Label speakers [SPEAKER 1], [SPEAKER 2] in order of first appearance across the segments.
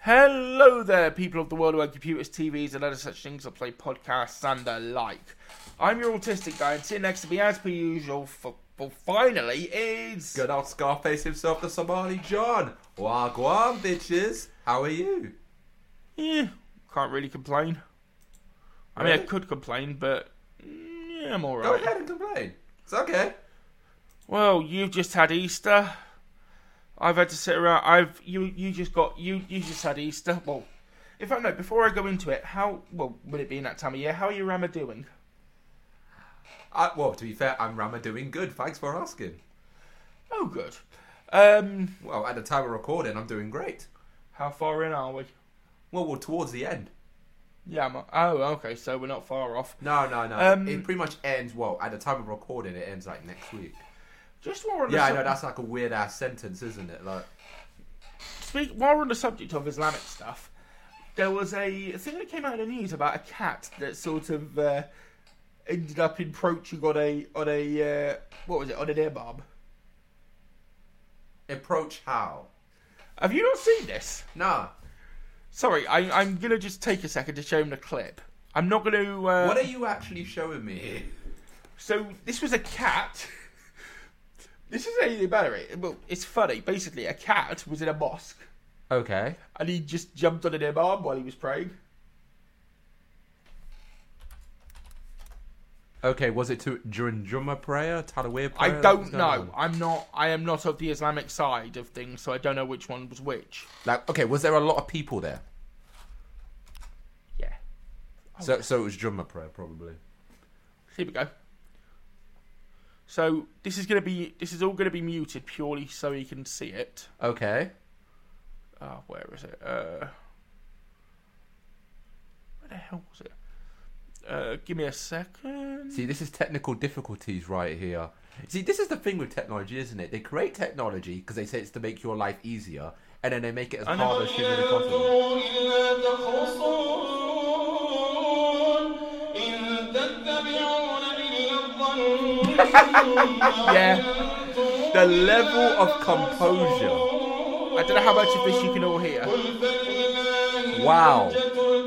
[SPEAKER 1] Hello there, people of the world where computers, TVs, and other such things that play podcasts and the like. I'm your autistic guy, and sitting next to me, as per usual, for, for finally is.
[SPEAKER 2] Good old Scarface himself, the Somali John. Wagwan, bitches. How are you?
[SPEAKER 1] Yeah, Eh, can't really complain. I mean, I could complain, but mm, yeah, I'm
[SPEAKER 2] Go
[SPEAKER 1] alright.
[SPEAKER 2] ahead and complain. It's okay.
[SPEAKER 1] Well, you've just had Easter. I've had to sit around. I've you you just got you you just had Easter. Well, in fact, no. Before I go into it, how well would it be in that time of year? How are you, Rama, doing?
[SPEAKER 2] I, well, to be fair, I'm Rama doing good. Thanks for asking.
[SPEAKER 1] Oh, good. Um,
[SPEAKER 2] Well, at the time of recording, I'm doing great.
[SPEAKER 1] how far in are we?
[SPEAKER 2] Well, we're towards the end.
[SPEAKER 1] Yeah. I'm, oh, okay. So we're not far off.
[SPEAKER 2] No, no, no.
[SPEAKER 1] Um,
[SPEAKER 2] it pretty much ends, well, at the time of recording, it ends like next week.
[SPEAKER 1] Just while we're on the
[SPEAKER 2] Yeah, I know.
[SPEAKER 1] sub-
[SPEAKER 2] That's like a weird ass sentence, isn't it? Like,
[SPEAKER 1] speak, while we're on the subject of Islamic stuff, there was a thing that came out in the news about a cat that sort of uh, ended up encroaching on a on a uh, what was it on an imam.
[SPEAKER 2] approach how?
[SPEAKER 1] Have you not seen this?
[SPEAKER 2] Nah.
[SPEAKER 1] Sorry, I, I'm gonna just take a second to show him the clip. I'm not gonna. Uh,
[SPEAKER 2] What are you actually showing me?
[SPEAKER 1] So this was a cat. this is anything about it. Well, it's funny. Basically, a cat was in a mosque
[SPEAKER 2] Okay.
[SPEAKER 1] and he just jumped on an imam while he was praying.
[SPEAKER 2] Okay, was it to, during Jummah prayer, Tadawir
[SPEAKER 1] I
[SPEAKER 2] prayer?
[SPEAKER 1] don't know. I'm not. I am not of the Islamic side of things, so I don't know which one was which.
[SPEAKER 2] Like, okay, was there a lot of people there?
[SPEAKER 1] Yeah.
[SPEAKER 2] So, so it was Jummah prayer, probably.
[SPEAKER 1] Here we go. So this is gonna be. This is all gonna be muted purely so he can see it.
[SPEAKER 2] Okay.
[SPEAKER 1] Oh, where is it? Uh, where the hell was it? Uh, give me a second.
[SPEAKER 2] See, this is technical difficulties right here. See, this is the thing with technology, isn't it? They create technology because they say it's to make your life easier, and then they make it as hard as humanly possible.
[SPEAKER 1] Yeah,
[SPEAKER 2] The level of composure.
[SPEAKER 1] I don't know how much of this you can all hear.
[SPEAKER 2] Wow.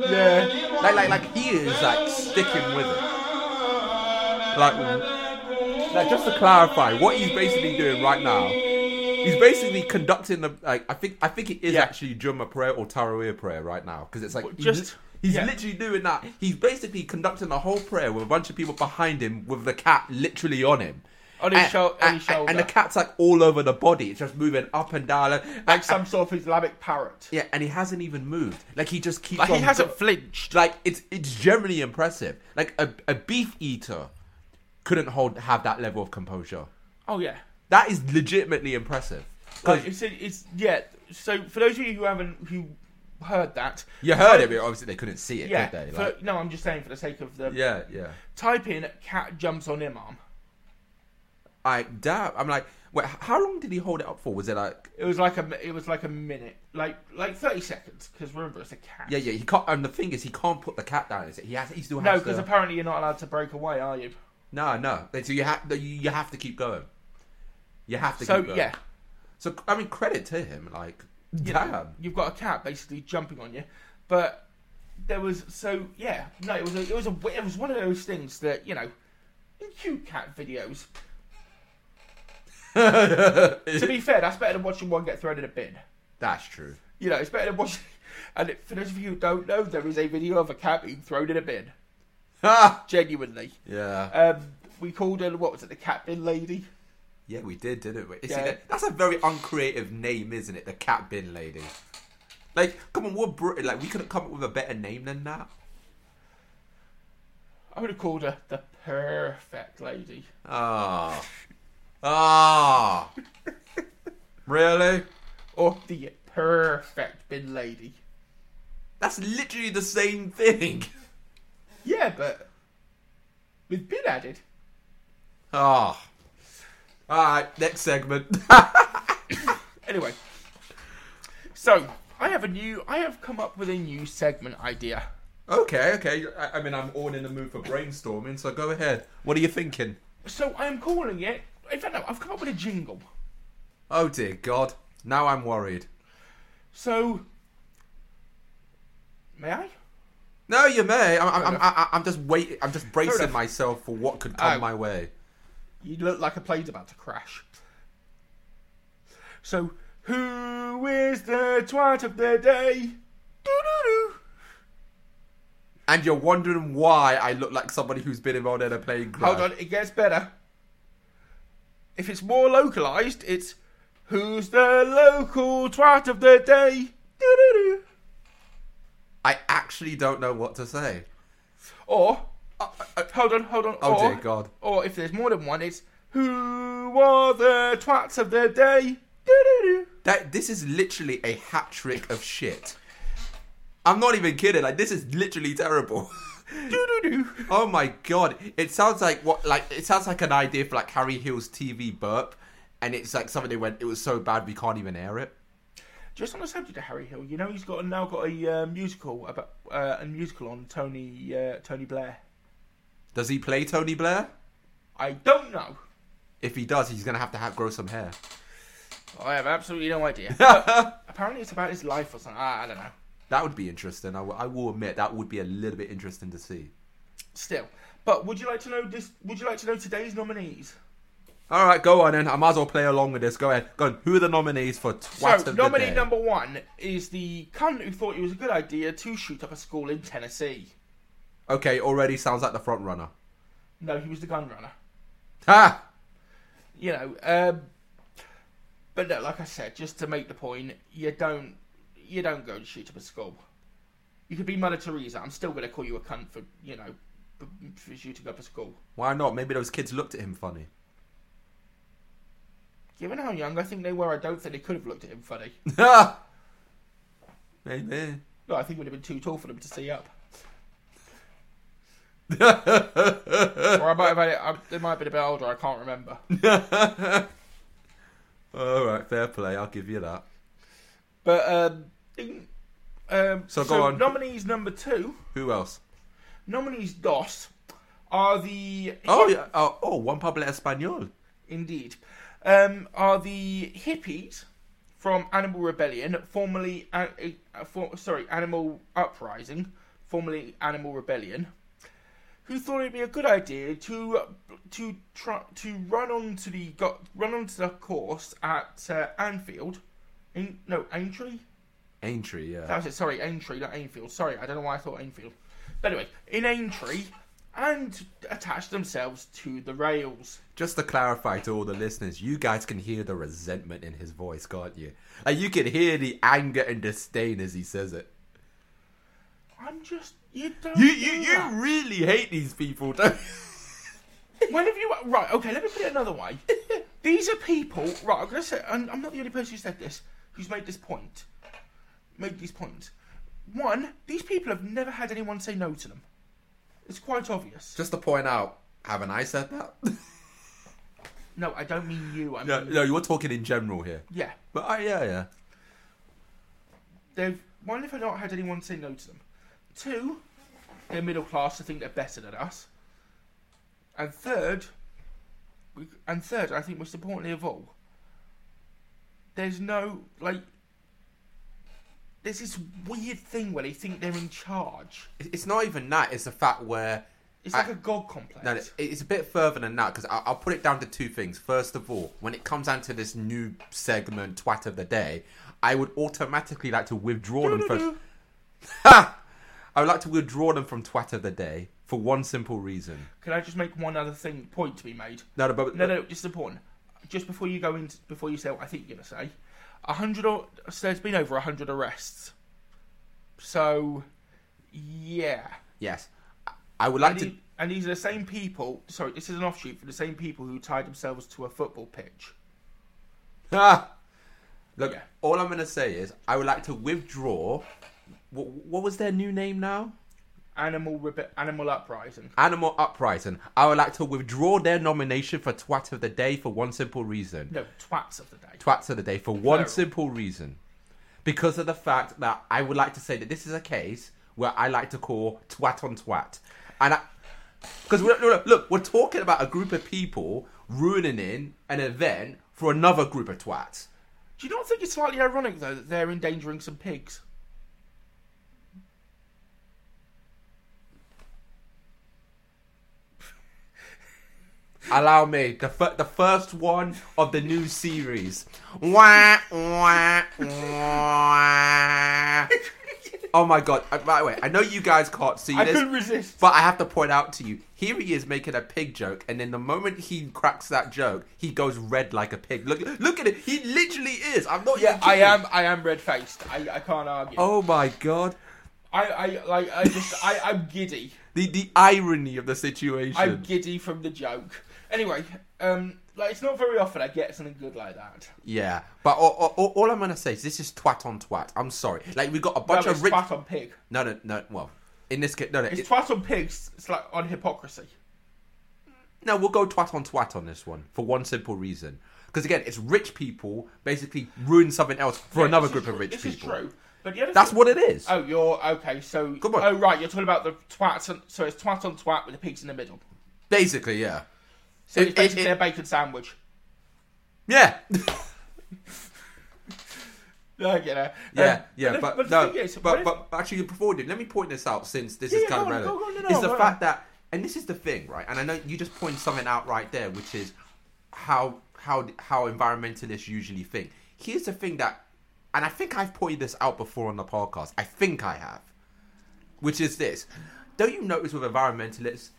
[SPEAKER 1] Yeah,
[SPEAKER 2] Like, like, like he is like sticking with it. Like, like just to clarify, what he's basically doing right now, he's basically conducting the like. I think I think it is
[SPEAKER 1] Yeah.
[SPEAKER 2] actually Jummah prayer or Tarawih prayer right now because it's like
[SPEAKER 1] Well,
[SPEAKER 2] he
[SPEAKER 1] just-
[SPEAKER 2] li- he's
[SPEAKER 1] yeah.
[SPEAKER 2] literally doing that. He's basically conducting the whole prayer with a bunch of people behind him with the cat literally on him.
[SPEAKER 1] On his
[SPEAKER 2] And-
[SPEAKER 1] shou- on
[SPEAKER 2] and,
[SPEAKER 1] his
[SPEAKER 2] and- and the
[SPEAKER 1] shoulder.
[SPEAKER 2] cat's like all over the body. It's just moving up and down. Like,
[SPEAKER 1] like some sort of Islamic parrot.
[SPEAKER 2] yeah, and he hasn't even moved. Like he just keeps.
[SPEAKER 1] Like he
[SPEAKER 2] on
[SPEAKER 1] hasn't
[SPEAKER 2] go-
[SPEAKER 1] flinched.
[SPEAKER 2] like it's it's generally impressive. Like a, a beef eater couldn't hold have that level of composure.
[SPEAKER 1] Oh yeah.
[SPEAKER 2] That is legitimately impressive. 'Cause
[SPEAKER 1] Like, it's, it's yeah. So for those of you who haven't who heard that,
[SPEAKER 2] you heard it, but obviously they couldn't see it,
[SPEAKER 1] yeah.
[SPEAKER 2] could they?
[SPEAKER 1] for-
[SPEAKER 2] Like,
[SPEAKER 1] no, I'm just saying for the sake of the
[SPEAKER 2] yeah, yeah.
[SPEAKER 1] Type in cat jumps on imam.
[SPEAKER 2] I damn. I'm like, wait, h- how long did he hold it up for? Was it like,
[SPEAKER 1] It was like a mi- it was like a minute, like like thirty seconds. Because remember, it's a cat.
[SPEAKER 2] yeah, yeah? He can't. And the thing is, he can't put the cat down. Is it? He has. He still has.
[SPEAKER 1] No, because
[SPEAKER 2] to,
[SPEAKER 1] apparently you're not allowed to break away, are you?
[SPEAKER 2] no, no. So you have. You you have to keep going. You have to.
[SPEAKER 1] So
[SPEAKER 2] keep going.
[SPEAKER 1] yeah,
[SPEAKER 2] So I mean, credit to him. Like, damn.
[SPEAKER 1] you've got a cat basically jumping on you, but there was so yeah, no, it was a, it was a it was one of those things that you know, in cute cat videos, to be fair, that's better than watching one get thrown in a bin.
[SPEAKER 2] That's true.
[SPEAKER 1] You know, it's better than watching. And it, for those of you who don't know, there is a video of a cat being thrown in a bin.
[SPEAKER 2] yeah.
[SPEAKER 1] Genuinely. Um, we called her, what was it, the cat bin lady?
[SPEAKER 2] yeah, we did, didn't we? You see,
[SPEAKER 1] Yeah.
[SPEAKER 2] that- that's a very uncreative name, isn't it? The cat bin lady. Like, come on, we're Brit- like we couldn't come up with a better name than that.
[SPEAKER 1] I would have called her the perfect lady.
[SPEAKER 2] Ah. Ah. really?
[SPEAKER 1] Or the perfect bin lady.
[SPEAKER 2] That's literally the same thing.
[SPEAKER 1] Yeah, but with bin added.
[SPEAKER 2] Ah. Alright, next segment.
[SPEAKER 1] Anyway, so I have a new. I have come up with a new segment idea.
[SPEAKER 2] okay, okay. I, I mean, I'm all in the mood for brainstorming, so go ahead. What are you thinking?
[SPEAKER 1] So I am calling it. In fact, no, I've come up with a jingle.
[SPEAKER 2] Oh dear God. Now I'm worried.
[SPEAKER 1] So, may I?
[SPEAKER 2] No, you may. I'm, I'm, I'm, I- I'm just waiting. I'm just bracing
[SPEAKER 1] enough.
[SPEAKER 2] myself for what could come
[SPEAKER 1] Oh.
[SPEAKER 2] my way.
[SPEAKER 1] You look like a plane's about to crash. So, who is the twat of the day? Doo-doo-doo.
[SPEAKER 2] And you're wondering why I look like somebody who's been involved in a plane crash.
[SPEAKER 1] Hold on, it gets better. If it's more localized, it's who's the local twat of the day? Doo-doo-doo.
[SPEAKER 2] I actually don't know what to say.
[SPEAKER 1] Or uh, uh, hold on, hold on.
[SPEAKER 2] Oh,
[SPEAKER 1] or,
[SPEAKER 2] dear God.
[SPEAKER 1] Or if there's more than one, it's who are the twats of the day? Doo-doo-doo.
[SPEAKER 2] That this is literally a hat trick of shit. I'm not even kidding. Like this is literally terrible.
[SPEAKER 1] Doo-doo-doo.
[SPEAKER 2] oh my god! It sounds like what? Like it sounds like an idea for like Harry Hill's TV burp, and it's like something they went. It was so bad we can't even air it.
[SPEAKER 1] Just on the subject of Harry Hill, you know he's got now got a uh, musical about uh, a musical on Tony uh, Tony Blair.
[SPEAKER 2] Does he play Tony Blair?
[SPEAKER 1] I don't know.
[SPEAKER 2] If he does, he's gonna have to have, grow some hair.
[SPEAKER 1] I have absolutely no idea. Apparently, it's about his life or something. I, I don't know.
[SPEAKER 2] That would be interesting. I will- I will admit that would be a little bit interesting to see.
[SPEAKER 1] Still, but would you like to know this? Would you like to know today's nominees?
[SPEAKER 2] All right, go on then. I might as well play along with this. Go ahead. Go on. Who are the nominees for Twat
[SPEAKER 1] so,
[SPEAKER 2] of the
[SPEAKER 1] nominee
[SPEAKER 2] Day?
[SPEAKER 1] number one is the cunt who thought it was a good idea to shoot up a school in Tennessee.
[SPEAKER 2] okay, already sounds like the front runner.
[SPEAKER 1] No, he was the gun runner.
[SPEAKER 2] Ha!
[SPEAKER 1] You know, um, but no, like I said, just to make the point, you don't, you don't go and shoot up a school. You could be Mother Teresa. I'm still going to call you a cunt for you know b- for shooting up a school.
[SPEAKER 2] Why not? Maybe those kids looked at him funny.
[SPEAKER 1] Given how young I think they were, I don't think they could have looked at him funny.
[SPEAKER 2] Ha! Maybe.
[SPEAKER 1] No, I think it would have been too tall for them to see up. or I might have had it. I, they might have been a bit older. I can't remember.
[SPEAKER 2] All right, fair play. I'll give you that.
[SPEAKER 1] But um, ding. um
[SPEAKER 2] So go on.
[SPEAKER 1] Nominees number two,
[SPEAKER 2] Who else?
[SPEAKER 1] nominees DOS, are the
[SPEAKER 2] Oh, yeah. Oh, oh One Pablo Espanol.
[SPEAKER 1] indeed um, are the hippies from Animal Rebellion, formerly uh, uh, for, sorry Animal Uprising, formerly Animal Rebellion, who thought it'd be a good idea to to try to run onto the got run onto the course at uh, Anfield, in, no Aintree.
[SPEAKER 2] Aintree, yeah.
[SPEAKER 1] That was it. Sorry, Aintree, not Ainfield. Sorry, I don't know why I thought Ainfield. But anyway, in Aintree, and attach themselves to the rails.
[SPEAKER 2] Just to clarify to all the listeners, you guys can hear the resentment in his voice, can't you? Like, you can hear the anger and disdain as he says it.
[SPEAKER 1] I'm just you don't.
[SPEAKER 2] You, you,
[SPEAKER 1] do
[SPEAKER 2] you
[SPEAKER 1] that.
[SPEAKER 2] really hate these people, don't you?
[SPEAKER 1] When have you right? Okay, let me put it another way. These are people, right? I'm gonna say, and I'm not the only person who said this, who's made this point, made these points. One, these people have never had anyone say no to them. It's quite obvious.
[SPEAKER 2] Just to point out, haven't I said that?
[SPEAKER 1] no, I don't mean you. I mean
[SPEAKER 2] no, no, you're talking in general here.
[SPEAKER 1] yeah.
[SPEAKER 2] But I, yeah, yeah.
[SPEAKER 1] They've one, if I not had anyone say no to them. Two, they're middle class. I think they're better than us. And third, we, and third, I think most importantly of all, there's no like. There's this weird thing where they think they're in charge.
[SPEAKER 2] It- It's not even that. It's the fact where
[SPEAKER 1] It's like a god complex.
[SPEAKER 2] No, it's a bit further than that because I'll put it down to two things. First of all, when it comes down to this new segment, Twat of the Day, I would automatically like to withdraw them from. Ha! I would like to withdraw them from Twat of the Day for one simple reason.
[SPEAKER 1] Can I just make one other thing point to be made?
[SPEAKER 2] No, no, but,
[SPEAKER 1] No, no, just important. Just before you go in, before you say what I think you're gonna say, a hundred. or- So there's been over a hundred arrests. So, yeah,
[SPEAKER 2] Yes. I- I would like
[SPEAKER 1] and,
[SPEAKER 2] to.
[SPEAKER 1] the- and these are the same people. Sorry, this is an offshoot for the same people who tied themselves to a football pitch.
[SPEAKER 2] Ah! Look,
[SPEAKER 1] Yeah.
[SPEAKER 2] all I'm going to say is I would like to withdraw. What, what was their new name now?
[SPEAKER 1] Animal rebe- animal uprising.
[SPEAKER 2] Animal Uprising. I would like to withdraw their nomination for Twat of the Day for one simple reason.
[SPEAKER 1] No, twats of the day.
[SPEAKER 2] Twats of the Day for one
[SPEAKER 1] Plural.
[SPEAKER 2] simple reason. Because of the fact that I would like to say that this is a case where I like to call twat on twat. And I. Because look, we're talking about a group of people ruining an event for another group of twats.
[SPEAKER 1] Do you not think it's slightly ironic though that they're endangering some pigs?
[SPEAKER 2] Allow me the fir- the first one of the new series. Wah, wah, wah. oh my god! Uh, By the way, I know you guys can't see
[SPEAKER 1] I
[SPEAKER 2] this,
[SPEAKER 1] couldn't resist.
[SPEAKER 2] but I have to point out to you: here he is making a pig joke, and then the moment he cracks that joke, he goes red like a pig. Look, look at it! He literally is. I'm not.
[SPEAKER 1] Yeah,
[SPEAKER 2] even
[SPEAKER 1] I
[SPEAKER 2] kidding.
[SPEAKER 1] am. I am red faced. I, I can't argue.
[SPEAKER 2] Oh my god!
[SPEAKER 1] I, I like. I just. I, I'm giddy.
[SPEAKER 2] The the irony of the situation.
[SPEAKER 1] I'm giddy from the joke. Anyway, um, like it's not very often I get something good like that.
[SPEAKER 2] Yeah, but all, all, all I'm gonna say is this is twat on twat. I'm sorry. Like we got a bunch
[SPEAKER 1] No, it's
[SPEAKER 2] of rich.
[SPEAKER 1] twat on pig.
[SPEAKER 2] No, no, no. Well, in this case, no, no.
[SPEAKER 1] It's
[SPEAKER 2] it-
[SPEAKER 1] twat on pigs. It's like on hypocrisy.
[SPEAKER 2] no, we'll go twat on twat on this one for one simple reason. Because again, it's rich people basically ruin something else for
[SPEAKER 1] Yeah,
[SPEAKER 2] another
[SPEAKER 1] this is
[SPEAKER 2] group of
[SPEAKER 1] tru-
[SPEAKER 2] rich
[SPEAKER 1] this
[SPEAKER 2] people.
[SPEAKER 1] is true. But the other
[SPEAKER 2] That's
[SPEAKER 1] thing-
[SPEAKER 2] what it is.
[SPEAKER 1] Oh, you're okay. So
[SPEAKER 2] Come on.
[SPEAKER 1] Oh, right. You're talking about the twats. On, so it's twat on twat with the pigs in the middle.
[SPEAKER 2] Basically, yeah,
[SPEAKER 1] So
[SPEAKER 2] It-
[SPEAKER 1] it's basically
[SPEAKER 2] it- it-
[SPEAKER 1] a bacon sandwich.
[SPEAKER 2] yeah.
[SPEAKER 1] Like, you know.
[SPEAKER 2] Yeah,
[SPEAKER 1] Um,
[SPEAKER 2] yeah,
[SPEAKER 1] the-
[SPEAKER 2] but,
[SPEAKER 1] the
[SPEAKER 2] no,
[SPEAKER 1] thing is, what
[SPEAKER 2] but,
[SPEAKER 1] if-
[SPEAKER 2] but actually, before we do, let me point this out since this
[SPEAKER 1] Yeah,
[SPEAKER 2] is
[SPEAKER 1] yeah,
[SPEAKER 2] kind of
[SPEAKER 1] go on, go
[SPEAKER 2] relevant.
[SPEAKER 1] on, no, no,
[SPEAKER 2] is the
[SPEAKER 1] go on.
[SPEAKER 2] fact that, and this is the thing, right? And I know you just pointed something out right there, which is how how how environmentalists usually think. Here's the thing that, and I think I've pointed this out before on the podcast. I think I have, which is this: don't you notice with environmentalists?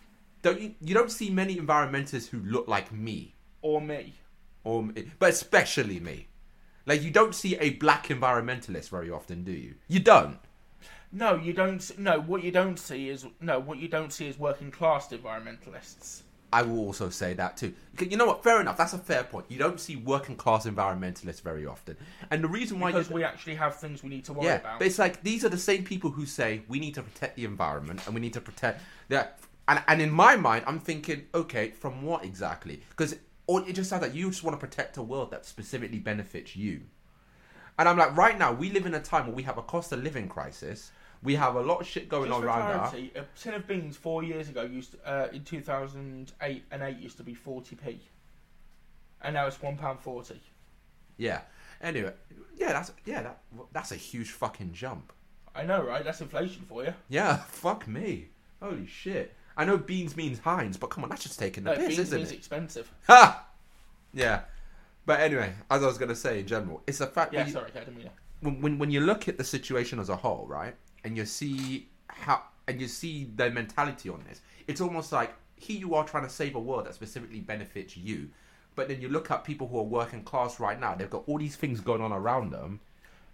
[SPEAKER 2] Don't you you don't see many environmentalists who look like me?
[SPEAKER 1] or me.
[SPEAKER 2] or me- but especially me. Like you don't see a black environmentalist very often, do you? You don't.
[SPEAKER 1] No, you don't. s- No, what you don't see is no. What you don't see is working class environmentalists.
[SPEAKER 2] I will also say that too. Okay, You know what? Fair enough. That's a fair point. You don't see working class environmentalists very often, and the reason why
[SPEAKER 1] because
[SPEAKER 2] you,
[SPEAKER 1] we actually have things we need to worry
[SPEAKER 2] yeah,
[SPEAKER 1] about.
[SPEAKER 2] but it's like these are the same people who say we need to protect the environment and we need to protect yeah. And, and in my mind, I'm thinking, okay, from what exactly? Because it just sounds like you just want to protect a world that specifically benefits you. And I'm like, right now, we live in a time where we have a cost of living crisis. We have a lot of shit going
[SPEAKER 1] Just
[SPEAKER 2] on
[SPEAKER 1] for
[SPEAKER 2] right
[SPEAKER 1] clarity, a tin of beans four years ago used to, uh, in 2008 and eight used to be 40p, and now it's one pound forty.
[SPEAKER 2] now. Yeah. Anyway, yeah, that's yeah, that, that's a huge fucking jump.
[SPEAKER 1] I know, right? That's inflation for you.
[SPEAKER 2] Yeah, fuck me. Holy shit. I know beans means Heinz, but come on, that's just taking the
[SPEAKER 1] No,
[SPEAKER 2] piss,
[SPEAKER 1] beans
[SPEAKER 2] isn't
[SPEAKER 1] is
[SPEAKER 2] it?
[SPEAKER 1] expensive.
[SPEAKER 2] Ha! Yeah. But anyway, as I was going to say in general, it's the fact
[SPEAKER 1] Yeah,
[SPEAKER 2] that you-
[SPEAKER 1] sorry, I didn't mean it.
[SPEAKER 2] when, when when you look at the situation as a whole, right, and you see how and you see their mentality on this, it's almost like here you are trying to save a world that specifically benefits you, but then you look at people who are working class right now. They've got all these things going on around them.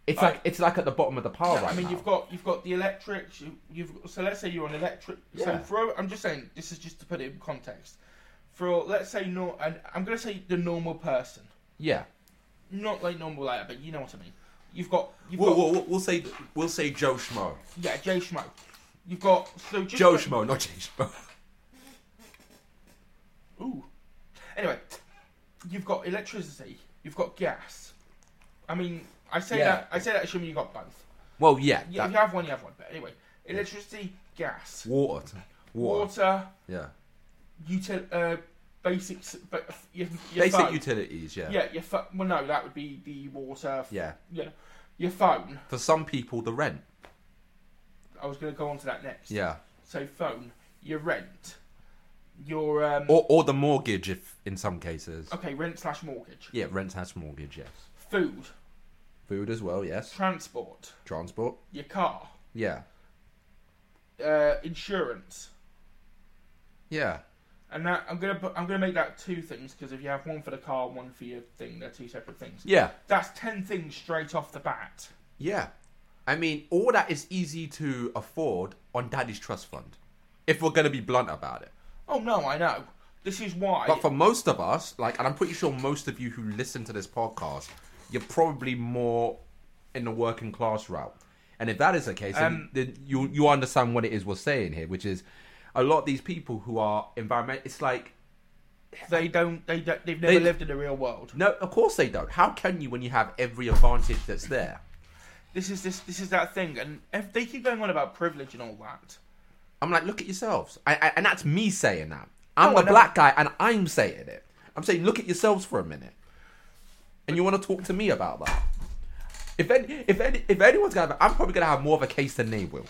[SPEAKER 2] It's like it's like at the bottom of the pile right
[SPEAKER 1] I mean,
[SPEAKER 2] now.
[SPEAKER 1] you've got you've got the electrics. you- You've so let's say you're on electric.
[SPEAKER 2] Yeah.
[SPEAKER 1] So for I'm just saying this is just to put it in context. For let's say no, and I'm gonna say the normal person,
[SPEAKER 2] yeah.
[SPEAKER 1] not like normal like that, but you know what I mean. You've got you've
[SPEAKER 2] We'll,
[SPEAKER 1] got
[SPEAKER 2] we'll, we'll- we'll say we'll say Joe Schmo,
[SPEAKER 1] yeah Jay Schmo. You've got so just
[SPEAKER 2] Joe
[SPEAKER 1] like-
[SPEAKER 2] Schmo, not Jay Schmo.
[SPEAKER 1] Ooh. Anyway, you've got electricity. You've got gas. I mean, I say
[SPEAKER 2] Yeah.
[SPEAKER 1] that I say that assuming you got both.
[SPEAKER 2] Well, yeah,
[SPEAKER 1] Yeah,
[SPEAKER 2] that-
[SPEAKER 1] if you have one, you have one. But anyway, electricity, gas,
[SPEAKER 2] water, water,
[SPEAKER 1] water,
[SPEAKER 2] yeah,
[SPEAKER 1] util, uh, basics, but your, your
[SPEAKER 2] basic
[SPEAKER 1] phone.
[SPEAKER 2] utilities, yeah.
[SPEAKER 1] Yeah, your phone. Well, no, that would be the water. f-
[SPEAKER 2] Yeah.
[SPEAKER 1] Yeah. Your phone.
[SPEAKER 2] For some people, the rent,
[SPEAKER 1] I was going to go on to that next.
[SPEAKER 2] yeah,
[SPEAKER 1] So phone, your rent, your um,
[SPEAKER 2] or or the mortgage if in some cases.
[SPEAKER 1] okay rent slash mortgage,
[SPEAKER 2] Yeah, rent has mortgage. Yes,
[SPEAKER 1] food,
[SPEAKER 2] food as well. Yes,
[SPEAKER 1] transport,
[SPEAKER 2] transport.
[SPEAKER 1] your car,
[SPEAKER 2] Yeah,
[SPEAKER 1] uh, insurance,
[SPEAKER 2] yeah.
[SPEAKER 1] and that I'm gonna put, I'm gonna make that two things because if you have one for the car, one for your thing, they're two separate things.
[SPEAKER 2] Yeah.
[SPEAKER 1] that's ten things straight off the bat.
[SPEAKER 2] Yeah. I mean, all that is easy to afford on daddy's trust fund, if we're going to be blunt about it.
[SPEAKER 1] Oh no, I know. This is why.
[SPEAKER 2] But for most of us, like, and I'm pretty sure most of you who listen to this podcast, you're probably more in the working class route. And if that is the case, then- then you you understand what it is we're saying here, which is a lot of these people who are environment. It's like
[SPEAKER 1] they don't. They don't, they've never
[SPEAKER 2] They-
[SPEAKER 1] lived in the real world.
[SPEAKER 2] no, of course they don't. How can you when you have every advantage that's there?
[SPEAKER 1] This is this. This is that thing, and if they keep going on about privilege and all that.
[SPEAKER 2] I'm like, look at yourselves. I, I, and that's me saying that. I'm
[SPEAKER 1] No, I
[SPEAKER 2] a
[SPEAKER 1] know.
[SPEAKER 2] black guy and I'm saying it. I'm saying, look at yourselves for a minute. And you want to talk to me about that? If any, if any, if anyone's gonna, have, I'm probably gonna have more of a case than they will.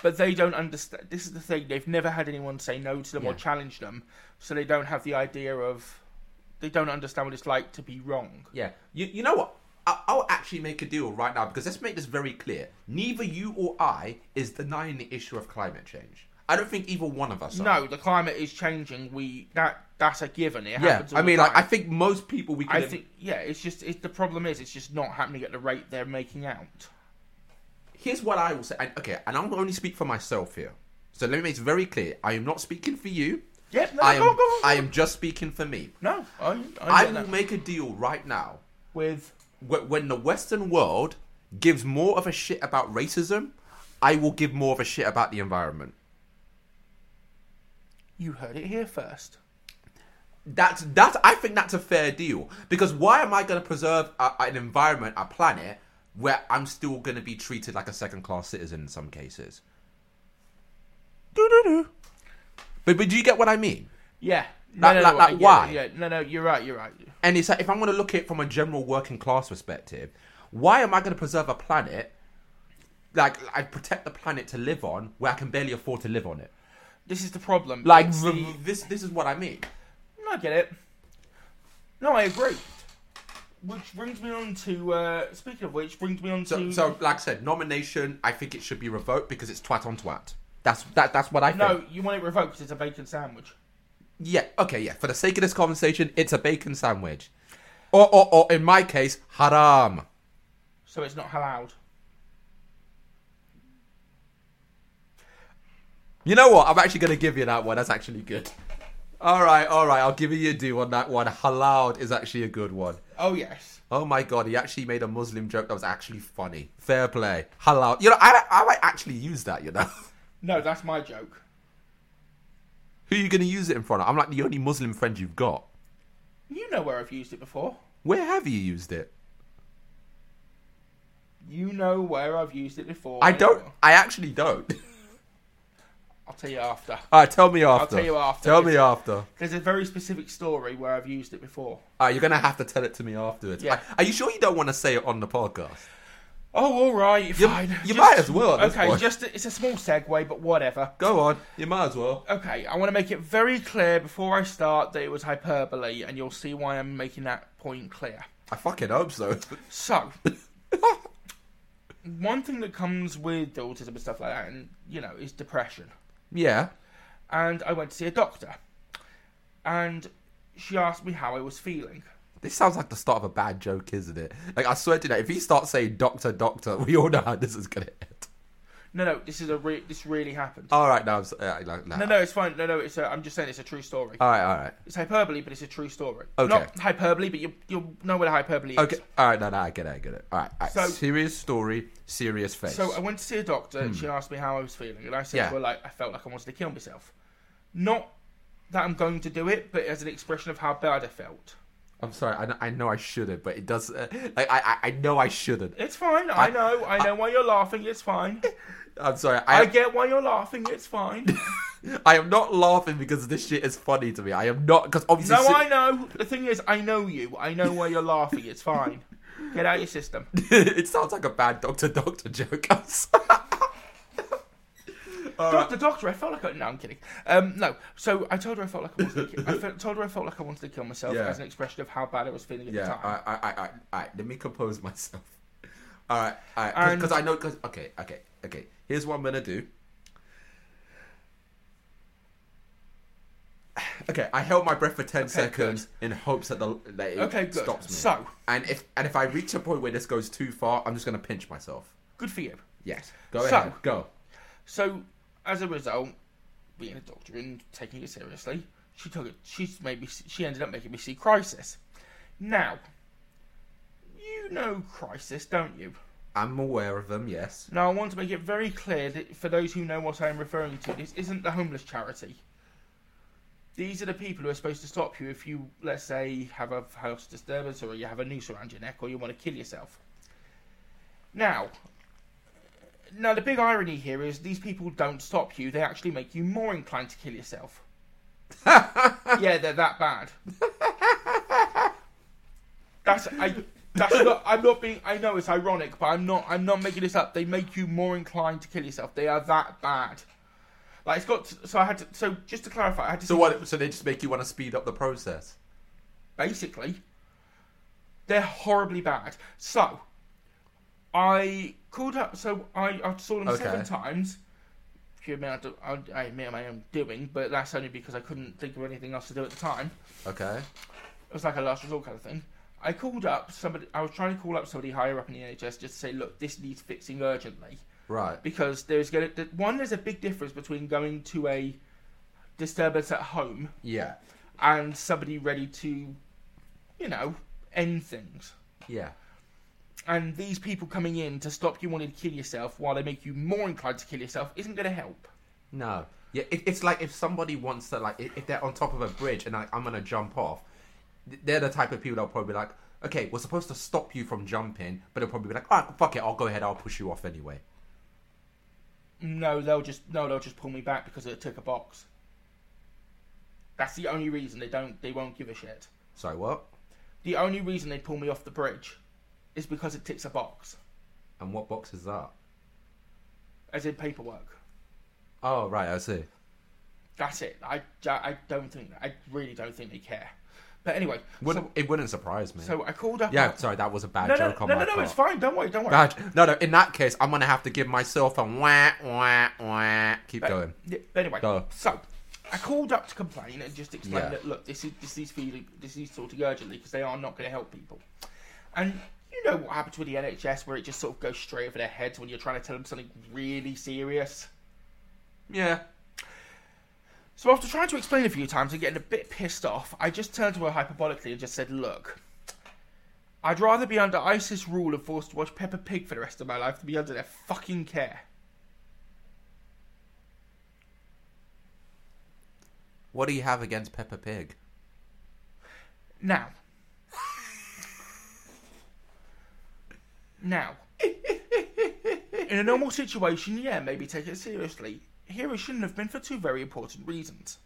[SPEAKER 1] But they don't understand. This is the thing. They've never had anyone say no to them or
[SPEAKER 2] Yeah.
[SPEAKER 1] challenge them, so they don't have the idea of. They don't understand what it's like to be wrong.
[SPEAKER 2] Yeah. You, you know what? I, I'll actually make a deal right now because let's make this very clear. Neither you or I is denying the issue of climate change. I don't think either one of us. Are.
[SPEAKER 1] No, the climate is changing. We that that's a given. It
[SPEAKER 2] Yeah.
[SPEAKER 1] happens. all
[SPEAKER 2] I mean,
[SPEAKER 1] the
[SPEAKER 2] like, I
[SPEAKER 1] time.
[SPEAKER 2] think most people we.
[SPEAKER 1] I
[SPEAKER 2] could-
[SPEAKER 1] think yeah. It's just it, the problem is it's just not happening at the rate they're making out.
[SPEAKER 2] here's what I will say. And, okay, and I'm only speak for myself here. So let me make it very clear. I am not speaking for you.
[SPEAKER 1] Yep, no,
[SPEAKER 2] I am,
[SPEAKER 1] go on, go on, go
[SPEAKER 2] I
[SPEAKER 1] on.
[SPEAKER 2] am just speaking for me.
[SPEAKER 1] No, I I,
[SPEAKER 2] I
[SPEAKER 1] get
[SPEAKER 2] will
[SPEAKER 1] that.
[SPEAKER 2] make a deal right now.
[SPEAKER 1] with
[SPEAKER 2] Wh- When the Western world gives more of a shit about racism, I will give more of a shit about the environment.
[SPEAKER 1] you heard it here first.
[SPEAKER 2] That's that's. I think that's a fair deal because why am I going to preserve a, an environment, a planet, where I'm still going to be treated like a second class citizen in some cases? Do do do. But but do you get what I mean?
[SPEAKER 1] Yeah.
[SPEAKER 2] Like- like- like
[SPEAKER 1] I get
[SPEAKER 2] why?
[SPEAKER 1] it, Yeah, no, no, you're right, you're right.
[SPEAKER 2] And it's like if I'm going to look at it from a general working class perspective, why am I going to preserve a planet, like I protect the planet to live on, where I can barely afford to live on it?
[SPEAKER 1] This is the problem.
[SPEAKER 2] Like
[SPEAKER 1] It's the-
[SPEAKER 2] th- this, this is what I mean.
[SPEAKER 1] No, I get it. No, I agree. Which brings me on to uh, speaking of which, brings me on
[SPEAKER 2] So,
[SPEAKER 1] to
[SPEAKER 2] so like I said, nomination. I think it should be revoked because it's twat on twat. That's that. That's what I think.
[SPEAKER 1] no, you want it revoked? 'cause It's a bacon sandwich.
[SPEAKER 2] Yeah. Okay. Yeah. For the sake of this conversation, it's a bacon sandwich, or or, or in my case, haram.
[SPEAKER 1] so it's not allowed.
[SPEAKER 2] You know what? I'm actually going to give you that one. That's actually good. All right, all right. I'll give you a due on that one. Halal is actually a good one.
[SPEAKER 1] Oh yes,
[SPEAKER 2] Oh my god, he actually made a Muslim joke that was actually funny. Fair play. Halal. You know, I, I might actually use that, you know.
[SPEAKER 1] no, that's my joke.
[SPEAKER 2] Who are you going to use it in front of? I'm like the only Muslim friend you've got.
[SPEAKER 1] You know where I've used it before.
[SPEAKER 2] Where have you used it?
[SPEAKER 1] You know where I've used it before.
[SPEAKER 2] I don't. I actually don't.
[SPEAKER 1] I'll tell you after.
[SPEAKER 2] All right, tell me after.
[SPEAKER 1] tell you after.
[SPEAKER 2] Tell me after.
[SPEAKER 1] There's a very specific story where I've used it before.
[SPEAKER 2] All right, you're going to have to tell it to me afterwards.
[SPEAKER 1] Yeah.
[SPEAKER 2] Are- Are you sure you don't want to say it on the podcast?
[SPEAKER 1] Oh, all right, fine.
[SPEAKER 2] you might as well at this
[SPEAKER 1] Okay,
[SPEAKER 2] point.
[SPEAKER 1] just it's a small segue, but whatever.
[SPEAKER 2] Go on. You might as well.
[SPEAKER 1] Okay, I want to make it very clear before I start that it was hyperbole, and you'll see why I'm making that point clear.
[SPEAKER 2] I fucking hope so.
[SPEAKER 1] So, one thing that comes with autism and stuff like that, and you know, is depression.
[SPEAKER 2] yeah.
[SPEAKER 1] And I went to see a doctor, and she asked me how I was feeling.
[SPEAKER 2] This sounds like the start of a bad joke, isn't it? Like I swear to you, if he starts saying "doctor, doctor," we all know how this is gonna end.
[SPEAKER 1] No, no, this is a re- this really happened.
[SPEAKER 2] All right, now I'm so, uh, like, nah.
[SPEAKER 1] no, no, it's fine. No, no, it's a, I'm just saying it's a true story.
[SPEAKER 2] All right, all right.
[SPEAKER 1] It's hyperbole, but it's a true story.
[SPEAKER 2] Oh. Okay.
[SPEAKER 1] Not hyperbole, but you you know what a hyperbole is.
[SPEAKER 2] Okay, all right. No, no, I get it, I get it. All right, all right.
[SPEAKER 1] So-
[SPEAKER 2] serious story, serious face.
[SPEAKER 1] So um, I went to see a doctor, and she asked me how I was feeling, and I said,
[SPEAKER 2] Hmm. Yeah.
[SPEAKER 1] "Well, like I felt like I wanted to kill myself. Not that I'm going to do it, but as an expression of how bad I felt.
[SPEAKER 2] I'm sorry. I, kn- I know I shouldn't, but it does. Uh, like I, I, I know I shouldn't.
[SPEAKER 1] It's fine. I, know. I know why you're laughing. It's fine.
[SPEAKER 2] I'm sorry.
[SPEAKER 1] I
[SPEAKER 2] I,
[SPEAKER 1] get why you're laughing. It's fine.
[SPEAKER 2] I am not laughing because this shit is funny to me. I am not because obviously.
[SPEAKER 1] no,
[SPEAKER 2] si-
[SPEAKER 1] I know. The thing is, I know you. I know why you're laughing. It's fine. Get out of your system.
[SPEAKER 2] it sounds like a bad doctor doctor joke. I'm sorry.
[SPEAKER 1] Doc- the doctor, I felt like I, no, I'm kidding. Um, no, so I told her I felt like I wanted to kill, I felt, told her I felt like I wanted to kill myself
[SPEAKER 2] Yeah.
[SPEAKER 1] as an expression of how bad I was feeling at the
[SPEAKER 2] Yeah,
[SPEAKER 1] time.
[SPEAKER 2] I, I, I, I, I, let me compose myself. All right, all right, because
[SPEAKER 1] And-
[SPEAKER 2] I know. Cause okay, okay, okay. Here's what I'm gonna do. Okay, I held my breath for ten seconds in hopes that the that it
[SPEAKER 1] Okay, good.
[SPEAKER 2] stops me.
[SPEAKER 1] So-
[SPEAKER 2] and if and if I reach a point where this goes too far, I'm just gonna pinch myself.
[SPEAKER 1] Good for you.
[SPEAKER 2] Yes, go
[SPEAKER 1] So-
[SPEAKER 2] ahead, go.
[SPEAKER 1] So, as a result, being a doctor and taking it seriously, she took it. She's maybe she ended up making me see Crisis. Now, you know Crisis, don't you?
[SPEAKER 2] I'm aware of them. Yes.
[SPEAKER 1] Now, I want to make it very clear that for those who know what I am referring to, this isn't the homeless charity. These are the people who are supposed to stop you if you, let's say, have a house disturbance or you have a noose around your neck or you want to kill yourself. Now, now the big irony here is these people don't stop you; they actually make you more inclined to kill yourself. yeah, they're that bad. That's I. That's not. I'm not being. I know it's ironic, but I'm not. I'm not making this up. They make you more inclined to kill yourself. They are that bad. Like it's got. To, so I had to. So just to clarify, I had to.
[SPEAKER 2] So what? So they just make you want to speed up the process.
[SPEAKER 1] basically. They're horribly bad. So, I called up. So I, I saw them
[SPEAKER 2] Okay.
[SPEAKER 1] seven times. If you admit I, do- I- I admit my own doing, but that's only because I couldn't think of anything else to do at the time.
[SPEAKER 2] Okay.
[SPEAKER 1] It was like a last resort kind of thing. I called up somebody. I was trying to call up somebody higher up in the NHS just to say, look, this needs fixing urgently
[SPEAKER 2] Right.
[SPEAKER 1] because there's going to one. There's a big difference between going to a disturbance at home
[SPEAKER 2] Yeah.
[SPEAKER 1] and somebody ready to, you know, end things.
[SPEAKER 2] Yeah.
[SPEAKER 1] And these people coming in to stop you wanting to kill yourself while they make you more inclined to kill yourself isn't going to help.
[SPEAKER 2] No. Yeah, it, it's like if somebody wants to, like, if if they're on top of a bridge and like, I'm going to jump off, th- they're the type of people that'll probably be like, okay, we're supposed to stop you from jumping, but they'll probably be like, all right, fuck it, I'll go ahead, I'll push you off anyway.
[SPEAKER 1] No, they'll just no, they'll just pull me back because it took a box. That's the only reason they don't. They won't give a shit.
[SPEAKER 2] So what?
[SPEAKER 1] The only reason they pull me off the bridge is because it ticks a box,
[SPEAKER 2] And what box is that?
[SPEAKER 1] as in paperwork.
[SPEAKER 2] Oh, right, I see.
[SPEAKER 1] That's it. I, I don't think. I really don't think they care. But anyway,
[SPEAKER 2] would
[SPEAKER 1] so,
[SPEAKER 2] it wouldn't surprise me.
[SPEAKER 1] so I called up.
[SPEAKER 2] yeah, sorry, that was a bad
[SPEAKER 1] No, no,
[SPEAKER 2] joke
[SPEAKER 1] no,
[SPEAKER 2] on
[SPEAKER 1] no,
[SPEAKER 2] my
[SPEAKER 1] no,
[SPEAKER 2] part.
[SPEAKER 1] it's fine. Don't worry, don't worry.
[SPEAKER 2] Bad- No, no, in that case, I'm going to have to give myself a wah, wah, wah. Keep going.
[SPEAKER 1] Yeah, Anyway,
[SPEAKER 2] Go.
[SPEAKER 1] so I called up to complain and just explain
[SPEAKER 2] Yeah.
[SPEAKER 1] that look, this is this is feeling this is sort of urgently because they are not going to help people. And you know what happens with the NHS, where it just sort of goes straight over their heads when you're trying to tell them something really serious.
[SPEAKER 2] Yeah.
[SPEAKER 1] So after trying to explain a few times and getting a bit pissed off, I just turned to her hyperbolically and just said, "Look, I'd rather be under ISIS rule and forced to watch Peppa Pig for the rest of my life than be under their fucking care."
[SPEAKER 2] What do you have against Peppa Pig?
[SPEAKER 1] Now. now. In a normal situation, yeah, maybe take it seriously. Here it shouldn't have been for two very important reasons.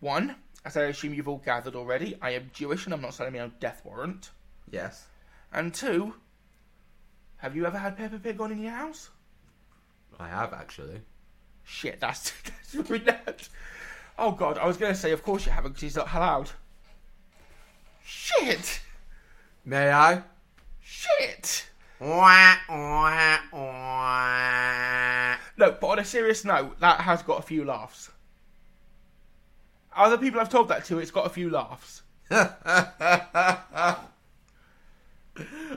[SPEAKER 1] One, as I assume you've all gathered already, I am Jewish and I'm not signing my own death warrant.
[SPEAKER 2] Yes.
[SPEAKER 1] And two, have you ever had Peppa Pig on in your house?
[SPEAKER 2] I have, actually.
[SPEAKER 1] Shit, that's, that's really nuts. Oh god, I was going to say, of course you haven't because he's not allowed. Shit!
[SPEAKER 2] May I?
[SPEAKER 1] Shit!
[SPEAKER 2] Wah, wah, wah.
[SPEAKER 1] No, but on a serious note, that has got a few laughs. Other people I've told that to, it's got a few laughs.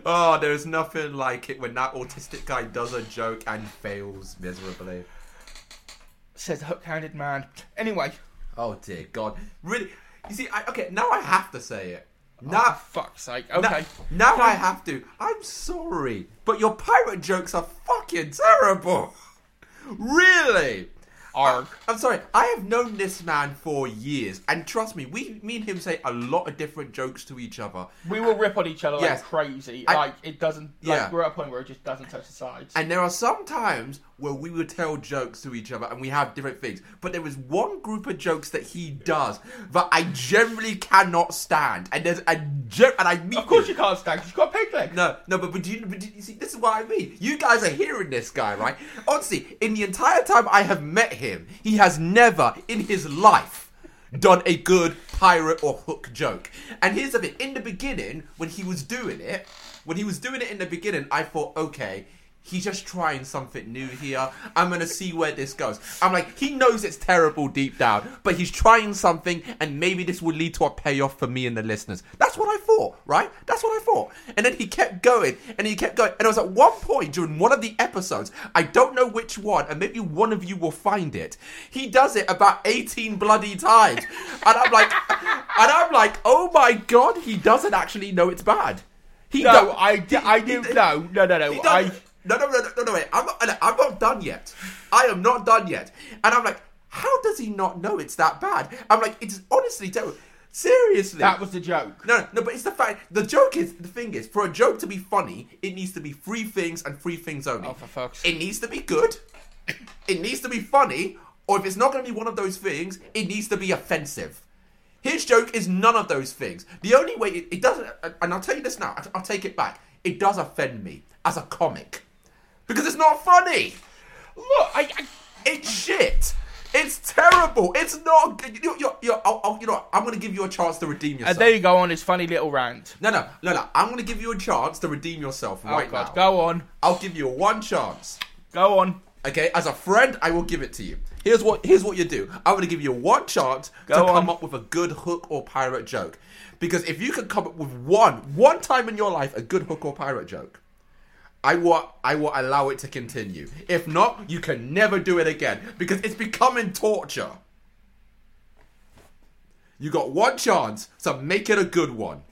[SPEAKER 2] Oh, there's nothing like it when that autistic guy does a joke and fails miserably.
[SPEAKER 1] Says the hook-handed man. Anyway,
[SPEAKER 2] Oh dear God! Really? You see, I, okay, now I have to say it. Now,
[SPEAKER 1] fuck's sake.
[SPEAKER 2] now-
[SPEAKER 1] Okay.
[SPEAKER 2] now I have to. I'm sorry, but your pirate jokes are fucking terrible. Really?
[SPEAKER 1] Arg.
[SPEAKER 2] I'm sorry. I have known this man for years, and trust me, we, me and him, say a lot of different jokes to each other.
[SPEAKER 1] We will rip on each other
[SPEAKER 2] Yes.
[SPEAKER 1] like crazy.
[SPEAKER 2] I-
[SPEAKER 1] like it doesn't. Like
[SPEAKER 2] Yeah.
[SPEAKER 1] we're at a point where it just doesn't touch the sides.
[SPEAKER 2] And there are some times where we would tell jokes to each other and we have different things. But there is one group of jokes that he does that I generally cannot stand. And there's a gen- and I mean
[SPEAKER 1] Of course
[SPEAKER 2] it.
[SPEAKER 1] you can't stand 'cause you've got a peg leg.
[SPEAKER 2] No, no, but, but, do you, but do you see, this is what I mean. You guys are hearing this guy, right? Honestly, in the entire time I have met him, he has never in his life done a good pirate or hook joke. And here's the thing in the beginning, when he was doing it, when he was doing it in the beginning, I thought, okay. He's just trying something new here. I'm gonna see where this goes. I'm like, he knows it's terrible deep down, but he's trying something, and maybe this will lead to a payoff for me and the listeners. That's what I thought, right? That's what I thought. And then he kept going, and he kept going, and I was at one point during one of the episodes, I don't know which one, and maybe one of you will find it. He does it about 18 bloody times, and I'm like, and I'm like, oh my god, he doesn't actually know it's bad. He
[SPEAKER 1] No,
[SPEAKER 2] don't-
[SPEAKER 1] I, di- I
[SPEAKER 2] he-
[SPEAKER 1] do.
[SPEAKER 2] he-
[SPEAKER 1] No, no, no, no.
[SPEAKER 2] he
[SPEAKER 1] I,
[SPEAKER 2] does- no, no, no, no, no, no, wait. I'm not, I'm not done yet. I am not done yet. And I'm like, how does he not know it's that bad? I'm like, it's honestly terrible. Seriously.
[SPEAKER 1] that was the joke.
[SPEAKER 2] No, no, no, but it's the fact. The joke is the thing is for a joke to be funny, it needs to be three things and three things only.
[SPEAKER 1] Oh, for fuck's
[SPEAKER 2] It needs to be good. It needs to be funny, or if it's not going to be one of those things, it needs to be offensive. His joke is none of those things. The only way it, it doesn't, and I'll tell you this now, I- I'll take it back. It does offend me as a comic because it's not funny.
[SPEAKER 1] Look, I, I,
[SPEAKER 2] It's shit. It's terrible. It's not. good. You, you, you, I'll, I'll, you know, what? I'm going to give you a chance to redeem yourself.
[SPEAKER 1] and there you go on his funny little rant.
[SPEAKER 2] No, no, no, no. I'm going to give you a chance to redeem yourself
[SPEAKER 1] Oh
[SPEAKER 2] right
[SPEAKER 1] god,
[SPEAKER 2] now.
[SPEAKER 1] go on,
[SPEAKER 2] I'll give you one chance.
[SPEAKER 1] go on.
[SPEAKER 2] Okay, as a friend, I will give it to you. Here's what here's what you do. I'm going to give you one chance to
[SPEAKER 1] Go on.
[SPEAKER 2] come up with a good hook or pirate joke. Because if you can come up with one one time in your life a good hook or pirate joke, I will I will allow it to continue. If not, you can never do it again because it's becoming torture. You got one chance, so make it a good one.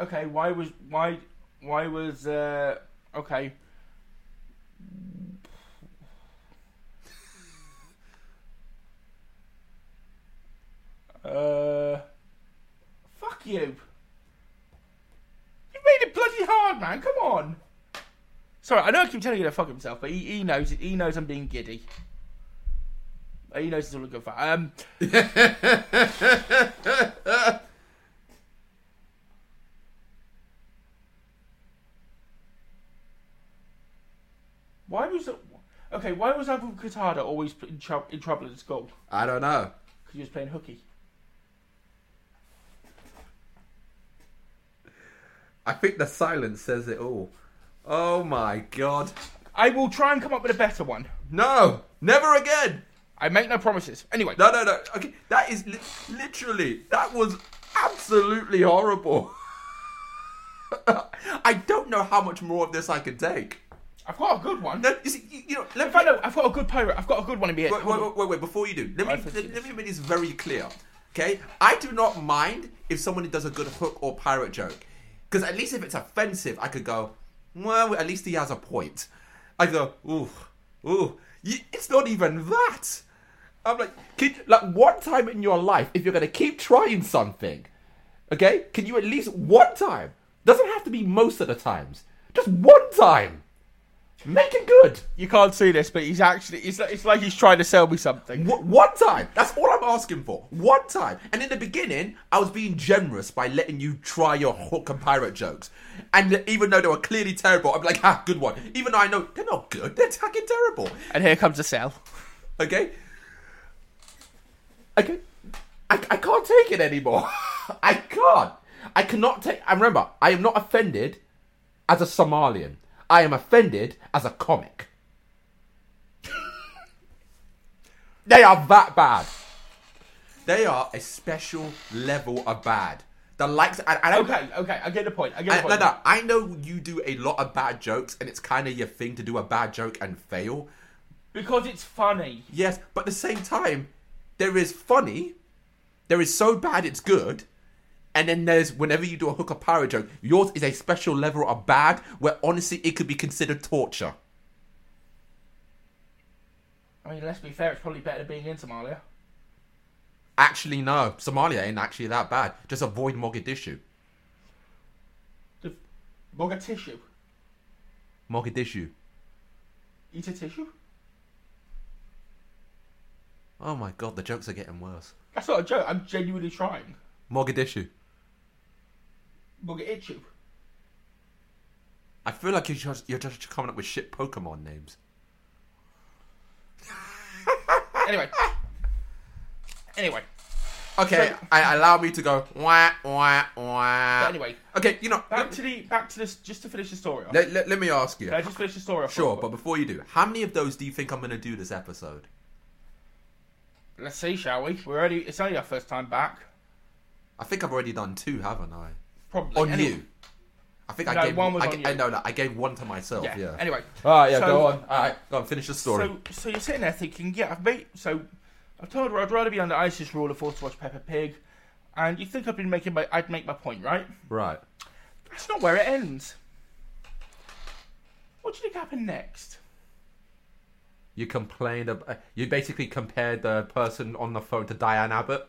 [SPEAKER 1] Okay, why was why why was uh okay? Uh, fuck you! You made it bloody hard, man. Come on. Sorry, I know I keep telling you to fuck himself, but he, he knows it. He knows I'm being giddy. Uh, He knows it's all a good fight. Um. Why was it? Okay, why was Abu Qatada always in, trou- in trouble at school?
[SPEAKER 2] I don't know.
[SPEAKER 1] Because he was playing hooky.
[SPEAKER 2] I think the silence says it all. Oh my god.
[SPEAKER 1] I will try and come up with a better one.
[SPEAKER 2] No! Never again!
[SPEAKER 1] I make no promises. Anyway,
[SPEAKER 2] No, no, no. Okay, that is li- literally, that was absolutely horrible. I don't know how much more of this I can take.
[SPEAKER 1] I've got a good one.
[SPEAKER 2] No, you see, you, you know, let
[SPEAKER 1] In fact, no, I've got a good pirate. I've got a good one in my head.
[SPEAKER 2] Wait, wait, wait, wait, wait, before you do, let me,
[SPEAKER 1] Alright, let's do
[SPEAKER 2] let, let me make this very clear. Okay? I do not mind if someone does a good hook or pirate joke. Because at least if it's offensive, I could go, well, at least he has a point. I go, ooh, ooh. You, it's not even that. I'm like, can, like one time in your life, if you're gonna keep trying something, okay, can you at least one time? Doesn't have to be most of the times. Just one time. Make it good.
[SPEAKER 1] You can't see this, but he's actually. It's like, it's like he's trying to sell me something.
[SPEAKER 2] Wh- One time. That's all I'm asking for. One time. And in the beginning, I was being generous by letting you try your hook and pirate jokes. And even though they were clearly terrible, I'm like, ah, good one. Even though I know they're not good, they're fucking terrible.
[SPEAKER 1] And here comes the sell.
[SPEAKER 2] Okay? Okay? I, I can't take it anymore. I can't. I cannot take. I remember, I am not offended as a Somalian. I am offended as a comic. they are that bad. They are a special level of bad. The likes. I, I don't,
[SPEAKER 1] Okay, okay, I get the point. I get the
[SPEAKER 2] I, no,
[SPEAKER 1] point.
[SPEAKER 2] no, I know you do a lot of bad jokes, and it's kind of your thing to do a bad joke and fail.
[SPEAKER 1] Because it's funny.
[SPEAKER 2] Yes, but at the same time, there is funny, there is so bad it's good, and then there's whenever you do a hook or pirate joke, yours is a special level of bad where honestly it could be considered torture.
[SPEAKER 1] I mean, let's be fair. It's probably better than being in Somalia.
[SPEAKER 2] Actually, no, Somalia ain't actually that bad. Just avoid Mogadishu.
[SPEAKER 1] The Mogadishu.
[SPEAKER 2] Mogadishu.
[SPEAKER 1] Eat a tissue?
[SPEAKER 2] Oh my god, the jokes are getting worse.
[SPEAKER 1] That's not a joke. I'm genuinely trying.
[SPEAKER 2] Mogadishu.
[SPEAKER 1] We'll get itchy.
[SPEAKER 2] I feel like you're just, you're just coming up with shit Pokemon names.
[SPEAKER 1] Anyway. anyway.
[SPEAKER 2] Okay,
[SPEAKER 1] So-
[SPEAKER 2] I, allow me to go. Wah, wah, wah.
[SPEAKER 1] But anyway.
[SPEAKER 2] Okay, you know.
[SPEAKER 1] Back
[SPEAKER 2] Let,
[SPEAKER 1] to the back to this just to finish the story off.
[SPEAKER 2] let, let- let me ask you.
[SPEAKER 1] Can I just finish the story off?
[SPEAKER 2] Sure, but before you do, how many of those do you think I'm going to do this episode?
[SPEAKER 1] let's see, shall we? We're already it's only our first time back.
[SPEAKER 2] I think I've already done two, haven't I?
[SPEAKER 1] Probably
[SPEAKER 2] On
[SPEAKER 1] Anyway,
[SPEAKER 2] you. I think
[SPEAKER 1] No,
[SPEAKER 2] I gave
[SPEAKER 1] one was
[SPEAKER 2] I,
[SPEAKER 1] on
[SPEAKER 2] g-
[SPEAKER 1] you.
[SPEAKER 2] I know that I gave one to myself.
[SPEAKER 1] Yeah.
[SPEAKER 2] Yeah. Uh,
[SPEAKER 1] Anyway.
[SPEAKER 2] All right. Yeah.
[SPEAKER 1] so-
[SPEAKER 2] go on. All right. Go on. Finish the story.
[SPEAKER 1] So, so you're sitting there thinking, yeah, I've made. So, I've told her I'd rather be under ISIS rule or forced to watch Peppa Pig, and you think I've been making my, I'd make my point, right?
[SPEAKER 2] right.
[SPEAKER 1] That's not where it ends. What do you think happened next?
[SPEAKER 2] You complained about. You basically compared the person on the phone to Diane Abbott.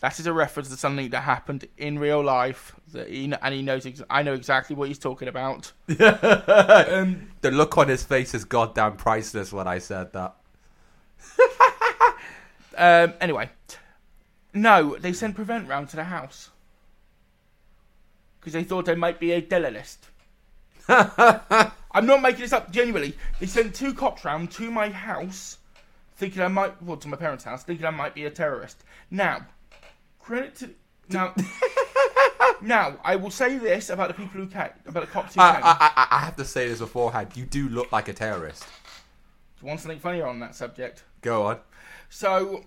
[SPEAKER 1] That is a reference to something that happened in real life, that he, kn- and he knows. Ex- I know exactly what he's talking about.
[SPEAKER 2] Um, the look on his face is goddamn priceless when I said that.
[SPEAKER 1] Um, anyway, no, they sent prevent round to the house because they thought they might be a dealer list. I'm not making this up. Genuinely, they sent two cops round to my house, thinking I might, well, to my parents' house, thinking I might be a terrorist. Now, credit to now. now, I will say this about the people who came, about the cops who
[SPEAKER 2] I,
[SPEAKER 1] came.
[SPEAKER 2] I, I, I have to say this beforehand. You do look like a terrorist.
[SPEAKER 1] Do you want something funnier on that subject?
[SPEAKER 2] Go on.
[SPEAKER 1] So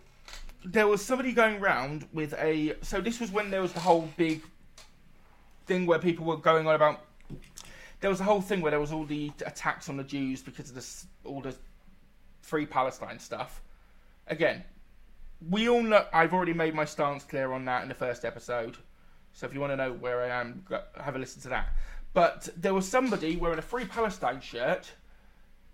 [SPEAKER 1] there was somebody going round with a. So this was when there was the whole big thing where people were going on about. There was a whole thing where there was all the attacks on the Jews because of this, all the free Palestine stuff. Again, we all know. I've already made my stance clear on that in the first episode. So if you want to know where I am, go, have a listen to that. But there was somebody wearing a free Palestine shirt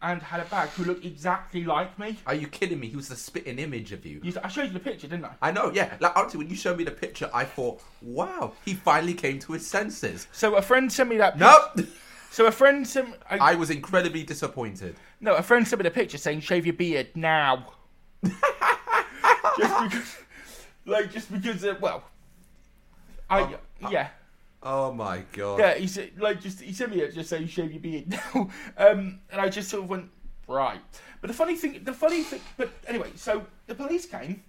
[SPEAKER 1] and had a bag who looked exactly like me.
[SPEAKER 2] Are you kidding me? He was the spitting image of you.
[SPEAKER 1] You- I showed you the picture, didn't I?
[SPEAKER 2] I know, yeah. Like honestly, when you showed me the picture, I thought, "Wow, he finally came to his senses."
[SPEAKER 1] So a friend sent me that. pic-
[SPEAKER 2] Nope.
[SPEAKER 1] So a friend sent. I,
[SPEAKER 2] I was incredibly disappointed.
[SPEAKER 1] no, a friend sent me the picture saying, "Shave your beard now." just because, like, just because. Uh, well, I yeah.
[SPEAKER 2] Oh my god.
[SPEAKER 1] Yeah, he said like just he sent me it just saying shave your beard now, um, and I just sort of went right. But the funny thing, the funny thing, but anyway, so the police came,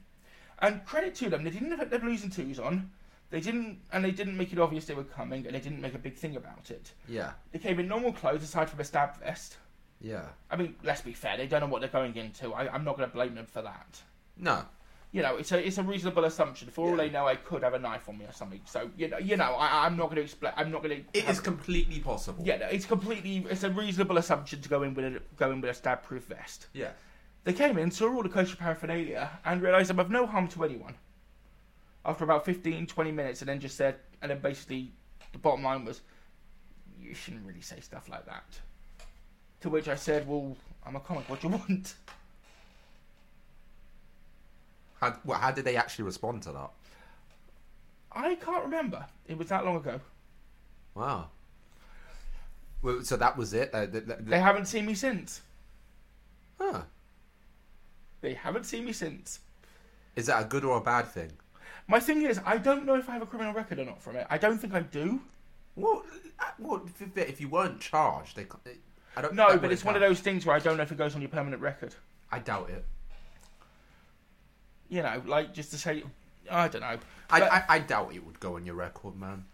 [SPEAKER 1] and credit to them, they didn't put their blues and twos on, they didn't, and they didn't make it obvious they were coming, and they didn't make a big thing about it.
[SPEAKER 2] Yeah.
[SPEAKER 1] They came in normal clothes aside from a stab vest.
[SPEAKER 2] Yeah.
[SPEAKER 1] I mean, let's be fair, they don't know what they're going into. I, I'm not going to blame them for that.
[SPEAKER 2] No.
[SPEAKER 1] You know, it's a it's a reasonable assumption. For all
[SPEAKER 2] Yeah.
[SPEAKER 1] they know, I could have a knife on me or something. So you know, you know, I, I'm not going to explain. I'm not going to.
[SPEAKER 2] It is completely possible.
[SPEAKER 1] Yeah, no, it's completely. It's a reasonable assumption to go in with a go in with a stab-proof vest.
[SPEAKER 2] Yeah.
[SPEAKER 1] They came in, saw all the kosher paraphernalia, and realised I'm of no harm to anyone. After about 15, 20 minutes, and then just said, and then basically, the bottom line was, you shouldn't really say stuff like that. To which I said, well, I'm a comic. What do you want?
[SPEAKER 2] How, well, how did they actually respond to that?
[SPEAKER 1] I can't remember. It was that long ago.
[SPEAKER 2] Wow. Well, so that was it. Uh, th- th- th-
[SPEAKER 1] They haven't seen me since.
[SPEAKER 2] huh.
[SPEAKER 1] They haven't seen me since.
[SPEAKER 2] Is that a good or a bad thing?
[SPEAKER 1] My thing is, I don't know if I have a criminal record or not from it. I don't think I do.
[SPEAKER 2] Well, uh, well, if, if you weren't charged, they. can't- I don't. that
[SPEAKER 1] No, but
[SPEAKER 2] wouldn't
[SPEAKER 1] it's one of
[SPEAKER 2] count.
[SPEAKER 1] those things where I don't know if it goes on your permanent record.
[SPEAKER 2] I doubt it.
[SPEAKER 1] You know, like just to say, I don't know.
[SPEAKER 2] I,
[SPEAKER 1] But,
[SPEAKER 2] I, I doubt it would go on your record, man.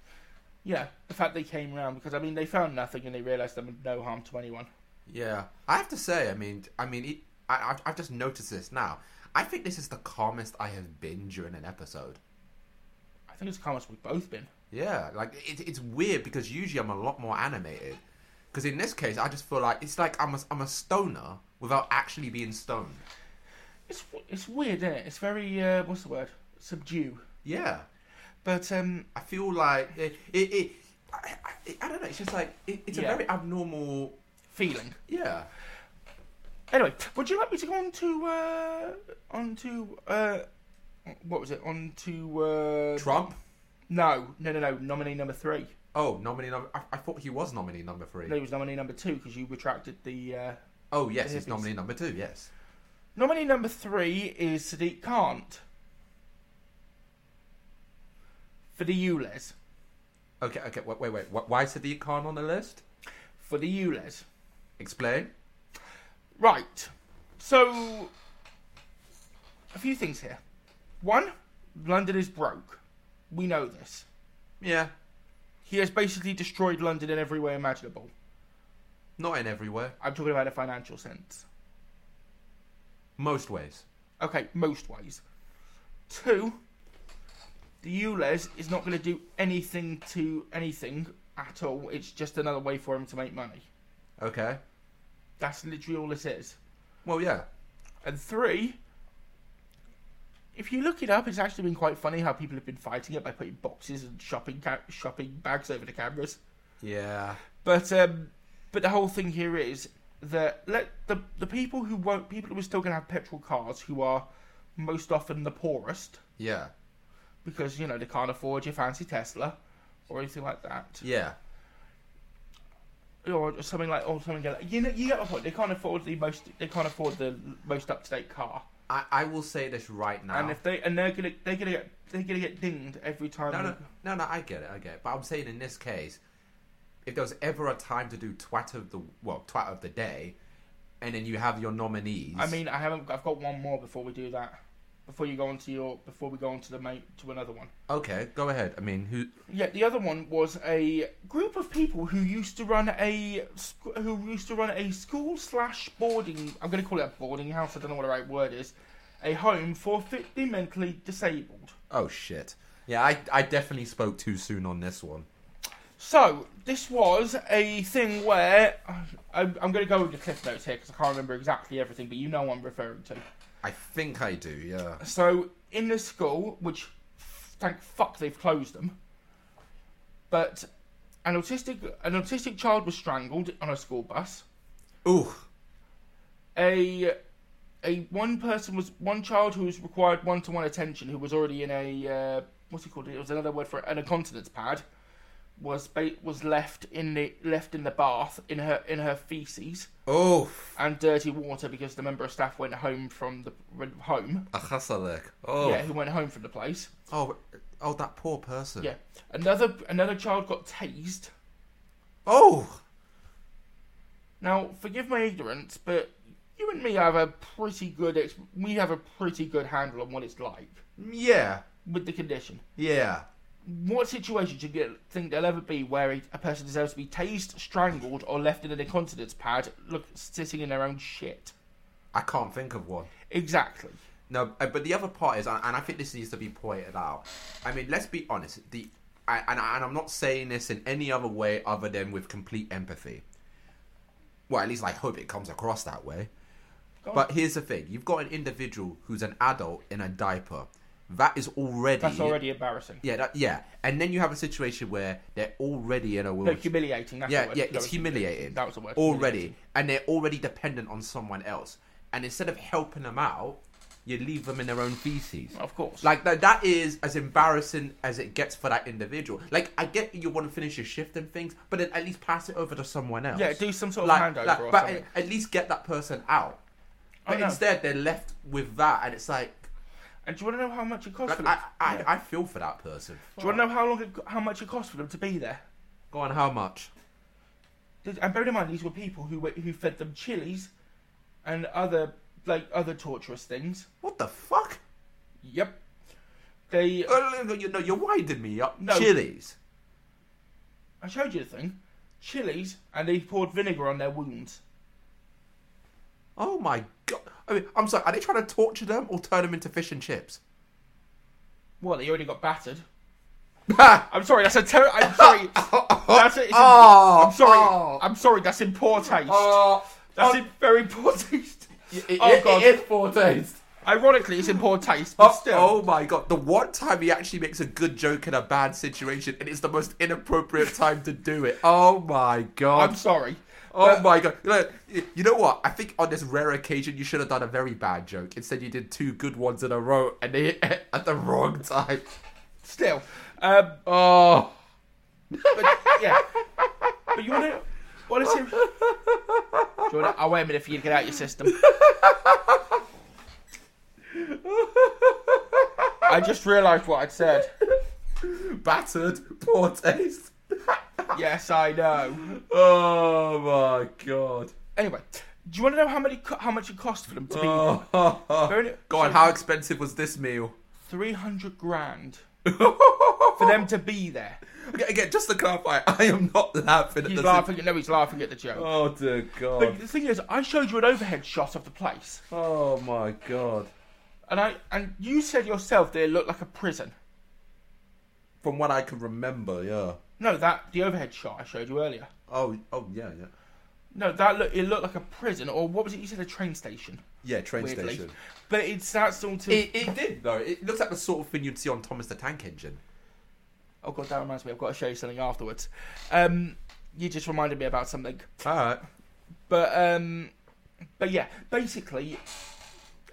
[SPEAKER 1] yeah, the fact they came round because I mean they found nothing and they realised there was no harm to anyone.
[SPEAKER 2] Yeah, I have to say, I mean, I mean, it, I, I've, I've just noticed this now. I think this is the calmest I have been during an episode.
[SPEAKER 1] I think it's the calmest we've both been.
[SPEAKER 2] Yeah, like it, it's weird because usually I'm a lot more animated. Because in this case, I just feel like it's like I'm a, I'm a stoner without actually being stoned.
[SPEAKER 1] It's it's weird, isn't it? It's very uh, what's the word? Subdue.
[SPEAKER 2] Yeah,
[SPEAKER 1] But um,
[SPEAKER 2] I feel like it. it, it I, I, I don't know. It's just like it, it's
[SPEAKER 1] Yeah.
[SPEAKER 2] a very abnormal.
[SPEAKER 1] feeling.
[SPEAKER 2] Yeah.
[SPEAKER 1] Anyway, would you like me to go on to uh, on to uh, what was it? On to uh,
[SPEAKER 2] Trump.
[SPEAKER 1] no, no, no, no. Nominee number three.
[SPEAKER 2] Oh, nominee number. I, I thought he was nominee number three.
[SPEAKER 1] No, he was nominee number two because you retracted the. Uh...
[SPEAKER 2] oh yes,
[SPEAKER 1] the
[SPEAKER 2] he's
[SPEAKER 1] hippies.
[SPEAKER 2] nominee number two. Yes.
[SPEAKER 1] Nominee number three is Sadiq Kant for the ULES.
[SPEAKER 2] Okay. Okay. Wait. Wait. Wait. wh- Why is Sadiq Khan on the list?
[SPEAKER 1] For the ULES.
[SPEAKER 2] Explain.
[SPEAKER 1] Right. So, a few things here. One, London is broke. We know this.
[SPEAKER 2] Yeah.
[SPEAKER 1] He has basically destroyed London in every way imaginable.
[SPEAKER 2] Not in every way.
[SPEAKER 1] I'm talking about a financial sense.
[SPEAKER 2] Most ways.
[SPEAKER 1] Okay, most ways. Two, the ULEZ is not going to do anything to anything at all. It's just another way for him to make money.
[SPEAKER 2] Okay.
[SPEAKER 1] That's literally all this is.
[SPEAKER 2] Well, yeah.
[SPEAKER 1] And three, if you look it up, it's actually been quite funny how people have been fighting it by putting boxes and shopping ca- shopping bags over the cameras.
[SPEAKER 2] Yeah.
[SPEAKER 1] But um, but the whole thing here is that let the the people who won't people who are still going to have petrol cars who are most often the poorest
[SPEAKER 2] Yeah.
[SPEAKER 1] because you know they can't afford your fancy Tesla or anything like that,
[SPEAKER 2] Yeah.
[SPEAKER 1] or something like or something like you know you get my point. They can't afford the most they can't afford the most up to date car,
[SPEAKER 2] I, I will say this right now.
[SPEAKER 1] and if they and they're gonna they're gonna get they're gonna get dinged every time.
[SPEAKER 2] No, no, no, no. I get it. I get it. But I'm saying in this case, if there was ever a time to do twat of the well, twat of the day, and then you have your nominees.
[SPEAKER 1] I mean I haven't I've got one more before we do that. Before you go on to your before we go on to the main to another one.
[SPEAKER 2] okay, go ahead. I mean, who?
[SPEAKER 1] Yeah, the other one was a group of people who used to run a sc- who used to run a school slash boarding. I'm going to call it a boarding house. I don't know what the right word is. A home for fitly mentally disabled.
[SPEAKER 2] Oh shit. Yeah, I, I definitely spoke too soon on this one.
[SPEAKER 1] So this was a thing where I'm, I'm going to go with the cliff notes here because I can't remember exactly everything, but you know what I'm referring to.
[SPEAKER 2] I think I do. Yeah.
[SPEAKER 1] So in the school, which thank fuck they've closed them, but an autistic an autistic child was strangled on a school bus.
[SPEAKER 2] Ooh.
[SPEAKER 1] a a one person was one child who was required one to one attention who was already in a uh, what's it called? It was another word for it, and a continence pad was ba- was left in the left in the bath in her in her feces
[SPEAKER 2] Oh.
[SPEAKER 1] and dirty water because the member of staff went home from the went home.
[SPEAKER 2] A chasalek. Oh.
[SPEAKER 1] Yeah, who went home from the place.
[SPEAKER 2] Oh. Oh, that poor person.
[SPEAKER 1] Yeah, another another child got tased.
[SPEAKER 2] Oh.
[SPEAKER 1] Now, forgive my ignorance, but you and me have a pretty good ex- we have a pretty good handle on what it's like
[SPEAKER 2] Yeah.
[SPEAKER 1] with the condition.
[SPEAKER 2] Yeah.
[SPEAKER 1] What situation do you get, think there'll ever be where a, a person deserves to be tased, strangled, or left in an incontinence pad, look, sitting in their own shit?
[SPEAKER 2] I can't think of one.
[SPEAKER 1] Exactly.
[SPEAKER 2] No, uh, but the other part is, and and I think this needs to be pointed out. I mean, let's be honest. The I, and, I- and I'm not saying this in any other way other than with complete empathy. Well, at least I hope it comes across that way. But here's the thing: you've got an individual who's an adult in a diaper. That is already
[SPEAKER 1] That's already embarrassing.
[SPEAKER 2] yeah that, yeah, and then you have a situation where they're already in a
[SPEAKER 1] No,
[SPEAKER 2] wheelchair.
[SPEAKER 1] humiliating. That's the
[SPEAKER 2] Yeah,
[SPEAKER 1] word.
[SPEAKER 2] yeah,
[SPEAKER 1] That
[SPEAKER 2] it's
[SPEAKER 1] was-
[SPEAKER 2] humiliating.
[SPEAKER 1] That was the word.
[SPEAKER 2] Already, and they're already dependent on someone else. And instead of helping them out, you leave them in their own feces.
[SPEAKER 1] Of course.
[SPEAKER 2] Like that, that is as embarrassing as it gets for that individual. Like I get you want to finish your shift and things, but then at least pass it over to someone else.
[SPEAKER 1] Yeah, do some sort of handover or
[SPEAKER 2] but
[SPEAKER 1] something.
[SPEAKER 2] at least get that person out.
[SPEAKER 1] I
[SPEAKER 2] But
[SPEAKER 1] know.
[SPEAKER 2] instead, they're left with that, and it's like,
[SPEAKER 1] And do you want to know how much it cost for
[SPEAKER 2] like
[SPEAKER 1] them?
[SPEAKER 2] I, I, I feel for that person.
[SPEAKER 1] do you want to know how long, it, how much it cost for them to be there?
[SPEAKER 2] Go on, how much?
[SPEAKER 1] Did- And bear in mind, these were people who were- who fed them chilies, and other like other torturous things.
[SPEAKER 2] What the fuck?
[SPEAKER 1] Yep. They.
[SPEAKER 2] Oh, no, no, no, you're winding me up.
[SPEAKER 1] No.
[SPEAKER 2] Chilies.
[SPEAKER 1] I showed you the thing. Chilies, and they poured vinegar on their wounds.
[SPEAKER 2] Oh my god! I mean, I'm sorry. Are they trying to torture them or turn them into fish and chips?
[SPEAKER 1] Well, they already got battered.
[SPEAKER 2] oh,
[SPEAKER 1] I'm sorry, that's a ter- I'm sorry. that's a, it's a-
[SPEAKER 2] Oh,
[SPEAKER 1] I'm sorry.
[SPEAKER 2] oh.
[SPEAKER 1] I'm sorry, that's in poor taste. that's in very poor taste.
[SPEAKER 2] Ah, oh
[SPEAKER 1] oh, ah, God.
[SPEAKER 2] It is four days.
[SPEAKER 1] Ironically, it's in poor taste, but still.
[SPEAKER 2] Oh my god! The one time he actually makes a good joke in a bad situation, and it's the most inappropriate time to do it. Oh my god!
[SPEAKER 1] I'm sorry.
[SPEAKER 2] Oh
[SPEAKER 1] But
[SPEAKER 2] my god! You know, you know what? I think on this rare occasion you should have done a very bad joke. Instead, you did two good ones in a row, and they at the wrong time.
[SPEAKER 1] Still. Um,
[SPEAKER 2] Oh.
[SPEAKER 1] but yeah. But you want to. Honestly, do you want to, I'll wait a minute for you to get out your system. I just realised what I'd said.
[SPEAKER 2] Battered, poor taste.
[SPEAKER 1] Yes, I know.
[SPEAKER 2] Oh my god.
[SPEAKER 1] Anyway, do you want to know how many co- how much it cost for them to be
[SPEAKER 2] Oh.
[SPEAKER 1] Very-
[SPEAKER 2] Go on, how expensive was this meal?
[SPEAKER 1] three hundred grand for them to be there?
[SPEAKER 2] Okay, again, just to clarify, I am not laughing at
[SPEAKER 1] He's
[SPEAKER 2] this.
[SPEAKER 1] laughing. No, he's laughing at the joke.
[SPEAKER 2] Oh dear
[SPEAKER 1] But
[SPEAKER 2] god.
[SPEAKER 1] the thing is, I showed you an overhead shot of the place,
[SPEAKER 2] Oh my god.
[SPEAKER 1] and I and you said yourself that it looked like a prison.
[SPEAKER 2] From what I can remember, yeah.
[SPEAKER 1] No, that the overhead shot I showed you earlier.
[SPEAKER 2] Oh, oh yeah, yeah.
[SPEAKER 1] No, that look it looked like a prison, or what was it? You said a train station.
[SPEAKER 2] Yeah, train
[SPEAKER 1] Weirdly,
[SPEAKER 2] station.
[SPEAKER 1] but it's that sort of.
[SPEAKER 2] It, it did though. It looks like the sort of thing you'd see on Thomas the Tank Engine.
[SPEAKER 1] oh god, that reminds me. I've got to show you something afterwards. Um, you just reminded me about something.
[SPEAKER 2] All right.
[SPEAKER 1] But um, but yeah, basically,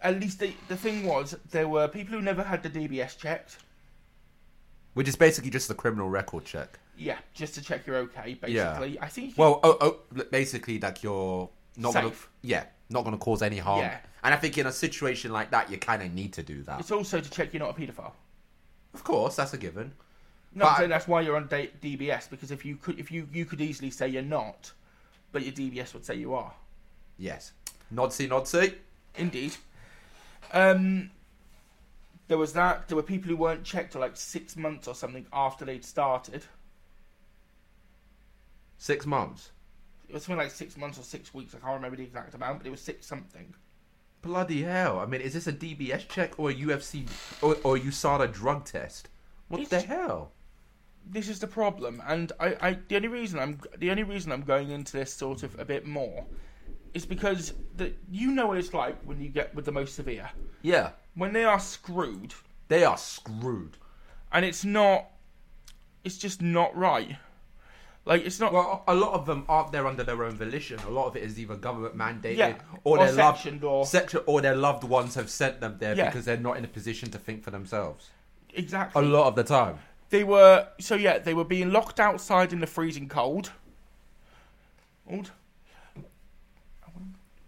[SPEAKER 1] at least the the thing was there were people who never had the DBS checked.
[SPEAKER 2] Which is basically just the criminal record check.
[SPEAKER 1] Yeah, just to check you're okay. Basically, I think. you can-
[SPEAKER 2] Well, oh, oh, l- basically like you're not gonna,
[SPEAKER 1] Safe.
[SPEAKER 2] yeah, not going to cause any harm.
[SPEAKER 1] Yeah.
[SPEAKER 2] And I think in a situation like that, you kind of need to do that.
[SPEAKER 1] it's also to check you're not a paedophile.
[SPEAKER 2] Of course, that's a given.
[SPEAKER 1] No,
[SPEAKER 2] But-
[SPEAKER 1] I'm saying that's why you're on D- DBS because if you could, if you you could easily say you're not, but your DBS would say you are.
[SPEAKER 2] Yes. Nodsy, nodsy.
[SPEAKER 1] Indeed. Um, there was that. There were people who weren't checked for like six months or something after they'd started.
[SPEAKER 2] Six months.
[SPEAKER 1] It was something like six months or six weeks. I can't remember the exact amount, but it was six something.
[SPEAKER 2] Bloody hell! I mean, is this a DBS check or a UFC or, or a USADA drug test? What
[SPEAKER 1] It's-
[SPEAKER 2] the hell?
[SPEAKER 1] this is the problem, and I, I the only reason I'm the only reason I'm going into this sort of a bit more is because the, you know what it's like when you get with the most severe
[SPEAKER 2] Yeah,
[SPEAKER 1] when they are screwed,
[SPEAKER 2] they are screwed.
[SPEAKER 1] and it's not, it's just not right. Like it's not
[SPEAKER 2] Well, a lot of them aren't there under their own volition. A lot of it is either government mandated
[SPEAKER 1] Yeah,
[SPEAKER 2] or,
[SPEAKER 1] or
[SPEAKER 2] their
[SPEAKER 1] sectioned
[SPEAKER 2] loved
[SPEAKER 1] or-
[SPEAKER 2] section or their loved ones have sent them there
[SPEAKER 1] Yeah.
[SPEAKER 2] because they're not in a position to think for themselves. A
[SPEAKER 1] exactly.
[SPEAKER 2] lot of the time.
[SPEAKER 1] They were so yeah, they were being locked outside in the freezing cold. Old.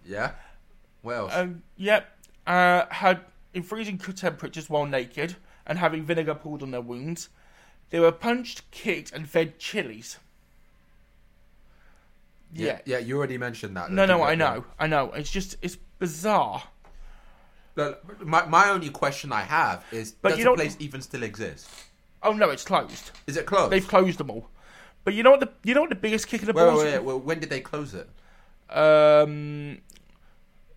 [SPEAKER 2] Yeah. What else?
[SPEAKER 1] Um, yep. Uh, had in freezing co- temperatures while naked and having vinegar poured on their wounds. They were punched, kicked, and fed chilies.
[SPEAKER 2] yeah, yeah, you already mentioned that.
[SPEAKER 1] No, no,
[SPEAKER 2] looking
[SPEAKER 1] I
[SPEAKER 2] back
[SPEAKER 1] know, I know. It's just, it's bizarre.
[SPEAKER 2] there. Look, My, my only question I have is
[SPEAKER 1] But
[SPEAKER 2] does
[SPEAKER 1] you
[SPEAKER 2] the
[SPEAKER 1] don't-
[SPEAKER 2] place even still exist?
[SPEAKER 1] Oh no, it's closed.
[SPEAKER 2] Is it closed?
[SPEAKER 1] They've closed them all. But you know what the, you know what the biggest kick in the
[SPEAKER 2] Wait, wait,
[SPEAKER 1] balls.
[SPEAKER 2] wait, wait, When did they close it?
[SPEAKER 1] Um,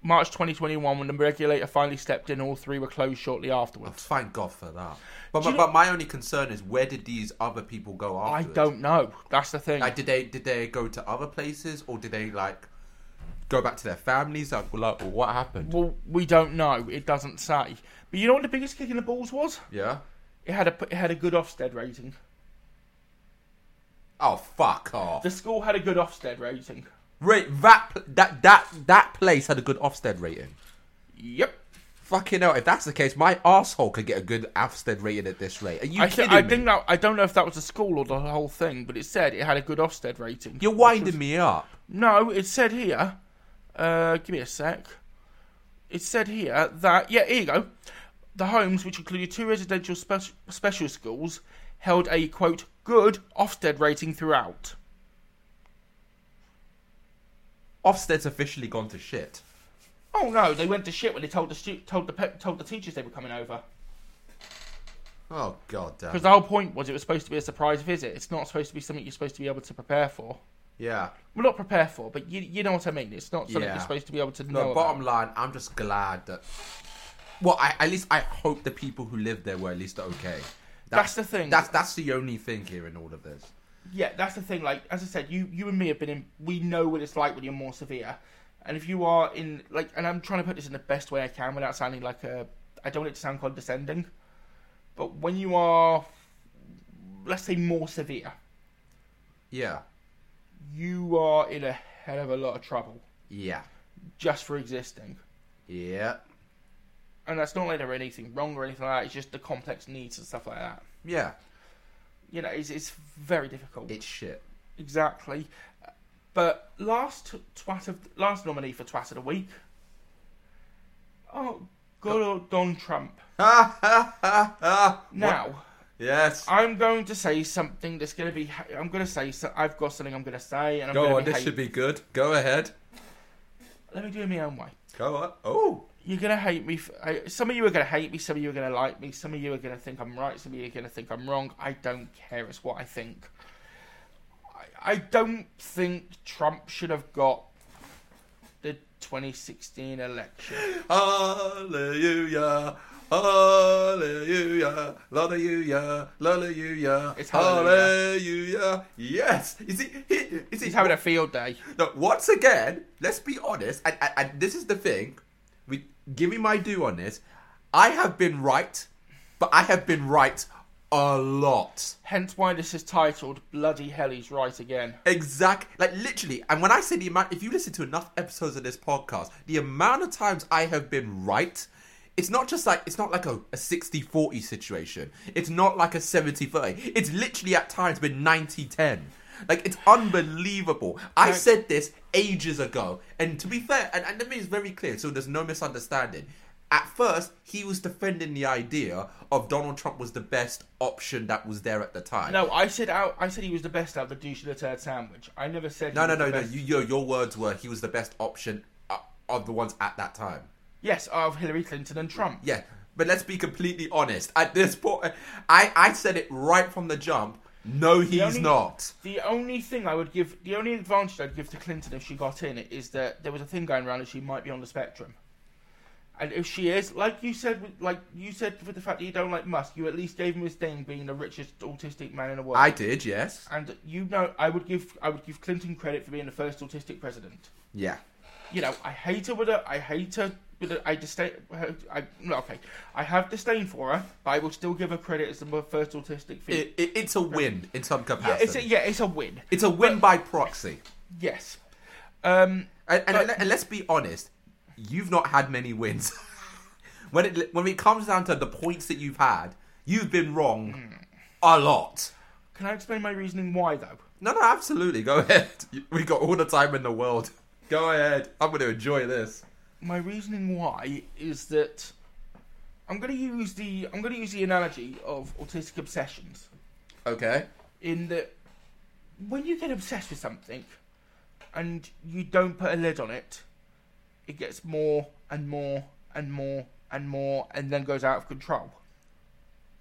[SPEAKER 1] March 2021, when the regulator finally stepped in, all three were closed shortly afterwards.
[SPEAKER 2] Thank God for that. But,
[SPEAKER 1] Do
[SPEAKER 2] my,
[SPEAKER 1] you know-
[SPEAKER 2] but my only concern is where did these other people go
[SPEAKER 1] I
[SPEAKER 2] afterwards?
[SPEAKER 1] don't know. That's the thing.
[SPEAKER 2] Like, did they did they go to other places or did they like go back to their families? Like, well, like, well, what happened?
[SPEAKER 1] Well, we don't know. It doesn't say. But you know what the biggest kick in the balls was?
[SPEAKER 2] Yeah.
[SPEAKER 1] It had a it had a good Ofsted rating.
[SPEAKER 2] Oh fuck off!
[SPEAKER 1] The school had a good Ofsted rating.
[SPEAKER 2] Right, that pl- that that that place had a good Ofsted rating.
[SPEAKER 1] Yep.
[SPEAKER 2] Fucking hell! If that's the case, my asshole could get a good Ofsted rating at this rate. Are you
[SPEAKER 1] I, thi-
[SPEAKER 2] kidding
[SPEAKER 1] I
[SPEAKER 2] me?
[SPEAKER 1] think that I don't know if that was the school or the whole thing, but it said it had a good Ofsted rating.
[SPEAKER 2] You're winding me up.
[SPEAKER 1] No, it said here. Uh, give me a sec. It said here that yeah, here you go. The homes, which included two residential spe- special schools, held a quote good Ofsted rating throughout.
[SPEAKER 2] Ofsted's officially gone to shit.
[SPEAKER 1] Oh no, they went to shit when they told the stu- told the pe- told the teachers they were coming over.
[SPEAKER 2] Oh god damn.
[SPEAKER 1] Because the whole point was it was supposed to be a surprise visit. It's not supposed to be something you're supposed to be able to prepare for.
[SPEAKER 2] Yeah.
[SPEAKER 1] Well, not prepare for, but you you know what I mean. It's not something
[SPEAKER 2] Yeah.
[SPEAKER 1] you're supposed to be able to know.
[SPEAKER 2] No,
[SPEAKER 1] about.
[SPEAKER 2] bottom line, I'm just glad that. Well, I, at least I hope the people who lived there were at least okay.
[SPEAKER 1] That's the thing.
[SPEAKER 2] That's that's the only thing here in all of this.
[SPEAKER 1] Yeah, that's the thing. Like as I said, you you and me have been in. We know what it's like when you're more severe, and if you are in like, and I'm trying to put this in the best way I can without sounding like a. I don't want it to sound condescending, but when you are, let's say, more severe,
[SPEAKER 2] Yeah,
[SPEAKER 1] you are in a hell of a lot of trouble
[SPEAKER 2] yeah,
[SPEAKER 1] just for existing.
[SPEAKER 2] yeah,
[SPEAKER 1] and that's not like they're anything wrong or anything like that. It's just the complex needs and stuff like that.
[SPEAKER 2] yeah.
[SPEAKER 1] You know, it's it's very difficult.
[SPEAKER 2] It's shit.
[SPEAKER 1] exactly. But last twat of last nominee for twat of the week. Oh, good old Don Trump. now.
[SPEAKER 2] Ah, Yes.
[SPEAKER 1] I'm going to say something that's going to be. I'm going to say. So I've got something I'm going to say, and I'm
[SPEAKER 2] Go
[SPEAKER 1] going
[SPEAKER 2] on.
[SPEAKER 1] to
[SPEAKER 2] This should be good. Go ahead.
[SPEAKER 1] Let me do it my own way.
[SPEAKER 2] Go on. Oh.
[SPEAKER 1] You're going to hate me. For, I, some of you are going to hate me. Some of you are going to like me. Some of you are going to think I'm right. Some of you are going to think I'm wrong. I don't care. It's what I think. I, I don't think Trump should have got the 2016 election.
[SPEAKER 2] Hallelujah. Hallelujah. Hallelujah. Hallelujah.
[SPEAKER 1] It's hallelujah.
[SPEAKER 2] hallelujah. Yes. Is he, he is he
[SPEAKER 1] He's having a field day.
[SPEAKER 2] Look, once again, let's be honest, and, and, and this is the thing. We give me my due on this. I have been right, but I have been right a lot.
[SPEAKER 1] Hence why this is titled "Bloody Hell, He's Right Again."
[SPEAKER 2] Exact, like literally. And when I say the amount, if you listen to enough episodes of this podcast, the amount of times I have been right, it's not just like, it's not like a, a 60 40 situation. It's not like a 70 30. It's literally at times been 90 10. Like, it's unbelievable. I said this ages ago. And to be fair, and, and let me be very clear, so there's no misunderstanding. At first, he was defending the idea of Donald Trump was the best option that was there at the time.
[SPEAKER 1] No, I said out. I said he was the best out of the douche of the turd sandwich. I never said.
[SPEAKER 2] No,
[SPEAKER 1] he
[SPEAKER 2] no,
[SPEAKER 1] was
[SPEAKER 2] no,
[SPEAKER 1] the
[SPEAKER 2] no.
[SPEAKER 1] best-
[SPEAKER 2] You, your, your words were he was the best option uh, of the ones at that time.
[SPEAKER 1] Yes, of Hillary Clinton and Trump.
[SPEAKER 2] Yeah, but let's be completely honest. At this point, I, I said it right from the jump. No, he's
[SPEAKER 1] only-
[SPEAKER 2] not.
[SPEAKER 1] The only thing I would give, the only advantage I'd give to Clinton if she got in is that there was a thing going around that she might be on the spectrum. And if she is, like you said, with- like you said, with the fact that you don't like Musk, you at least gave him his thing being the richest autistic man in the world.
[SPEAKER 2] I did, yes.
[SPEAKER 1] and you know, I would give, I would give Clinton credit for being the first autistic president.
[SPEAKER 2] Yeah.
[SPEAKER 1] you know, I hate her with a, I hate her with a, I disdain, her, I, no, okay, I have disdain for her, but I will still give her credit as the mo- first autistic female.
[SPEAKER 2] It, it, it's a win in some
[SPEAKER 1] yeah,
[SPEAKER 2] capacity.
[SPEAKER 1] it's a, yeah, it's a win.
[SPEAKER 2] It's a win by proxy.
[SPEAKER 1] yes. Um,
[SPEAKER 2] And, and,
[SPEAKER 1] But-
[SPEAKER 2] and let's be honest, you've not had many wins. when it when it comes down to the points that you've had, you've been
[SPEAKER 1] Hmm.
[SPEAKER 2] wrong a lot.
[SPEAKER 1] can I explain my reasoning why though?
[SPEAKER 2] No, no, absolutely. Go ahead. We got all the time in the world. Go ahead. I'm going to enjoy this.
[SPEAKER 1] My reasoning why is that I'm gonna use the, I'm gonna use the analogy of autistic obsessions.
[SPEAKER 2] Okay.
[SPEAKER 1] in that when you get obsessed with something and you don't put a lid on it, it gets more and more and more and more and then goes out of control.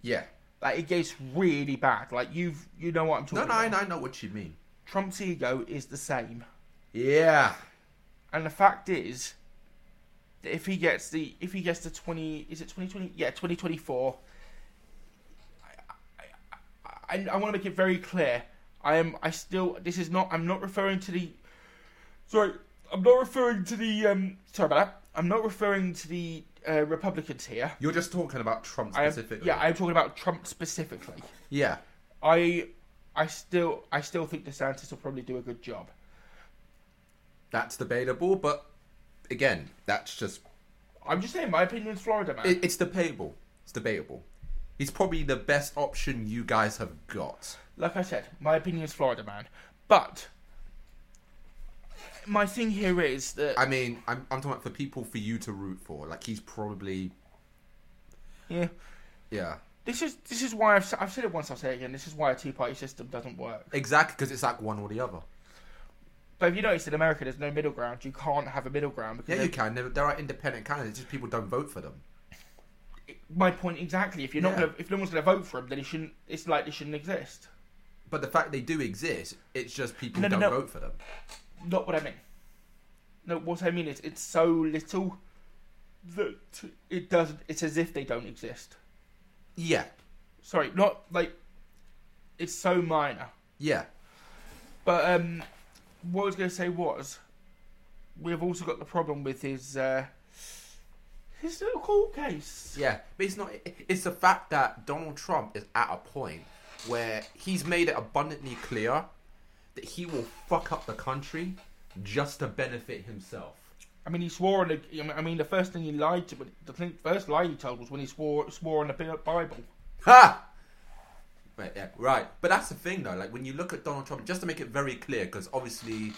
[SPEAKER 2] Yeah.
[SPEAKER 1] Like it gets really bad. Like you've you know what I'm talking
[SPEAKER 2] No, no,
[SPEAKER 1] about.
[SPEAKER 2] I, I know what you mean.
[SPEAKER 1] Trump's ego is the same.
[SPEAKER 2] Yeah.
[SPEAKER 1] And the fact is that if he gets the if he gets the twenty is it twenty twenty yeah twenty twenty four. I, I, I, I want to make it very clear. I am I still this is not I'm not referring to the sorry I'm not referring to the um sorry about that I'm not referring to the uh, Republicans here.
[SPEAKER 2] You're just talking about Trump
[SPEAKER 1] I am,
[SPEAKER 2] specifically.
[SPEAKER 1] yeah, I'm talking about Trump specifically.
[SPEAKER 2] yeah.
[SPEAKER 1] I I still I still think DeSantis will probably do a good job.
[SPEAKER 2] That's debatable, but again, that's just
[SPEAKER 1] I'm just saying my opinion's Florida man.
[SPEAKER 2] it, it's debatable. It's debatable. He's probably the best option you guys have got.
[SPEAKER 1] like I said, my opinion is Florida man. But my thing here is that
[SPEAKER 2] I mean, I'm, I'm talking about for people for you to root for. Like he's probably
[SPEAKER 1] yeah,
[SPEAKER 2] yeah.
[SPEAKER 1] this is this is why I've, s- I've said it once, I'll say it again. This is why a two party system doesn't work.
[SPEAKER 2] Exactly, because it's like one or the other.
[SPEAKER 1] But if you notice in America, there's no middle ground. You can't have a middle ground because
[SPEAKER 2] Yeah, you
[SPEAKER 1] they-
[SPEAKER 2] can. There, there are independent candidates. Just people don't vote for them.
[SPEAKER 1] my point exactly. If you're not
[SPEAKER 2] Yeah.
[SPEAKER 1] gonna, if no one's gonna vote for him, then it shouldn't. It's like they shouldn't exist.
[SPEAKER 2] But the fact they do exist, it's just people
[SPEAKER 1] No, no,
[SPEAKER 2] don't
[SPEAKER 1] no.
[SPEAKER 2] vote for them.
[SPEAKER 1] Not what I mean. No, what I mean is it's so little that it doesn't. It's as if they don't exist.
[SPEAKER 2] Yeah,
[SPEAKER 1] Sorry, not like it's so minor.
[SPEAKER 2] yeah,
[SPEAKER 1] But um, what I was going to say was, we've also got the problem with his uh, his little court case.
[SPEAKER 2] yeah. But it's not. it- It's the fact that Donald Trump is at a point where he's made it abundantly clear that he will fuck up the country just to benefit himself.
[SPEAKER 1] I mean, he swore on the. I mean- I mean, the first thing he lied to, the thing, first lie he told was when he swore swore on the Bi- Bible.
[SPEAKER 2] Ha! But yeah, right. But that's the thing, though. Like when you look at Donald Trump, just to make it very clear, because obviously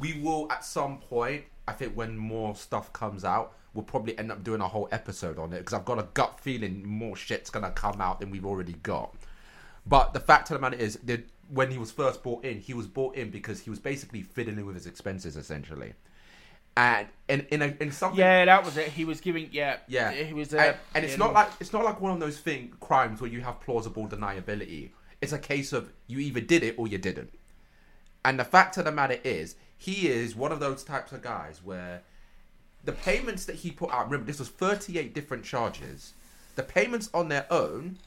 [SPEAKER 2] we will at some point. I think when more stuff comes out, we'll probably end up doing a whole episode on it because I've got a gut feeling more shit's gonna come out than we've already got. But the fact of the matter is that when he was first brought in, he was brought in because he was basically fiddling with his expenses essentially, and and in a, in something
[SPEAKER 1] Yeah, that was it. He was giving. Yeah,
[SPEAKER 2] yeah,
[SPEAKER 1] He was. Uh,
[SPEAKER 2] and, and it's
[SPEAKER 1] in-
[SPEAKER 2] not like it's not like one of those thing crimes where you have plausible deniability. It's a case of you either did it or you didn't. And the fact of the matter is, he is one of those types of guys where the payments that he put out. Remember, this was thirty-eight different charges. The payments on their own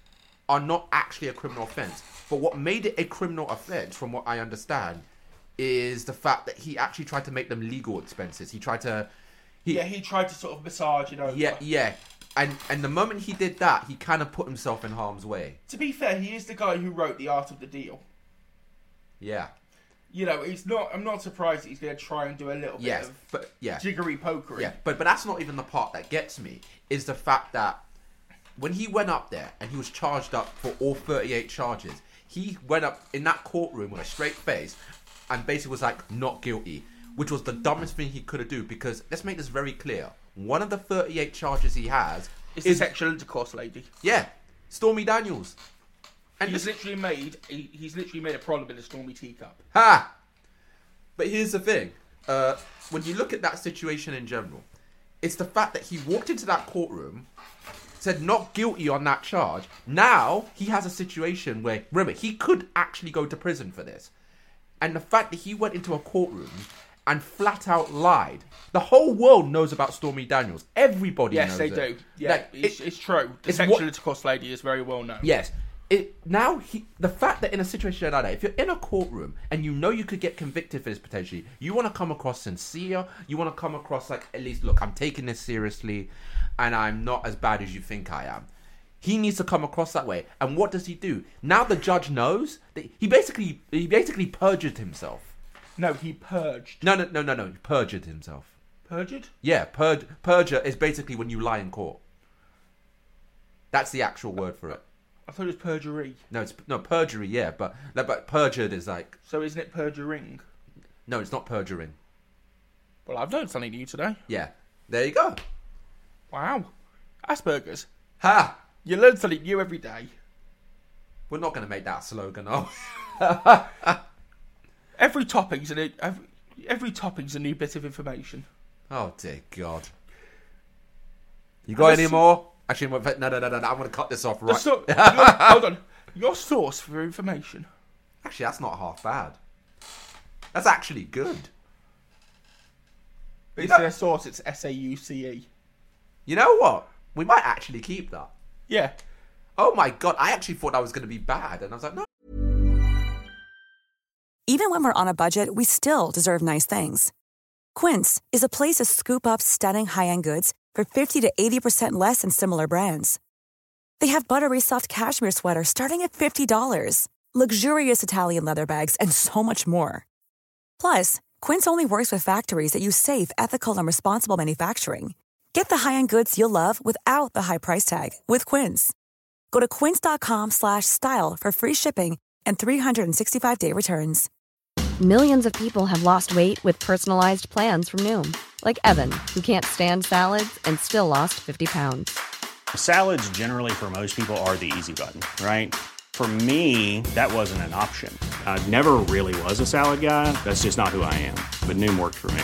[SPEAKER 2] are not actually a criminal offense. But what made it a criminal offense, from what I understand, is the fact that he actually tried to make them legal expenses. He tried to. He,
[SPEAKER 1] Yeah, he tried to sort of massage it over.
[SPEAKER 2] yeah, yeah. And and the moment he did that, he kind of put himself in harm's way.
[SPEAKER 1] To be fair, he is the guy who wrote the Art of the Deal.
[SPEAKER 2] Yeah.
[SPEAKER 1] You know, he's not. I'm not surprised that he's going to try and do a little
[SPEAKER 2] Yes.
[SPEAKER 1] bit of
[SPEAKER 2] But yeah.
[SPEAKER 1] jiggery pokery.
[SPEAKER 2] Yeah. But but that's not even the part that gets me is the fact that when he went up there and he was charged up for all 38 charges, he went up in that courtroom with a straight face and basically was like not guilty, which was the dumbest thing he could have do because let's make this very clear. One of the 38 charges he has
[SPEAKER 1] It's the
[SPEAKER 2] is
[SPEAKER 1] sexual intercourse lady.
[SPEAKER 2] yeah, Stormy Daniels. And
[SPEAKER 1] He's
[SPEAKER 2] this-
[SPEAKER 1] literally made. He, he's literally made a problem in a stormy teacup.
[SPEAKER 2] Ha! But here's the thing. Uh, when you look at that situation in general, it's the fact that he walked into that courtroom, said not guilty on that charge. Now he has a situation where, remember, he could actually go to prison for this. And the fact that he went into a courtroom and flat out lied. The whole world knows about Stormy Daniels. Everybody
[SPEAKER 1] Yes,
[SPEAKER 2] knows
[SPEAKER 1] they
[SPEAKER 2] it.
[SPEAKER 1] do. Yeah,
[SPEAKER 2] Like,
[SPEAKER 1] it's,
[SPEAKER 2] it-
[SPEAKER 1] it's true. The
[SPEAKER 2] it's
[SPEAKER 1] sexual
[SPEAKER 2] what-
[SPEAKER 1] intercourse lady is very well known.
[SPEAKER 2] Yes. It now he the fact that in a situation like that, if you're in a courtroom and you know you could get convicted for this potentially, you want to come across sincere. You want to come across like at least look, I'm taking this seriously, and I'm not as bad as you think I am. He needs to come across that way. And what does he do? Now the judge knows that he basically he basically perjured himself.
[SPEAKER 1] No, he purged.
[SPEAKER 2] No, no, no, no, no. He perjured himself.
[SPEAKER 1] Purged?
[SPEAKER 2] Yeah, purge, perjure is basically when you lie in court. That's the actual word for it.
[SPEAKER 1] I thought it was perjury.
[SPEAKER 2] No, it's no perjury. Yeah, but no, but perjured is like
[SPEAKER 1] So isn't it perjuring?
[SPEAKER 2] no, it's not perjuring.
[SPEAKER 1] Well, I've learned something new today.
[SPEAKER 2] Yeah, there you go.
[SPEAKER 1] Wow. Asperger's.
[SPEAKER 2] Ha!
[SPEAKER 1] You learn something new every day.
[SPEAKER 2] We're not gonna make that a slogan, are we?
[SPEAKER 1] Every topping's a new, every, every topping's a new bit of information.
[SPEAKER 2] Oh dear God! You got any
[SPEAKER 1] Listen-
[SPEAKER 2] more? Actually, no, no, no, no, no. I'm gonna cut this off right.
[SPEAKER 1] So, hold on. Your source for information.
[SPEAKER 2] Actually, that's not half bad. That's actually good.
[SPEAKER 1] It's
[SPEAKER 2] know-
[SPEAKER 1] their source. It's S A U C E.
[SPEAKER 2] You know what? We might actually keep that.
[SPEAKER 1] Yeah.
[SPEAKER 2] Oh my God! I actually thought that was gonna be bad, and I was like, no.
[SPEAKER 3] Even when we're on a budget, we still deserve nice things. Quince is a place to scoop up stunning high end goods for 50 to 80% less than similar brands. They have buttery soft cashmere sweaters starting at $50, luxurious Italian leather bags, and so much more. Plus, Quince only works with factories that use safe, ethical, and responsible manufacturing. Get the high-end goods you'll love without the high price tag with Quince. Go to quince.com/style slash style for free shipping and 365-day returns.
[SPEAKER 4] Millions of people have lost weight with personalized plans from Noom, like Evan, who can't stand salads and still lost 50 pounds.
[SPEAKER 5] Salads, generally, for most people, are the easy button, right? For me, that wasn't an option. I never really was a salad guy. That's just not who I am. But Noom worked for me.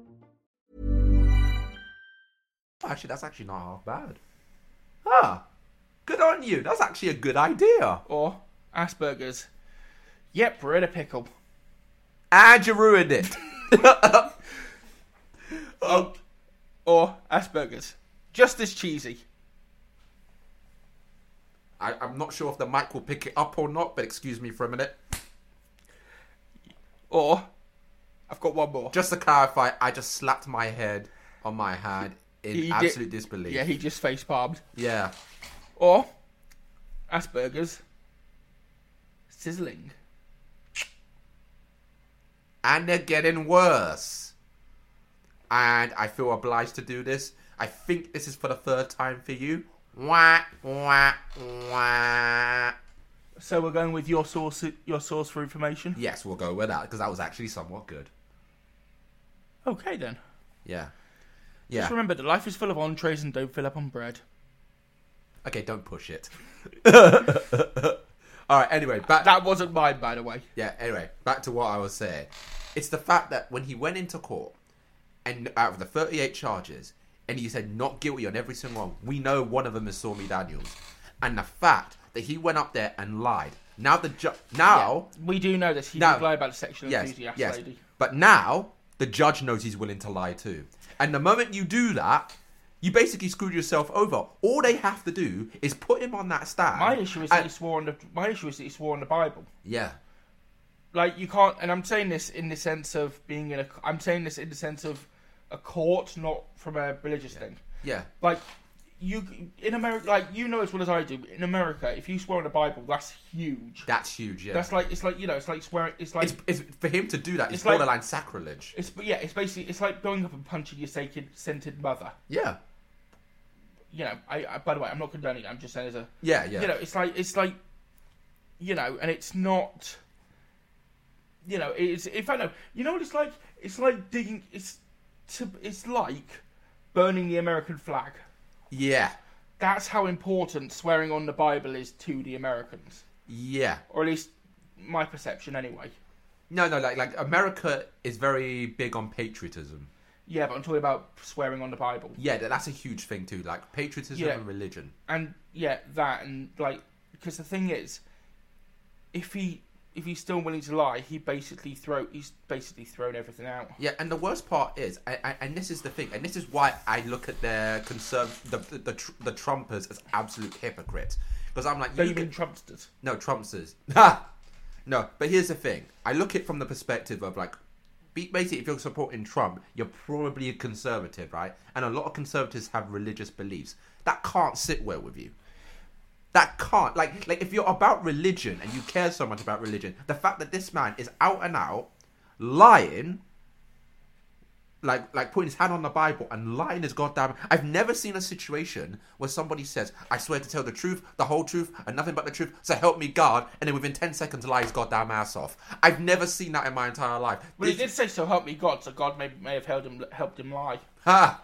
[SPEAKER 2] Actually, that's actually not half bad. Ah, good on you. That's actually a good idea.
[SPEAKER 1] Or Asperger's. Yep, we're in a pickle.
[SPEAKER 2] And you ruined it.
[SPEAKER 1] Oh. Or Asperger's. Just as cheesy.
[SPEAKER 2] I, I'm not sure if the mic will pick it up or not, but excuse me for a minute.
[SPEAKER 1] Or I've got one more.
[SPEAKER 2] Just to clarify, I just slapped my head on my hand in
[SPEAKER 1] He did-
[SPEAKER 2] absolute disbelief.
[SPEAKER 1] Yeah, he just face palmed.
[SPEAKER 2] yeah.
[SPEAKER 1] Or Asperger's. Sizzling.
[SPEAKER 2] and they're getting worse. And I feel obliged to do this. I think this is for the third time for you. Wah, wah, wah.
[SPEAKER 1] So we're going with your source your source for information?
[SPEAKER 2] Yes, we'll go with that because that was actually somewhat good.
[SPEAKER 1] Okay then.
[SPEAKER 2] Yeah. Yeah.
[SPEAKER 1] Just remember that life is full of entrees and don't fill up on bread.
[SPEAKER 2] okay, don't push it. All right, anyway, back.
[SPEAKER 1] That wasn't mine by the way.
[SPEAKER 2] yeah, anyway, back to what I was saying. It's the fact that when he went into court, and out of the 38 charges, and he said not guilty on every single one, we know one of them is Stormy Daniels. And the fact that he went up there and lied. Now the judge. Now.
[SPEAKER 1] We do know this. He
[SPEAKER 2] No.
[SPEAKER 1] did lie about the sexual
[SPEAKER 2] Yes.
[SPEAKER 1] enthusiast
[SPEAKER 2] yes.
[SPEAKER 1] lady.
[SPEAKER 2] But now the judge knows he's willing to lie too. And the moment you do that, you basically screwed yourself over. All they have to do is put him on that stand.
[SPEAKER 1] My issue is that he swore on the my issue is that he swore on the Bible.
[SPEAKER 2] Yeah.
[SPEAKER 1] like you can't and i'm saying this in the sense of being in a i'm saying this in the sense of a court not from a religious thing
[SPEAKER 2] Yeah.
[SPEAKER 1] like you in america like you know as well as i do in america if you swear on the bible that's huge
[SPEAKER 2] That's huge. Yeah.
[SPEAKER 1] that's like it's like you know it's like swearing it's like
[SPEAKER 2] it's,
[SPEAKER 1] it's,
[SPEAKER 2] it's for him to do that. It's
[SPEAKER 1] It's like-
[SPEAKER 2] borderline sacrilege.
[SPEAKER 1] but yeah it's basically it's like going up and punching your sacred scented mother
[SPEAKER 2] Yeah.
[SPEAKER 1] you know i, I by the way i'm not condoning it i'm just saying as a
[SPEAKER 2] Yeah. Yeah.
[SPEAKER 1] you know it's like it's like you know and it's not you know it's if i know you know what it's like it's like digging it's to, it's like burning the american flag
[SPEAKER 2] yeah.
[SPEAKER 1] that's how important swearing on the bible is to the americans
[SPEAKER 2] Yeah.
[SPEAKER 1] or at least my perception anyway
[SPEAKER 2] No, no, like like America is very big on patriotism.
[SPEAKER 1] yeah but i'm talking about swearing on the bible
[SPEAKER 2] Yeah, that- that's a huge thing too. Like patriotism
[SPEAKER 1] Yeah.
[SPEAKER 2] and religion.
[SPEAKER 1] and yeah that and like because the thing is if he if he's still willing to lie he basically throw he's basically thrown everything out
[SPEAKER 2] Yeah, and the worst part is, I, I, and this is the thing, and this is why I look at their conserv the the, the, tr- the Trumpers as absolute hypocrites. Because I'm like,
[SPEAKER 1] Don't
[SPEAKER 2] you
[SPEAKER 1] you mean
[SPEAKER 2] can,
[SPEAKER 1] Trumpsters?
[SPEAKER 2] no Trumpsters. Ha! no, but here's the thing. I look at it from the perspective of like, be, basically, if you're supporting Trump, you're probably a conservative, right? And a lot of conservatives have religious beliefs that can't sit well with you. That can't like like if you're about religion and you care so much about religion, the fact that this man is out and out lying like like putting his hand on the Bible and lying is goddamn. I've never seen a situation where somebody says, "I swear to tell the truth, the whole truth, and nothing but the truth, so help me God," and then within ten seconds lies his goddamn ass off. I've never seen that in my entire life.
[SPEAKER 1] Well, he
[SPEAKER 2] This-
[SPEAKER 1] did say, "So help me God." So God may, may have helped him helped him lie.
[SPEAKER 2] Ha!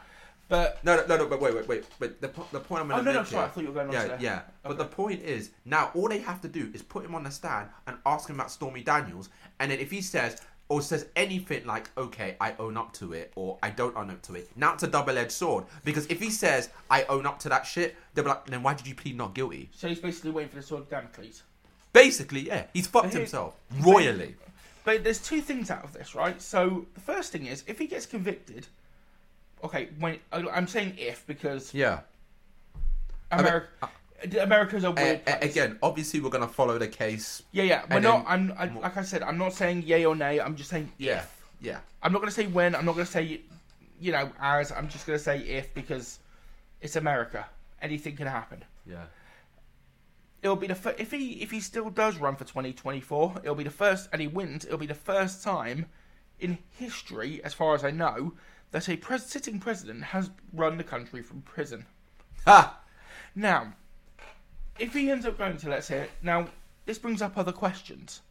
[SPEAKER 1] But
[SPEAKER 2] No, no, no, no, but wait, wait, wait. But the, po- the point I'm going
[SPEAKER 1] Oh,
[SPEAKER 2] to
[SPEAKER 1] no, no,
[SPEAKER 2] make
[SPEAKER 1] sorry,
[SPEAKER 2] here-
[SPEAKER 1] I thought you were going on
[SPEAKER 2] yeah,
[SPEAKER 1] to there.
[SPEAKER 2] Yeah, but the point is, now all they have to do is put him on the stand and ask him about Stormy Daniels, and then if he says or says anything like, "Okay, I own up to it," or "I don't own up to it," now it's a double-edged sword because if he says, "I own up to that shit," they'll be like, "Then why did you plead not guilty?"
[SPEAKER 1] so he's basically waiting for the sword of Damocles.
[SPEAKER 2] Basically, yeah, he's fucked
[SPEAKER 1] He-
[SPEAKER 2] himself royally.
[SPEAKER 1] But there's two things out of this, right? So the first thing is, if he gets convicted, okay, when I- I'm saying if because
[SPEAKER 2] Yeah. uh,
[SPEAKER 1] America, America's a weird. place.
[SPEAKER 2] again, obviously, we're gonna follow the case.
[SPEAKER 1] yeah, yeah. We're
[SPEAKER 2] and
[SPEAKER 1] not.
[SPEAKER 2] then-
[SPEAKER 1] I'm I, like I said, I'm not saying yay or nay. I'm just saying
[SPEAKER 2] Yeah.
[SPEAKER 1] if.
[SPEAKER 2] Yeah.
[SPEAKER 1] I'm not going to say when. I'm not going to say, you know, as. I'm just going to say if because it's America. Anything can happen.
[SPEAKER 2] Yeah.
[SPEAKER 1] it'll be the fir- if he if he still does run for 2024, it'll be the first and he wins. It'll be the first time in history, as far as I know, that a pres- sitting president has run the country from prison.
[SPEAKER 2] Ha!
[SPEAKER 1] Now, if he ends up going to let's say now, this brings up other questions.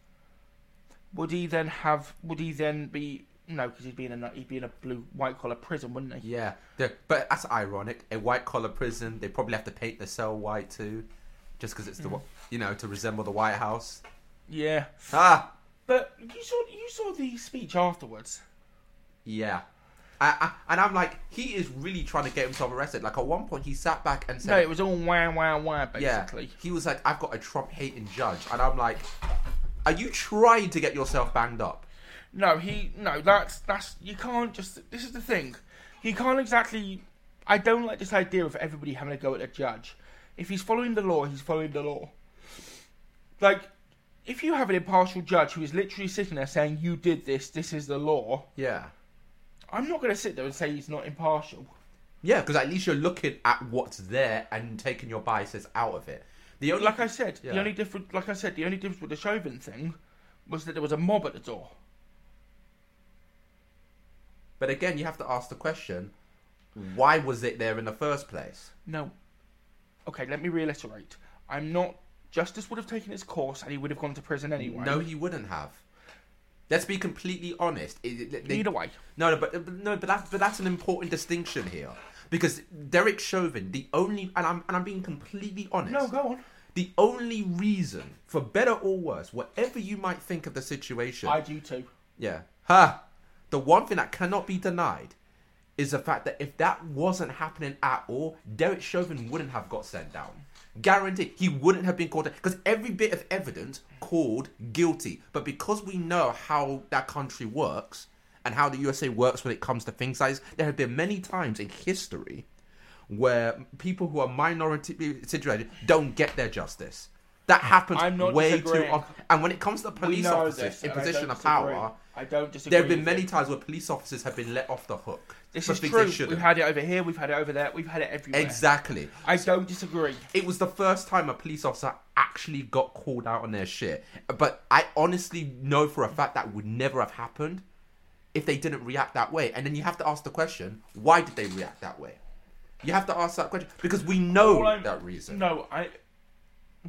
[SPEAKER 1] Would he then have? Would he then be no? Because he'd be in a he'd be in a blue white collar prison, wouldn't he?
[SPEAKER 2] Yeah, they're- but that's ironic. A white collar prison. They probably have to paint the cell white too, just because it's the
[SPEAKER 1] Mm.
[SPEAKER 2] wh- you know to resemble the White House.
[SPEAKER 1] Yeah.
[SPEAKER 2] Ah,
[SPEAKER 1] But you saw you saw the speech afterwards.
[SPEAKER 2] yeah. I, I, and I'm like, he is really trying to get himself arrested. Like at one point, he sat back and said,
[SPEAKER 1] No, it was all wah wah wah basically.
[SPEAKER 2] Yeah. He was like, I've got a Trump hating judge. And I'm like, are you trying to get yourself banged up?
[SPEAKER 1] No, he no. That's that's you can't just. This is the thing. He can't exactly. I don't like this idea of everybody having a go at a judge. If he's following the law, he's following the law. Like, if you have an impartial judge who is literally sitting there saying, "You did this. This is the law,"
[SPEAKER 2] Yeah.
[SPEAKER 1] I'm not going to sit there and say he's not impartial.
[SPEAKER 2] Yeah, because at least you're looking at what's there and taking your biases out of it. The only
[SPEAKER 1] Like I said,
[SPEAKER 2] Yeah.
[SPEAKER 1] the only difference. Like I said, the only difference with the Chauvin thing was that there was a mob at the door.
[SPEAKER 2] But again, you have to ask the question, why was it there in the first place?
[SPEAKER 1] No. Okay, let me reiterate. I'm not. Justice would have taken its course, and he would have gone to prison anyway.
[SPEAKER 2] No, he wouldn't have. Let's be completely honest. It- it- they-
[SPEAKER 1] Either way.
[SPEAKER 2] No, no, but but- no, but that's but that's an important distinction here because Derek Chauvin, the only, and I'm and I'm being completely honest.
[SPEAKER 1] No, go on.
[SPEAKER 2] The only reason, for better or worse, whatever you might think of the situation,
[SPEAKER 1] I do too.
[SPEAKER 2] yeah, ha, the one thing that cannot be denied is the fact that if that wasn't happening at all, Derek Chauvin wouldn't have got sent down. Guaranteed, he wouldn't have been called because every bit of evidence called guilty. But because we know how that country works and how the USA works when it comes to things like this, there have been many times in history where people who are minority situated don't get their justice. That happens
[SPEAKER 1] I'm not
[SPEAKER 2] way too
[SPEAKER 1] disagreeing.
[SPEAKER 2] often. And when it comes to police
[SPEAKER 1] know
[SPEAKER 2] officers
[SPEAKER 1] this,
[SPEAKER 2] in
[SPEAKER 1] and I
[SPEAKER 2] position
[SPEAKER 1] don't
[SPEAKER 2] of power,
[SPEAKER 1] disagree. I don't disagree
[SPEAKER 2] There have been
[SPEAKER 1] with
[SPEAKER 2] many
[SPEAKER 1] you.
[SPEAKER 2] times where police officers have been let off the hook.
[SPEAKER 1] This
[SPEAKER 2] for
[SPEAKER 1] is
[SPEAKER 2] things
[SPEAKER 1] true.
[SPEAKER 2] they shouldn't.
[SPEAKER 1] We've had it over here. We've had it over there. We've had it everywhere.
[SPEAKER 2] Exactly.
[SPEAKER 1] I don't disagree.
[SPEAKER 2] It was the first time a police officer actually got called out on their shit. But I honestly know for a fact that would never have happened if they didn't react that way. And then you have to ask the question, why did they react that way? You have to ask that question because we know
[SPEAKER 1] All I'm-
[SPEAKER 2] that reason.
[SPEAKER 1] No, I.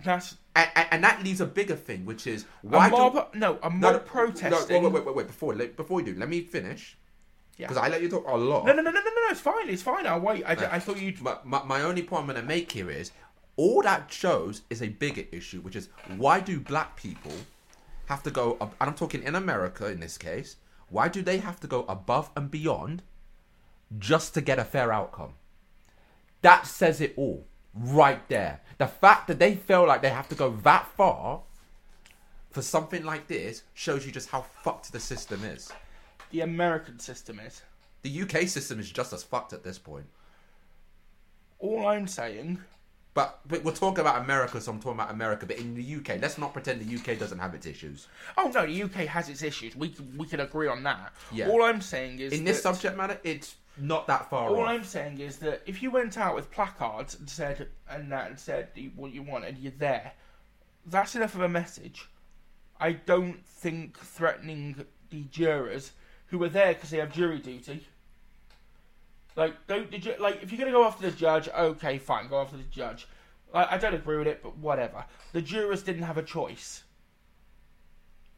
[SPEAKER 1] That's
[SPEAKER 2] and, and, and that leaves a bigger thing, which is
[SPEAKER 1] a
[SPEAKER 2] why do,
[SPEAKER 1] mob. No, a mob
[SPEAKER 2] no,
[SPEAKER 1] protesting.
[SPEAKER 2] No, wait, wait, wait, wait. Before, let- before you do, let me finish. Because I let you talk a lot.
[SPEAKER 1] no, no, no, no, no, no, no, It's fine. It's fine. I'll wait. I, ju- I thought you'd.
[SPEAKER 2] My, my, my only point I'm going to make here is all that shows is a bigger issue, which is why do black people have to go, ab- and I'm talking in America in this case, why do they have to go above and beyond just to get a fair outcome? That says it all right there. The fact that they feel like they have to go that far for something like this shows you just how fucked the system is.
[SPEAKER 1] The American system is.
[SPEAKER 2] The UK system is just as fucked at this point.
[SPEAKER 1] All I'm saying.
[SPEAKER 2] But but we're talking about America, so I'm talking about America. But in the UK, let's not pretend the UK doesn't have its issues.
[SPEAKER 1] Oh no, the UK has its issues. We can, we can agree on that.
[SPEAKER 2] Yeah.
[SPEAKER 1] All I'm saying is
[SPEAKER 2] In this
[SPEAKER 1] that-
[SPEAKER 2] subject matter, it's not that far
[SPEAKER 1] All
[SPEAKER 2] off.
[SPEAKER 1] I'm saying is that if you went out with placards and said and that and said you- what you want and you're there, that's enough of a message. I don't think threatening the jurors who are there because they have jury duty. Like don't the, ju- like if you're gonna go after the judge, okay, fine, go after the judge. Like, I don't agree with it, but whatever. The jurors didn't have a choice.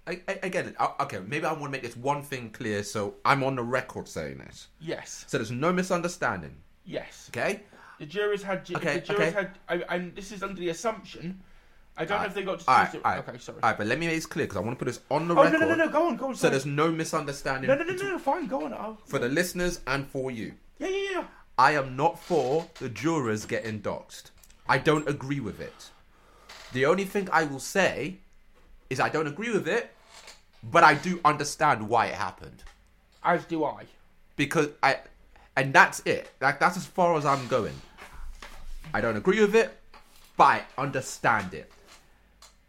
[SPEAKER 2] I, I, again, I, okay, maybe I want to make this one thing clear, so I'm on the record saying this,
[SPEAKER 1] Yes,
[SPEAKER 2] so there's no misunderstanding.
[SPEAKER 1] yes.
[SPEAKER 2] Okay,
[SPEAKER 1] The jurors had. ju-
[SPEAKER 2] Okay,
[SPEAKER 1] the jurors
[SPEAKER 2] okay.
[SPEAKER 1] had. I, and this is under the assumption. I don't know if they got to.
[SPEAKER 2] all right,
[SPEAKER 1] choose
[SPEAKER 2] all
[SPEAKER 1] it-
[SPEAKER 2] right,
[SPEAKER 1] okay, sorry.
[SPEAKER 2] All right, but let me make this clear because I want to put this on the
[SPEAKER 1] Oh, no,
[SPEAKER 2] record.
[SPEAKER 1] no, no, no, go on, go on.
[SPEAKER 2] So
[SPEAKER 1] sorry.
[SPEAKER 2] there's no misunderstanding.
[SPEAKER 1] No, no, no, no,
[SPEAKER 2] between-
[SPEAKER 1] no, fine, go on. I'll...
[SPEAKER 2] For the listeners and for you,
[SPEAKER 1] Yeah, yeah, yeah.
[SPEAKER 2] I am not for the jurors getting doxxed. I don't agree with it. The only thing I will say is I don't agree with it, but I do understand why it happened.
[SPEAKER 1] As do I.
[SPEAKER 2] Because I and that's it. Like that's as far as I'm going. I don't agree with it, but I understand it.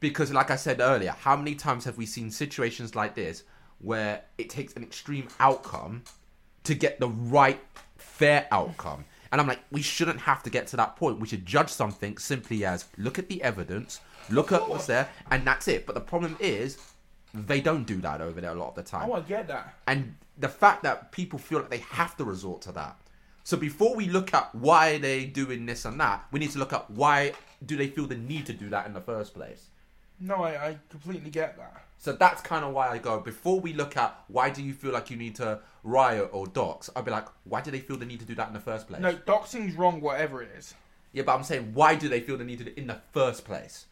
[SPEAKER 2] Because like I said earlier, how many times have we seen situations like this where it takes an extreme outcome to get the right fair outcome. And I'm like, we shouldn't have to get to that point. We should judge something simply as look at the evidence, look at what's there, and that's it. But the problem is, they don't do that over there a lot of the time.
[SPEAKER 1] Oh, I get that.
[SPEAKER 2] And the fact that people feel like they have to resort to that. So before we look at why they're doing this and that, we need to look at why do they feel the need to do that in the first place?
[SPEAKER 1] No, I, I completely get that.
[SPEAKER 2] So that's kind of why I go before we look at why do you feel like you need to riot or dox. I'd be like, why do they feel the need to do that in the first place?
[SPEAKER 1] No, doxing's wrong, whatever it is.
[SPEAKER 2] Yeah, but I'm saying why do they feel the need to do it in the first place?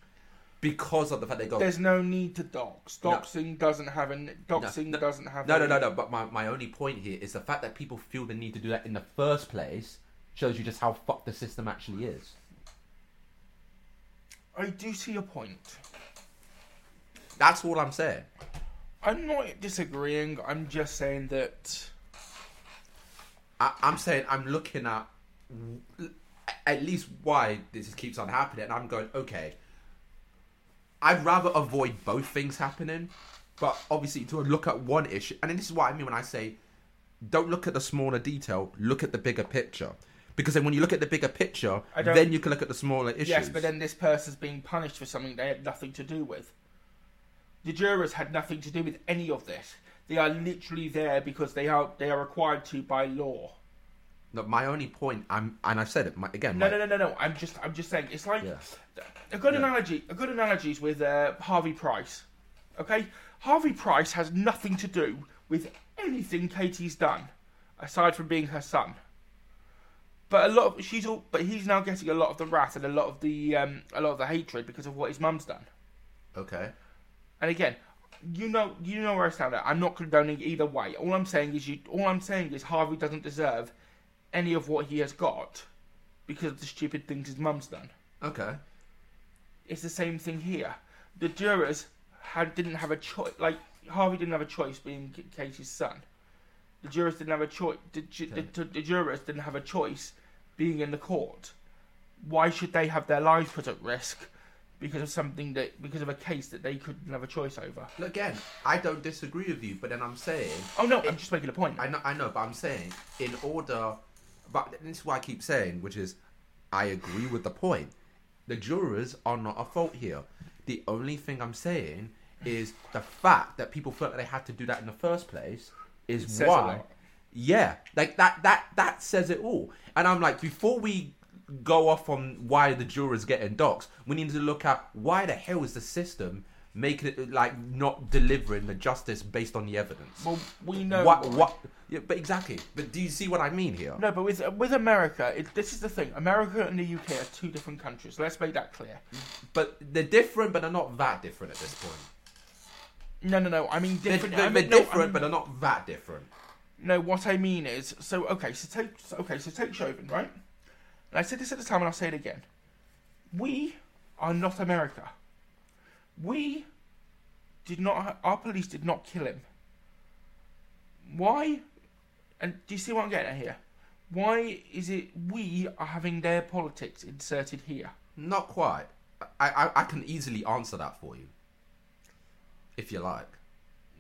[SPEAKER 2] Because of the fact they go.
[SPEAKER 1] There's no need to dox. Doxing doesn't have an doxing
[SPEAKER 2] no,
[SPEAKER 1] doesn't have
[SPEAKER 2] No,
[SPEAKER 1] a-
[SPEAKER 2] no, no, no. But my, my only point here is the fact that people feel the need to do that in the first place shows you just how fucked the system actually is.
[SPEAKER 1] I do see your point.
[SPEAKER 2] That's all I'm saying.
[SPEAKER 1] I'm not disagreeing. I'm just saying that
[SPEAKER 2] I, I'm saying I'm looking at w- at least why this just keeps on happening, and I'm going, okay. I'd rather avoid both things happening, but obviously to look at one issue, and this is what I mean when I say, don't look at the smaller detail, look at the bigger picture, because then when you look at the bigger picture,
[SPEAKER 1] I don't-
[SPEAKER 2] then you can look at the smaller issues.
[SPEAKER 1] yes, but then this person's being punished for something they had nothing to do with. The jurors had nothing to do with any of this. They are literally there because they are they are required to by law.
[SPEAKER 2] No, my only point, I'm, and I've said it my, again.
[SPEAKER 1] No,
[SPEAKER 2] my-
[SPEAKER 1] no, no, no, no. I'm just, I'm just saying. It's like
[SPEAKER 2] Yeah.
[SPEAKER 1] a good analogy. A good analogy is with uh, Harvey Price. Okay, Harvey Price has nothing to do with anything Katie's done, aside from being her son. But a lot of she's all, but he's now getting a lot of the wrath and a lot of the, um, a lot of the hatred because of what his mum's done.
[SPEAKER 2] Okay.
[SPEAKER 1] And again, you know, you know where I stand. At. I'm not condoning either way. All I'm saying is, you. All I'm saying is Harvey doesn't deserve any of what he has got because of the stupid things his mum's done.
[SPEAKER 2] Okay.
[SPEAKER 1] It's the same thing here. The jurors had didn't have a choice. Like Harvey didn't have a choice being K- Casey's son. The jurors didn't have a choice. The, ju- the, the jurors didn't have a choice being in the court. Why should they have their lives put at risk because of something that because of a case that they couldn't have a choice over?
[SPEAKER 2] Again, I don't disagree with you, but then I'm saying
[SPEAKER 1] Oh no, I'm just making a point.
[SPEAKER 2] I know, I know, but I'm saying in order, but this is what I keep saying, which is, I agree with the point. The jurors are not at fault here. The only thing I'm saying is the fact that people felt that they had to do that in the first place is
[SPEAKER 1] says a
[SPEAKER 2] why.
[SPEAKER 1] lot.
[SPEAKER 2] Yeah, like that. That that says it all. And I'm like, before we go off on why the jurors getting docs, we need to look at why the hell is the system making it like not delivering the justice based on the evidence.
[SPEAKER 1] Well, we know
[SPEAKER 2] what
[SPEAKER 1] why.
[SPEAKER 2] what yeah, but exactly. But do you see what I mean here?
[SPEAKER 1] No, but with with America, it, this is the thing. America and the UK are two different countries. Let's make that clear.
[SPEAKER 2] But they're different, but they're not that different at this point.
[SPEAKER 1] No, no, no. I mean
[SPEAKER 2] Mm. They're,
[SPEAKER 1] different.
[SPEAKER 2] they're,
[SPEAKER 1] I mean,
[SPEAKER 2] they're
[SPEAKER 1] no, I
[SPEAKER 2] different,
[SPEAKER 1] mean-
[SPEAKER 2] but they're not that different.
[SPEAKER 1] No, what I mean is, so okay, so take, so, okay, so take Chauvin, right? And I said this at the time, and I'll say it again. We are not America. We did not. Our police did not kill him. Why? And do you see what I'm getting at here? Why is it we are having their politics inserted here?
[SPEAKER 2] Not quite. I, I I can easily answer that for you, if you like.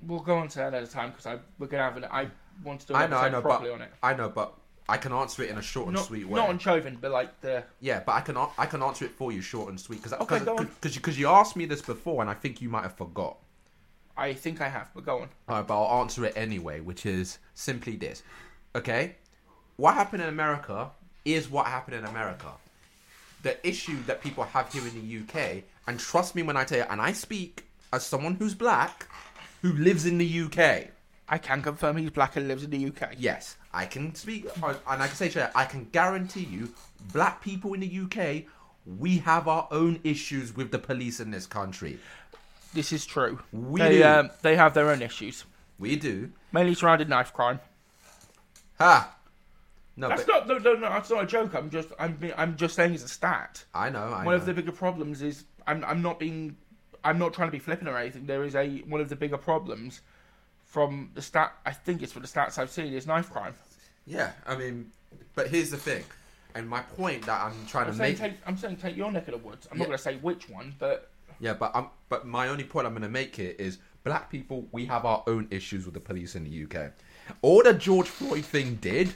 [SPEAKER 1] We'll go on to that at a time because I we're gonna have an. I want to do an
[SPEAKER 2] I know, I
[SPEAKER 1] episode
[SPEAKER 2] know,
[SPEAKER 1] properly
[SPEAKER 2] but
[SPEAKER 1] on it.
[SPEAKER 2] I know, but I can answer it in a short and
[SPEAKER 1] Not,
[SPEAKER 2] sweet way.
[SPEAKER 1] not on Chauvin, but like the
[SPEAKER 2] yeah, but I can a- I can answer it for you short and sweet because
[SPEAKER 1] Okay, go on.
[SPEAKER 2] because you, 'cause you asked me this before and I think you might have forgot.
[SPEAKER 1] I think I have, but go on.
[SPEAKER 2] All right, but I'll answer it anyway, which is simply this. Okay? What happened in America is what happened in America. The issue that people have here in the UK, and trust me when I tell you, and I speak as someone who's black who lives in the UK.
[SPEAKER 1] I can confirm he's black and lives in the UK.
[SPEAKER 2] Yes, I can speak, uh, and I can say, Shaya, I can guarantee you, black people in the UK, we have our own issues with the police in this country.
[SPEAKER 1] This is true.
[SPEAKER 2] We
[SPEAKER 1] they,
[SPEAKER 2] do.
[SPEAKER 1] Um, they have their own issues,
[SPEAKER 2] We do.
[SPEAKER 1] mainly surrounding knife crime.
[SPEAKER 2] Ha! No,
[SPEAKER 1] That's not
[SPEAKER 2] but
[SPEAKER 1] no, no no that's not a joke. I'm just I'm be- I'm just saying it's a stat.
[SPEAKER 2] I know. I
[SPEAKER 1] one
[SPEAKER 2] know.
[SPEAKER 1] of the bigger problems is I'm I'm not being I'm not trying to be flippant or anything. There is a one of the bigger problems from the stat. I think it's from the stats I've seen is knife crime.
[SPEAKER 2] Yeah, I mean, but here's the thing, and my point that I'm trying
[SPEAKER 1] I'm
[SPEAKER 2] to
[SPEAKER 1] saying
[SPEAKER 2] make.
[SPEAKER 1] take I'm saying take your neck of the woods. I'm
[SPEAKER 2] Yeah.
[SPEAKER 1] not going to say which one, but
[SPEAKER 2] Yeah, but I'm but my only point I'm going to make here is black people we have our own issues with the police in the UK. All the George Floyd thing did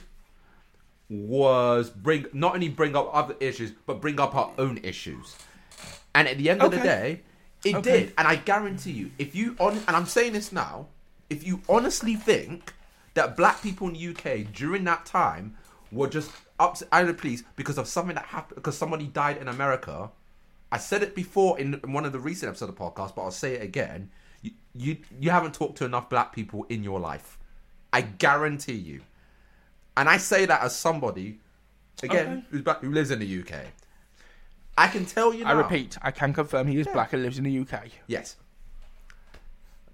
[SPEAKER 2] was bring not only bring up other issues but bring up our own issues. And at the end of the
[SPEAKER 1] Okay.
[SPEAKER 2] day, it
[SPEAKER 1] Okay.
[SPEAKER 2] did. And I guarantee you, if you on and I'm saying this now, if you honestly think that black people in the UK during that time were just up to out of the police because of something that happened because somebody died in America, I said it before in in one of the recent episodes of the podcast, but I'll say it again. You, you you haven't talked to enough black people in your life. I guarantee you. And I say that as somebody, again,
[SPEAKER 1] Okay.
[SPEAKER 2] who's black, who lives in the UK. I can tell you.
[SPEAKER 1] I
[SPEAKER 2] now-
[SPEAKER 1] repeat, I can confirm he is black and lives in the UK.
[SPEAKER 2] Yes.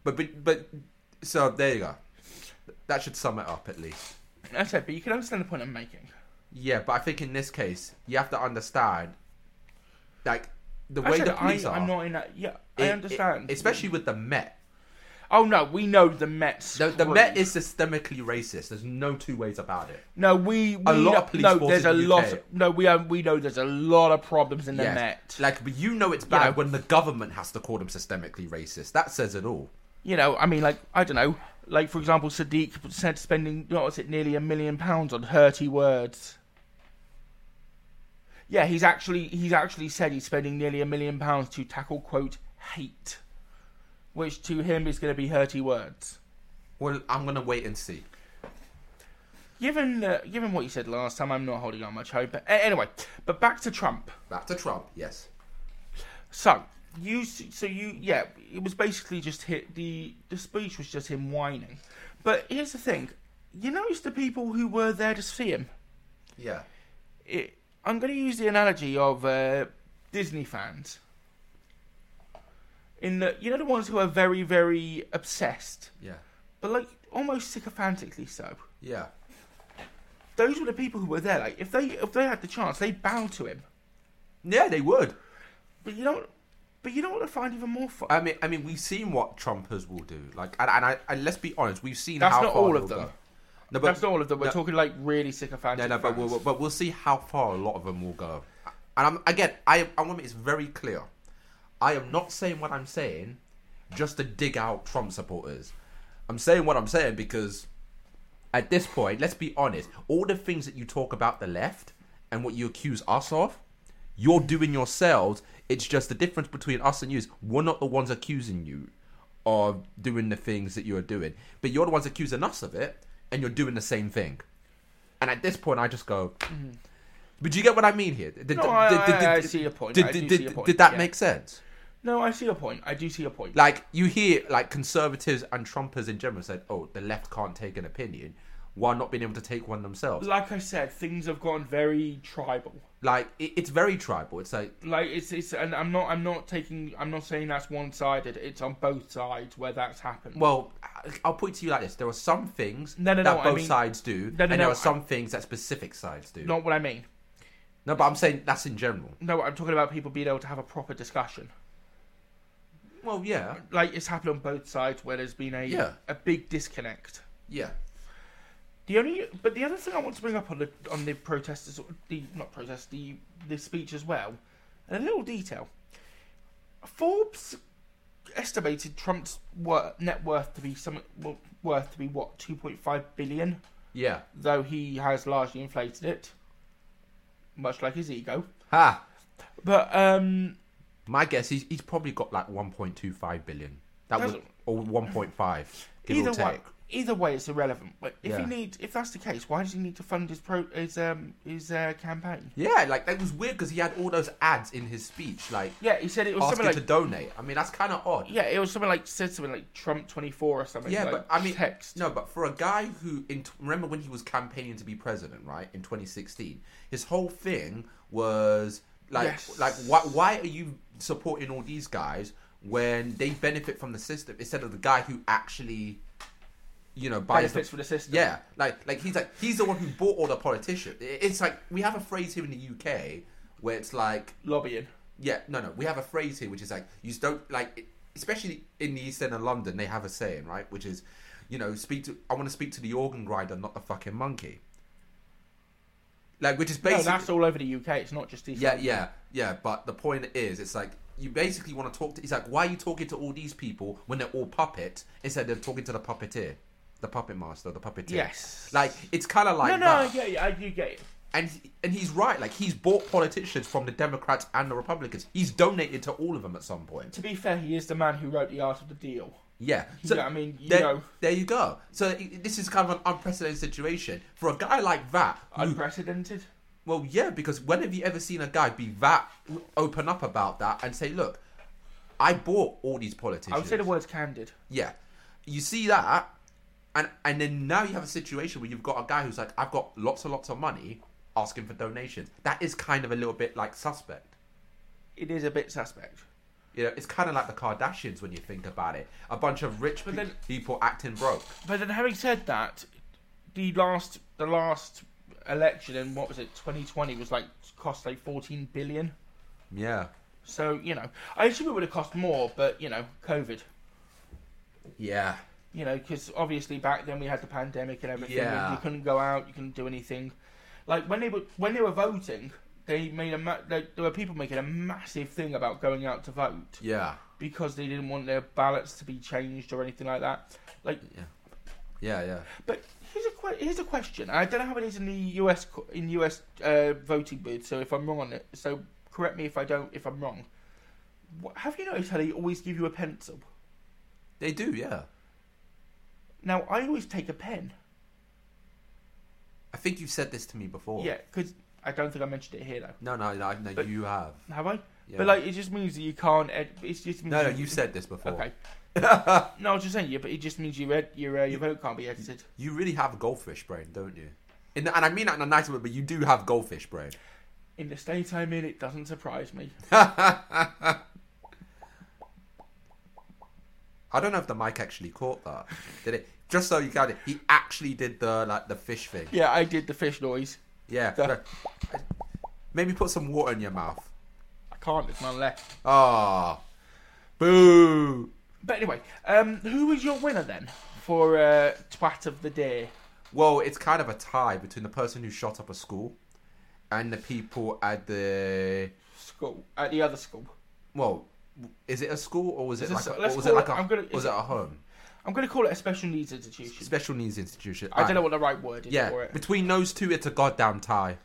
[SPEAKER 2] But but but so there you go. That should sum it up at least.
[SPEAKER 1] That's it, but you can understand the point I'm making.
[SPEAKER 2] Yeah, but I think in this case you have to understand, like the
[SPEAKER 1] I
[SPEAKER 2] way
[SPEAKER 1] said
[SPEAKER 2] that police
[SPEAKER 1] me,
[SPEAKER 2] are.
[SPEAKER 1] I'm not in that. Yeah,
[SPEAKER 2] it-
[SPEAKER 1] I
[SPEAKER 2] it-
[SPEAKER 1] understand.
[SPEAKER 2] especially with the Met.
[SPEAKER 1] Oh no, we know the Mets.
[SPEAKER 2] The, the
[SPEAKER 1] screwed.
[SPEAKER 2] Met is systemically racist. There's no two ways about it.
[SPEAKER 1] no, we, we
[SPEAKER 2] A lot
[SPEAKER 1] know-
[SPEAKER 2] of police
[SPEAKER 1] no,
[SPEAKER 2] forces
[SPEAKER 1] there's a
[SPEAKER 2] in the
[SPEAKER 1] lot.
[SPEAKER 2] UK.
[SPEAKER 1] no, we um, we know there's a lot of problems in the
[SPEAKER 2] Yes.
[SPEAKER 1] Met.
[SPEAKER 2] Like, but you know it's bad
[SPEAKER 1] Yeah.
[SPEAKER 2] when the government has to call them systemically racist. That says it all.
[SPEAKER 1] you know, I mean, like I don't know, like for example, Sadiq said spending what was it, nearly a million pounds on hurty words. Yeah, he's actually he's actually said he's spending nearly a million pounds to tackle quote hate, which to him is going to be hurty words.
[SPEAKER 2] Well, I'm gonna wait and see.
[SPEAKER 1] Given uh, given what you said last time, I'm not holding on much hope. But a- anyway, but back to Trump.
[SPEAKER 2] Back to Trump. Yes.
[SPEAKER 1] So you, so you, yeah, it was basically just hit the the speech was just him whining. But here's the thing, you notice the people who were there to see him.
[SPEAKER 2] Yeah.
[SPEAKER 1] It, I'm going to use the analogy of uh, Disney fans. In the you know the ones who are very very obsessed,
[SPEAKER 2] Yeah.
[SPEAKER 1] but like almost sycophantically so.
[SPEAKER 2] Yeah.
[SPEAKER 1] Those were the people who were there. Like if they if they had the chance, they'd bow to him.
[SPEAKER 2] Yeah, they would.
[SPEAKER 1] But you don't. But you know what I find even more fun.
[SPEAKER 2] I mean, I mean, we've seen what Trumpers will do. Like, and, and, I, and let's be honest, we've seen
[SPEAKER 1] That's
[SPEAKER 2] how
[SPEAKER 1] not
[SPEAKER 2] far
[SPEAKER 1] all of
[SPEAKER 2] they'll
[SPEAKER 1] them.
[SPEAKER 2] go. No, but
[SPEAKER 1] That's not all of them. We're
[SPEAKER 2] no,
[SPEAKER 1] talking like really sycophantic.
[SPEAKER 2] No, no, but
[SPEAKER 1] fans.
[SPEAKER 2] we'll, but we'll see how far a lot of them will go. And I'm again, I I want to make this very clear. I am not saying what I'm saying just to dig out Trump supporters. I'm saying what I'm saying because at this point, let's be honest, all the things that you talk about the left and what you accuse us of, you're doing yourselves. It's just the difference between us and you is we're not the ones accusing you of doing the things that you're doing, but you're the ones accusing us of it, and you're doing the same thing. And at this point, I just go. But do you get what I mean here? Did,
[SPEAKER 1] Mm-hmm. No, I- I- I see your point.
[SPEAKER 2] Did,
[SPEAKER 1] I do
[SPEAKER 2] did-
[SPEAKER 1] see
[SPEAKER 2] did-
[SPEAKER 1] your point,
[SPEAKER 2] did that
[SPEAKER 1] yeah.
[SPEAKER 2] make sense?
[SPEAKER 1] no, I see your point. I do see your point.
[SPEAKER 2] Like you hear, like conservatives and Trumpers in general said, "Oh, the left can't take an opinion," while not being able to take one themselves.
[SPEAKER 1] like I said, things have gone very tribal.
[SPEAKER 2] Like it, it's very tribal. It's like
[SPEAKER 1] Like it's it's, and I'm not I'm not taking I'm not saying that's one sided. It's on both sides where that's happened.
[SPEAKER 2] Well, I'll put it to you like this: there are some things
[SPEAKER 1] No, no,
[SPEAKER 2] that
[SPEAKER 1] no, I
[SPEAKER 2] both
[SPEAKER 1] mean-
[SPEAKER 2] sides do,
[SPEAKER 1] No, no,
[SPEAKER 2] and
[SPEAKER 1] no,
[SPEAKER 2] there are some things that specific sides do.
[SPEAKER 1] not what I mean.
[SPEAKER 2] no, but I'm saying that's in general.
[SPEAKER 1] No, I'm talking about people being able to have a proper discussion.
[SPEAKER 2] Well, yeah,
[SPEAKER 1] Like it's happened on both sides where there's been a
[SPEAKER 2] Yeah.
[SPEAKER 1] a big disconnect.
[SPEAKER 2] yeah,
[SPEAKER 1] The only, but the other thing I want to bring up on the on the protesters, the not protests, the the speech as well, and a little detail. Forbes estimated Trump's wor- net worth to be some well, worth to be what two point five billion,
[SPEAKER 2] yeah.
[SPEAKER 1] though he has largely inflated it, much like his ego.
[SPEAKER 2] Ha!
[SPEAKER 1] But um,
[SPEAKER 2] My guess is he's probably got like 1.25 billion. That was
[SPEAKER 1] Doesn't-
[SPEAKER 2] or 1.5. Give
[SPEAKER 1] either
[SPEAKER 2] or take.
[SPEAKER 1] way, either way, it's irrelevant. But if he
[SPEAKER 2] Yeah.
[SPEAKER 1] needs, if that's the case, why does he need to fund his pro his um his uh, campaign?
[SPEAKER 2] Yeah, like that was weird because he had all those ads in his speech, like
[SPEAKER 1] Yeah, he said it was something
[SPEAKER 2] asking
[SPEAKER 1] like
[SPEAKER 2] to donate. I mean, that's kind of odd.
[SPEAKER 1] Yeah, it was something like said something like Trump twenty four or something.
[SPEAKER 2] Yeah,
[SPEAKER 1] like,
[SPEAKER 2] but I mean,
[SPEAKER 1] text.
[SPEAKER 2] No, but for a guy who, in, remember when he was campaigning to be president, right in 2016, his whole thing was like,
[SPEAKER 1] Yes.
[SPEAKER 2] like, why, why are you supporting all these guys when they benefit from the system instead of the guy who actually, you know, buys
[SPEAKER 1] Benefits from the system.
[SPEAKER 2] Yeah, like, like he's like he's the one who bought all the politicians. It- It's like we have a phrase here in the UK where it's like
[SPEAKER 1] lobbying.
[SPEAKER 2] yeah, no, no. We have a phrase here which is like you don't like, especially in the East End of London, they have a saying right, which is, you know, speak to. I want to speak to the organ grinder, not the fucking monkey. Like, which is
[SPEAKER 1] No,
[SPEAKER 2] basically
[SPEAKER 1] that's all over the UK. It's not just these.
[SPEAKER 2] yeah, yeah, yeah. But the point is, it's like you basically want to talk to. It's like why are you talking to all these people when they're all puppets instead of talking to the puppeteer, the puppet master, the puppeteer.
[SPEAKER 1] Yes.
[SPEAKER 2] Like it's kind of like
[SPEAKER 1] No, no,
[SPEAKER 2] that
[SPEAKER 1] I get you. I do get you.
[SPEAKER 2] and and he's right. Like he's bought politicians from the Democrats and the Republicans. He's donated to all of them at some point.
[SPEAKER 1] To be fair, he is the man who wrote the Art of the Deal.
[SPEAKER 2] Yeah.
[SPEAKER 1] Yeah, I mean, you
[SPEAKER 2] there,
[SPEAKER 1] know.
[SPEAKER 2] there you go. So i- this is kind of an unprecedented situation for a guy like that. who-
[SPEAKER 1] Unprecedented.
[SPEAKER 2] Well, yeah, because when have you ever seen a guy be that open up about that and say, "Look, I bought all these politicians."
[SPEAKER 1] I would say the word's candid.
[SPEAKER 2] Yeah, you see that, and and then now you have a situation where you've got a guy who's like, "I've got lots and lots of money," asking for donations. That is kind of a little bit like suspect.
[SPEAKER 1] It is a bit suspect.
[SPEAKER 2] You know, it's kind of like the Kardashians when you think about it. A bunch of rich
[SPEAKER 1] But
[SPEAKER 2] pe-
[SPEAKER 1] then-
[SPEAKER 2] people acting broke.
[SPEAKER 1] But then, having said that, the last the last election in what was it, 2020, was like cost like 14 billion.
[SPEAKER 2] Yeah.
[SPEAKER 1] So you know, I assume it would have cost more, but you know, COVID.
[SPEAKER 2] Yeah.
[SPEAKER 1] You know, because obviously back then we had the pandemic and everything. and
[SPEAKER 2] Yeah.
[SPEAKER 1] you couldn't go out, you couldn't do anything. Like when they were when they were voting, they made a ma- there there were people making a massive thing about going out to vote
[SPEAKER 2] Yeah.
[SPEAKER 1] because they didn't want their ballots to be changed or anything like that. Like
[SPEAKER 2] Yeah. Yeah.
[SPEAKER 1] But here's a que- here's a question. I don't know how it is in the US co- in US uh, voting booth. So if I'm wrong on it, so correct me if I don't if I'm wrong. What, have you noticed how they always give you a pencil?
[SPEAKER 2] They do. Yeah.
[SPEAKER 1] Now I always take a pen.
[SPEAKER 2] I think you've said this to me before.
[SPEAKER 1] Yeah, because I don't think I mentioned it here though.
[SPEAKER 2] No, no, no, no
[SPEAKER 1] But-
[SPEAKER 2] you have.
[SPEAKER 1] Have I?
[SPEAKER 2] Yeah.
[SPEAKER 1] But like it just means that you can't. Ed- it's just means
[SPEAKER 2] No, no,
[SPEAKER 1] you-
[SPEAKER 2] you said this before.
[SPEAKER 1] Okay. no, I was just saying yeah, but it just means your ed- your uh, your vote can't be edited.
[SPEAKER 2] You really have a goldfish brain, don't you? In the, and I mean that in a nice way, but you do have goldfish brain.
[SPEAKER 1] In the state I'm in, it doesn't surprise me.
[SPEAKER 2] I don't know if the mic actually caught that. Did it? Just so you got it, he actually did the like the fish thing.
[SPEAKER 1] yeah, I did the fish noise.
[SPEAKER 2] Yeah.
[SPEAKER 1] The-
[SPEAKER 2] no. Maybe put some water in your mouth.
[SPEAKER 1] I can't. There's none left.
[SPEAKER 2] Ah. Boo.
[SPEAKER 1] But anyway, um, who was your winner then for uh, twat of the day?
[SPEAKER 2] Well, it's kind of a tie between the person who shot up a school and the people at the
[SPEAKER 1] School at the other school.
[SPEAKER 2] well, is it a school or was
[SPEAKER 1] It's
[SPEAKER 2] it
[SPEAKER 1] a
[SPEAKER 2] like
[SPEAKER 1] s-
[SPEAKER 2] a,
[SPEAKER 1] let's
[SPEAKER 2] or was it
[SPEAKER 1] call
[SPEAKER 2] like
[SPEAKER 1] it-
[SPEAKER 2] a
[SPEAKER 1] I'm gonna-
[SPEAKER 2] was it a home?
[SPEAKER 1] I'm going to call it a special needs institution.
[SPEAKER 2] special needs institution.
[SPEAKER 1] I don't know what the right word is
[SPEAKER 2] Yeah,
[SPEAKER 1] for it.
[SPEAKER 2] between those two, it's a goddamn tie.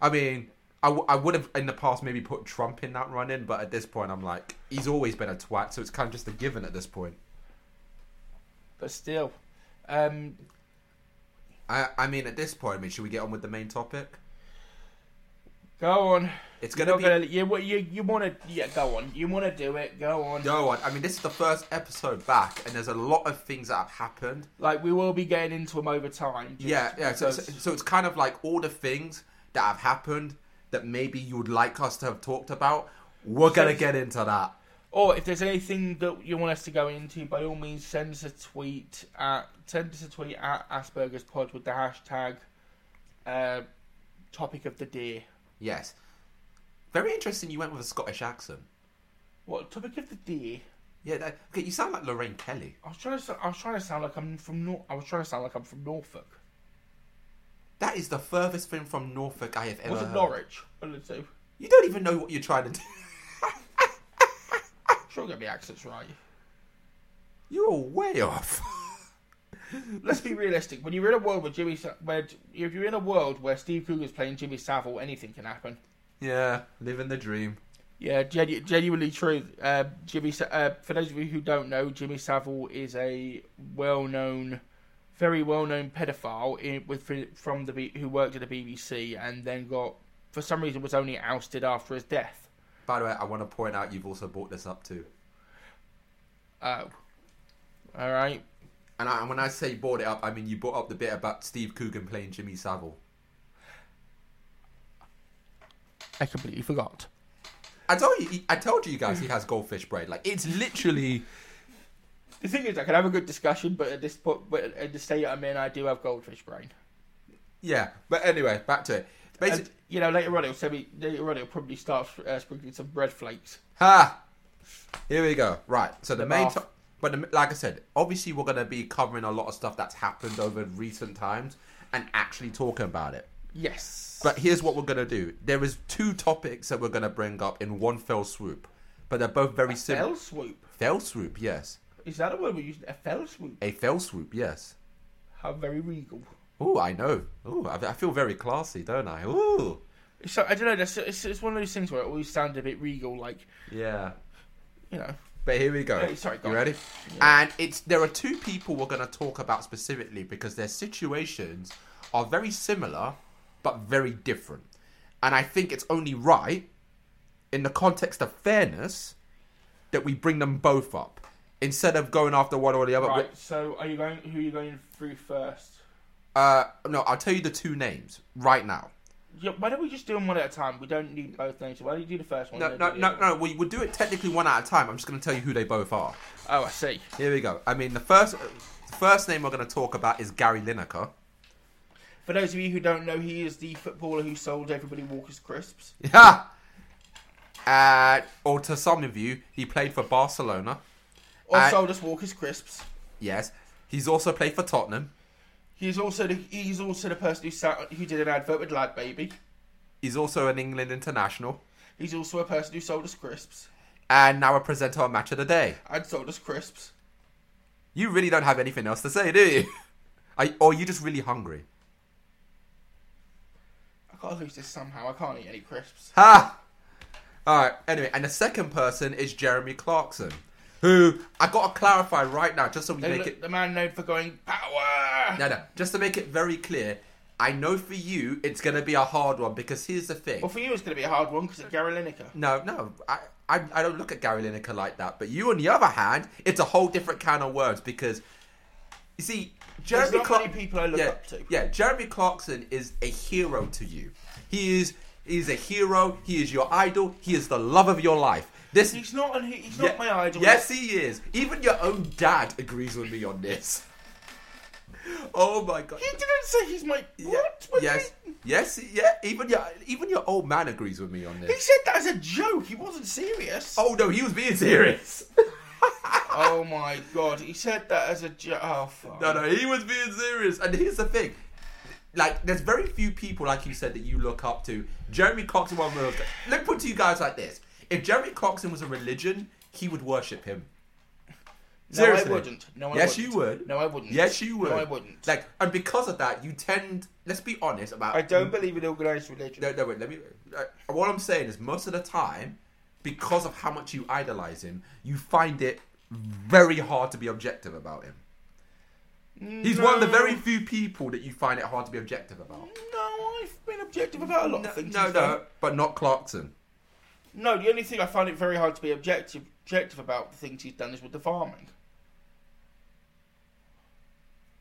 [SPEAKER 2] I mean, I, w- I would have in the past maybe put Trump in that run in, but at this point, I'm like, he's always been a twat, so it's kind of just a given at this point.
[SPEAKER 1] But still, um,
[SPEAKER 2] I, I mean, at this point, I mean, should we get on with the main topic?
[SPEAKER 1] go on.
[SPEAKER 2] It's
[SPEAKER 1] You're
[SPEAKER 2] gonna
[SPEAKER 1] not
[SPEAKER 2] be.
[SPEAKER 1] gonna- you you you want to yeah go on. You want to do it. Go on.
[SPEAKER 2] Go on. I mean, this is the first episode back, and there's a lot of things that have happened.
[SPEAKER 1] Like we will be getting into them over time. just
[SPEAKER 2] Yeah, yeah. So, so,
[SPEAKER 1] because-
[SPEAKER 2] so it's kind of like all the things that have happened that maybe you would like us to have talked about. We're gonna get into that.
[SPEAKER 1] Or if there's anything that you want us to go into, by all means, send us a tweet at send us a tweet at Asperger's Pod with the hashtag uh, topic of the day.
[SPEAKER 2] Yes. Very interesting you went with a Scottish accent.
[SPEAKER 1] What topic of the day?
[SPEAKER 2] Yeah, that, okay, you sound like Lorraine Kelly.
[SPEAKER 1] I was trying to. s- I was trying to sound like I'm from. Nor- I was trying to sound like I'm from Norfolk.
[SPEAKER 2] That is the furthest thing from Norfolk I have ever
[SPEAKER 1] Was it
[SPEAKER 2] heard.
[SPEAKER 1] Norwich? One of the two.
[SPEAKER 2] You don't even know what you're trying to do.
[SPEAKER 1] Sure, get my accents right.
[SPEAKER 2] You're way off.
[SPEAKER 1] Let's be realistic. When you're in a world where Jimmy, Sa- where if you're in a world where Steve Coogan's playing Jimmy Savile, anything can happen.
[SPEAKER 2] yeah, living the dream.
[SPEAKER 1] Yeah, genu- genuinely true. Uh, Jimmy, Sa- uh, for those of you who don't know, Jimmy Savile is a well-known, very well-known pedophile in, with from the B- who worked at the BBC and then got, for some reason, was only ousted after his death.
[SPEAKER 2] By the way, I want to point out you've also brought this up too.
[SPEAKER 1] Oh, all right.
[SPEAKER 2] And, I, and when I say brought it up, I mean you brought up the bit about Steve Coogan playing Jimmy Savile.
[SPEAKER 1] I completely forgot.
[SPEAKER 2] I told you, I told you guys he has goldfish brain. Like it's literally.
[SPEAKER 1] The thing is, I can have a good discussion, but at this point, but at the state I'm in, I do have goldfish brain.
[SPEAKER 2] Yeah, but anyway, back to it.
[SPEAKER 1] And,
[SPEAKER 2] Basically,
[SPEAKER 1] you know, later on, it'll send me, later on, it'll probably start uh, sprinkling some bread flakes.
[SPEAKER 2] Ha! Here we go. Right. So the,
[SPEAKER 1] The
[SPEAKER 2] main,
[SPEAKER 1] bath.
[SPEAKER 2] to- but the, like I said, obviously we're gonna be covering a lot of stuff that's happened over recent times and actually talking about it.
[SPEAKER 1] Yes.
[SPEAKER 2] But here's what we're gonna do. There is two topics that we're gonna bring up in one fell swoop, but they're both very
[SPEAKER 1] Fell
[SPEAKER 2] similar.
[SPEAKER 1] swoop.
[SPEAKER 2] Fell swoop, yes.
[SPEAKER 1] Is that a word we're using? A fell swoop.
[SPEAKER 2] A fell swoop, yes.
[SPEAKER 1] How very regal.
[SPEAKER 2] Oh, I know. Oh, I, I feel very classy, don't I? Ooh.
[SPEAKER 1] So I don't know. That's, it's, it's one of those things where it always sounds a bit regal, like
[SPEAKER 2] Yeah.
[SPEAKER 1] you know.
[SPEAKER 2] But here we go.
[SPEAKER 1] Hey, sorry, go on.
[SPEAKER 2] you ready? And it's there are two people we're going to talk about specifically because their situations are very similar but very different. And I think it's only right, in the context of fairness, that we bring them both up instead of going after one or the other.
[SPEAKER 1] Right. So, are you going? Who are you going through first?
[SPEAKER 2] Uh, no, I'll tell you the two names right now.
[SPEAKER 1] Yeah, why don't we just do them one at a time? We don't need both names. Why don't you do the first one?
[SPEAKER 2] No,
[SPEAKER 1] then
[SPEAKER 2] no,
[SPEAKER 1] do the
[SPEAKER 2] no,
[SPEAKER 1] other one?
[SPEAKER 2] no. We would do it technically one at a time. I'm just going to tell you who they both are.
[SPEAKER 1] Oh, I see.
[SPEAKER 2] Here we go. I mean, the first, the first name we're going to talk about is Gary Lineker.
[SPEAKER 1] For those of you who don't know, he is the footballer who sold everybody Walker's crisps.
[SPEAKER 2] Yeah. Uh, or to some of you, he played for Barcelona.
[SPEAKER 1] Or
[SPEAKER 2] I-
[SPEAKER 1] sold us Walker's crisps.
[SPEAKER 2] Yes. He's also played for Tottenham.
[SPEAKER 1] He's also the, he's also the person who sat, who did an advert with Lad Baby.
[SPEAKER 2] He's also an England international.
[SPEAKER 1] He's also a person who sold us crisps
[SPEAKER 2] And now a presenter on Match of the Day.
[SPEAKER 1] and sold us crisps.
[SPEAKER 2] You really don't have anything else to say, do you? Are, or are you just really hungry?
[SPEAKER 1] I gotta lose this somehow. I can't eat any crisps.
[SPEAKER 2] Ha! Alright, anyway, and the second person is Jeremy Clarkson. Who I gotta clarify right now, just so we
[SPEAKER 1] They
[SPEAKER 2] make
[SPEAKER 1] look-
[SPEAKER 2] it
[SPEAKER 1] The man known for going power.
[SPEAKER 2] No, no. Just to make it very clear, I know for you it's going to be a hard one because here's the thing.
[SPEAKER 1] Well, for you, it's gonna be a hard one because of Gary Lineker.
[SPEAKER 2] No, no. I, I, I don't look at Gary Lineker like that. But you, on the other hand, it's a whole different can of words because, you see, Jeremy
[SPEAKER 1] not
[SPEAKER 2] Clark-
[SPEAKER 1] many people I look
[SPEAKER 2] yeah,
[SPEAKER 1] up to.
[SPEAKER 2] Yeah, Jeremy Clarkson is a hero to you. He is, he is a hero. He is your idol. He is the love of your life. This
[SPEAKER 1] He's not. an- He's not
[SPEAKER 2] yeah,
[SPEAKER 1] my idol.
[SPEAKER 2] Yes, he is. Even your own dad agrees with me on this. Oh my god.
[SPEAKER 1] He didn't say he's my.
[SPEAKER 2] Yeah,
[SPEAKER 1] What? What do you
[SPEAKER 2] Yes.
[SPEAKER 1] mean?
[SPEAKER 2] Yes. Yeah. Even your even your old man agrees with me on
[SPEAKER 1] He
[SPEAKER 2] this.
[SPEAKER 1] said that as a joke. He wasn't serious.
[SPEAKER 2] Oh no, he was being serious.
[SPEAKER 1] Oh my god. He said that as a joke. Oh fuck.
[SPEAKER 2] no, no, he was being serious. And here's the thing, like, there's very few people, like you said, that you look up to. Jeremy Clarkson, one of those. guys- Let me put it to you guys like this: If Jeremy Clarkson was a religion, he would worship him.
[SPEAKER 1] No, I
[SPEAKER 2] Seriously.
[SPEAKER 1] wouldn't. No, I
[SPEAKER 2] yes,
[SPEAKER 1] wouldn't.
[SPEAKER 2] you would.
[SPEAKER 1] No, I wouldn't.
[SPEAKER 2] Yes, you would.
[SPEAKER 1] No, I wouldn't.
[SPEAKER 2] Like, and because of that, you tend. Let's be honest about.
[SPEAKER 1] I don't believe in organised religion.
[SPEAKER 2] No, no, wait. Let me. Uh, what I'm saying is, most of the time, because of how much you idolize him, you find it very hard to be objective about him. He's one of the very few people that you find it hard to be objective about.
[SPEAKER 1] No, I've been objective about a lot of
[SPEAKER 2] No,
[SPEAKER 1] things.
[SPEAKER 2] no,
[SPEAKER 1] he's done.
[SPEAKER 2] no, but not Clarkson.
[SPEAKER 1] No, the only thing I find it very hard to be objective objective about the things he's done is with the farming.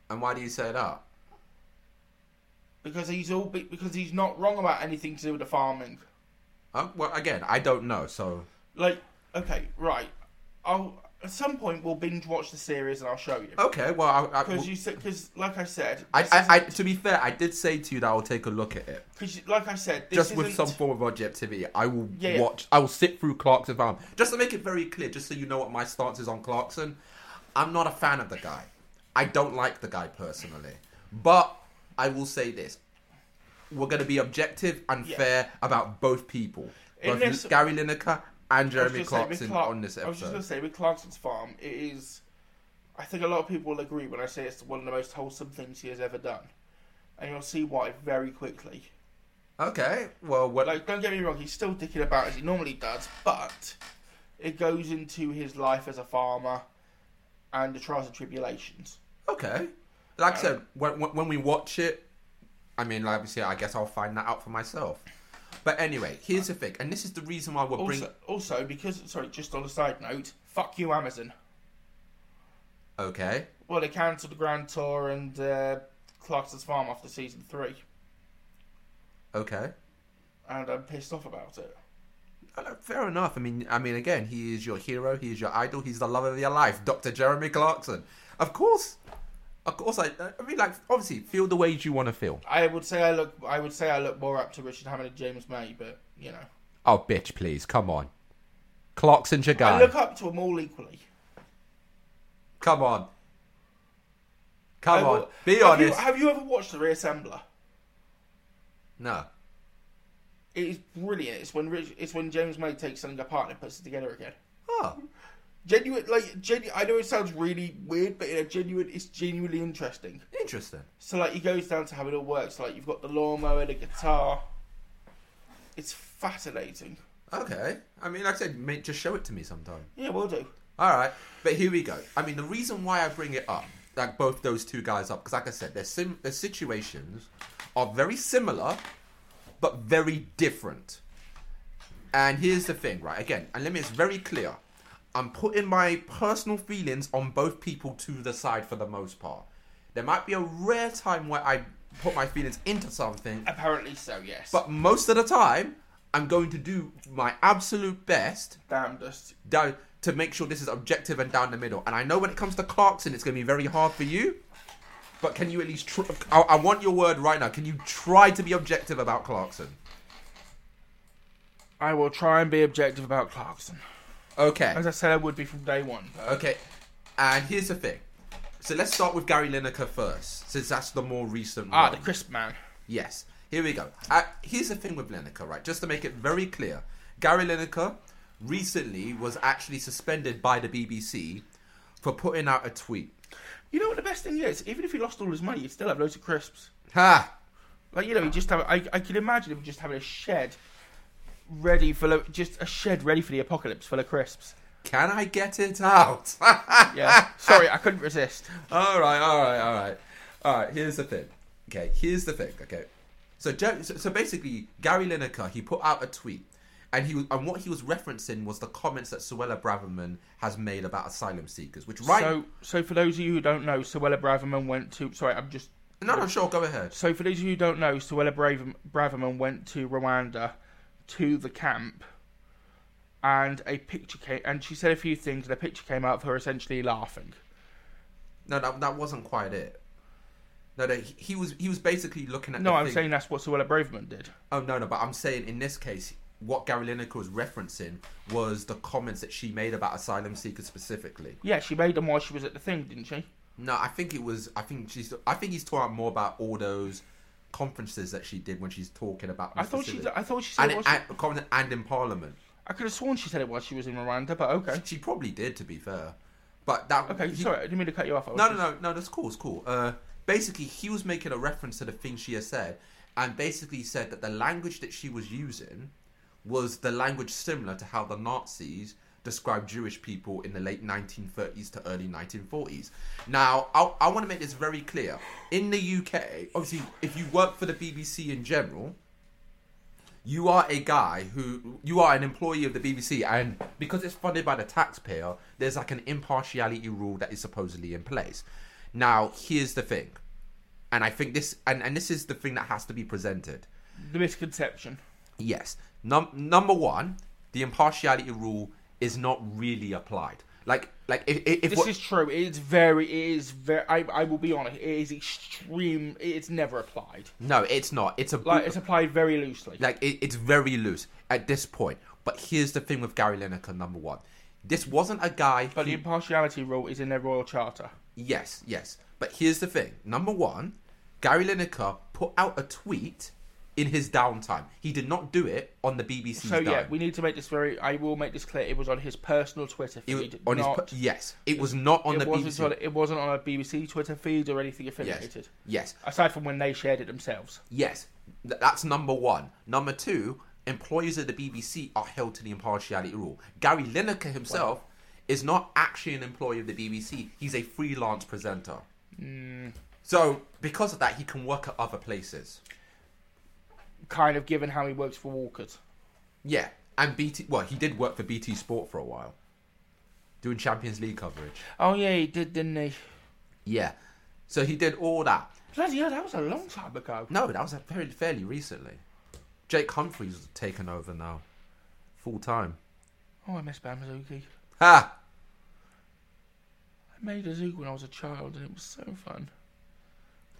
[SPEAKER 2] And why do you say that?
[SPEAKER 1] Because he's all be- because he's not wrong about anything to do with the farming.
[SPEAKER 2] Uh, well, again, I don't know. So,
[SPEAKER 1] Like, okay, right. I'll at some point we'll binge watch the series and I'll show you.
[SPEAKER 2] okay. Well, I, I,
[SPEAKER 1] Because you said because like I said,
[SPEAKER 2] Oh. I, I, I, to be fair, I did say to you that I will take a look at it.
[SPEAKER 1] because like I said, this
[SPEAKER 2] just
[SPEAKER 1] isn't,
[SPEAKER 2] with some form of objectivity. I will
[SPEAKER 1] Yeah, yeah.
[SPEAKER 2] watch. I will sit through Clarkson Farm just to make it very clear, just so you know what my stance is on Clarkson. I'm not a fan of the guy. I don't like the guy personally, but I will say this: we're going to be objective and
[SPEAKER 1] Yeah.
[SPEAKER 2] fair about both people, both
[SPEAKER 1] Unless-
[SPEAKER 2] Gary Lineker and
[SPEAKER 1] I was
[SPEAKER 2] Jeremy
[SPEAKER 1] just saying, with
[SPEAKER 2] Clarkson,
[SPEAKER 1] Clark-
[SPEAKER 2] on this
[SPEAKER 1] I was just
[SPEAKER 2] episode.
[SPEAKER 1] gonna say with Clarkson's farm, it is. I think a lot of people will agree when I say it's one of the most wholesome things he has ever done, and you'll see why very quickly.
[SPEAKER 2] Okay, well, what?
[SPEAKER 1] Like, don't get me wrong, he's still dicking about as he normally does, but it goes into his life as a farmer and the trials and tribulations.
[SPEAKER 2] okay, like I
[SPEAKER 1] Uh,
[SPEAKER 2] said, when, when when we watch it, I mean, like obviously, I guess I'll find that out for myself. But anyway, here's the thing, and this is the reason why we're
[SPEAKER 1] Also,
[SPEAKER 2] bringing.
[SPEAKER 1] also because sorry, just on a side note, fuck you, Amazon.
[SPEAKER 2] Okay.
[SPEAKER 1] Well, they cancelled the Grand Tour and uh, Clarkson's Farm after season three,
[SPEAKER 2] Okay.
[SPEAKER 1] and I'm pissed off about it.
[SPEAKER 2] Uh, no, Fair enough. I mean, I mean, again, he is your hero. He is your idol. He's the love of your life, Doctor Jeremy Clarkson. Of course, of course. I, I mean, like, obviously, feel the ways you want to feel.
[SPEAKER 1] I would say I look. I would say I look more up to Richard Hammond and James May, but you know,
[SPEAKER 2] Oh, bitch, please, come on, Clarkson's your
[SPEAKER 1] I
[SPEAKER 2] guy.
[SPEAKER 1] look up to them all equally.
[SPEAKER 2] Come on, come
[SPEAKER 1] I
[SPEAKER 2] on.
[SPEAKER 1] will-
[SPEAKER 2] Be
[SPEAKER 1] have you-
[SPEAKER 2] honest.
[SPEAKER 1] have you ever watched The Reassembler?
[SPEAKER 2] No.
[SPEAKER 1] It is brilliant. It's when Rich, it's when James May takes something apart and puts it together again.
[SPEAKER 2] Oh,
[SPEAKER 1] Genuine, like genuine. I know it sounds really weird, but in a genuine, it's genuinely interesting.
[SPEAKER 2] interesting.
[SPEAKER 1] So like, he goes down to how it all works. Like you've got the lawnmower, the guitar. It's fascinating.
[SPEAKER 2] Okay. I mean, like I said, mate, just show it to me sometime.
[SPEAKER 1] Yeah, we'll do.
[SPEAKER 2] All right, but here we go. I mean, the reason why I bring it up, like both those two guys up, because like I said, their sim- their situations are very similar, but very different. And here's the thing, right? Again, and let me, it's very clear. I'm putting my personal feelings on both people to the side for the most part. There might be a rare time where I put my feelings into something,
[SPEAKER 1] Apparently so, yes.
[SPEAKER 2] but most of the time, I'm going to do my absolute best
[SPEAKER 1] damnedest.
[SPEAKER 2] down to make sure this is objective and down the middle. And I know when it comes to Clarkson, it's going to be very hard for you. But can you at least? Tr- I-, I want your word right now. Can you try to be objective about Clarkson?
[SPEAKER 1] I will try and be objective about Clarkson.
[SPEAKER 2] Okay.
[SPEAKER 1] As I said, I would be from day one. but-
[SPEAKER 2] Okay. And here's the thing. So let's start with Gary Lineker first, since that's the more recent
[SPEAKER 1] Ah,
[SPEAKER 2] one.
[SPEAKER 1] the crisp man.
[SPEAKER 2] Yes. Here we go. Uh, here's the thing with Lineker, right? Just to make it very clear, Gary Lineker recently was actually suspended by the BBC for putting out a tweet.
[SPEAKER 1] You know what the best thing is? Even if he lost all his money, he'd still have loads of crisps.
[SPEAKER 2] Ha!
[SPEAKER 1] Like you know, he just have. I I can imagine him just having a shed ready for lo- just a shed ready for the apocalypse full of crisps.
[SPEAKER 2] Can I get it out?
[SPEAKER 1] Yeah. Sorry, I couldn't resist.
[SPEAKER 2] all right, all right, all right, all right. Here's the thing. Okay, here's the thing. Okay, so Jer- so, so basically, Gary Lineker he put out a tweet, and he was- and what he was referencing was the comments that Suella Braverman has made about asylum seekers, which right.
[SPEAKER 1] So so for those of you who don't know, Suella Braverman went to. Sorry, I'm just.
[SPEAKER 2] no, no, sure, go ahead.
[SPEAKER 1] So for those of you who don't know, Suella Braver- Braverman went to Rwanda to the camp, and a picture came. And she said a few things, and a picture came out of her essentially laughing.
[SPEAKER 2] No, that, that wasn't quite it. No, no, he, he was he was basically looking at.
[SPEAKER 1] No,
[SPEAKER 2] the
[SPEAKER 1] I'm
[SPEAKER 2] thing-
[SPEAKER 1] saying that's what Suella Braverman did.
[SPEAKER 2] Oh no, no, but I'm saying in this case, what Gary Lineker was referencing was the comments that she made about asylum seekers specifically.
[SPEAKER 1] Yeah, she made them while she was at the thing, didn't she?
[SPEAKER 2] No, I think it was. I think she's. I think he's talking more about all those conferences that she did when she's talking about.
[SPEAKER 1] I thought she
[SPEAKER 2] specific-
[SPEAKER 1] d- I thought she said
[SPEAKER 2] And,
[SPEAKER 1] it
[SPEAKER 2] in-
[SPEAKER 1] was-
[SPEAKER 2] and, comment- and in Parliament,
[SPEAKER 1] I could have sworn she said it while she was in Rwanda, but okay.
[SPEAKER 2] she probably did. To be fair, but that.
[SPEAKER 1] Okay,
[SPEAKER 2] he-
[SPEAKER 1] sorry, I didn't mean to cut you off. I was
[SPEAKER 2] No, no,
[SPEAKER 1] just-
[SPEAKER 2] no, no. That's cool. It's cool. Uh, basically, he was making a reference to the thing she has said, and basically said that the language that she was using was the language similar to how the Nazis described Jewish people in the late 1930s to early 1940s. Now, I, I want to make this very clear. In the UK, obviously, if you work for the BBC in general, you are a guy who you are an employee of the BBC, and because it's funded by the taxpayer, there's like an impartiality rule that is supposedly in place. Now, here's the thing, and I think this and, and this is the thing that has to be presented.
[SPEAKER 1] The misconception.
[SPEAKER 2] Yes. Num- number one, the impartiality rule is not really applied. Like, like if, if, if
[SPEAKER 1] This
[SPEAKER 2] what-
[SPEAKER 1] is true. It is very. It is very. I, I will be honest. It is extreme. It's never applied.
[SPEAKER 2] no, it's not. It's a
[SPEAKER 1] Like it's applied very loosely.
[SPEAKER 2] Like it, it's very loose at this point. But here's the thing with Gary Lineker, number one. This wasn't a guy
[SPEAKER 1] but the
[SPEAKER 2] who-
[SPEAKER 1] impartiality rule is in their royal charter.
[SPEAKER 2] Yes, yes. But here's the thing. Number one, Gary Lineker put out a tweet in his downtime. He did not do it on the BBC.
[SPEAKER 1] So yeah, we need to make this very. I will make this clear. It was on his personal Twitter
[SPEAKER 2] it,
[SPEAKER 1] feed.
[SPEAKER 2] was on his
[SPEAKER 1] not,
[SPEAKER 2] per- yes, it was not on
[SPEAKER 1] it
[SPEAKER 2] the
[SPEAKER 1] wasn't
[SPEAKER 2] BBC.
[SPEAKER 1] on- it wasn't on a BBC Twitter feed or anything
[SPEAKER 2] yes,
[SPEAKER 1] affiliated.
[SPEAKER 2] yes,
[SPEAKER 1] Aside from when they shared it themselves.
[SPEAKER 2] yes. Th- That's number one. Number two, employees of the BBC are held to the impartiality rule. Gary Lineker himself is not actually an employee of the BBC. He's a freelance presenter.
[SPEAKER 1] Hmm.
[SPEAKER 2] So because of that, he can work at other places.
[SPEAKER 1] Kind of given how he works for Walkers.
[SPEAKER 2] Yeah, and BT. Well, he did work for BT Sport for a while, doing Champions League coverage.
[SPEAKER 1] Oh yeah, he did, didn't he?
[SPEAKER 2] Yeah, so he did all that.
[SPEAKER 1] Bloody hell, that was a long time ago.
[SPEAKER 2] No, that was fairly fairly recently. Jake Humphries has taken over now, full time.
[SPEAKER 1] Oh, I miss Bam Azuki.
[SPEAKER 2] Ha!
[SPEAKER 1] I made a zoo when I was a child and it was so fun.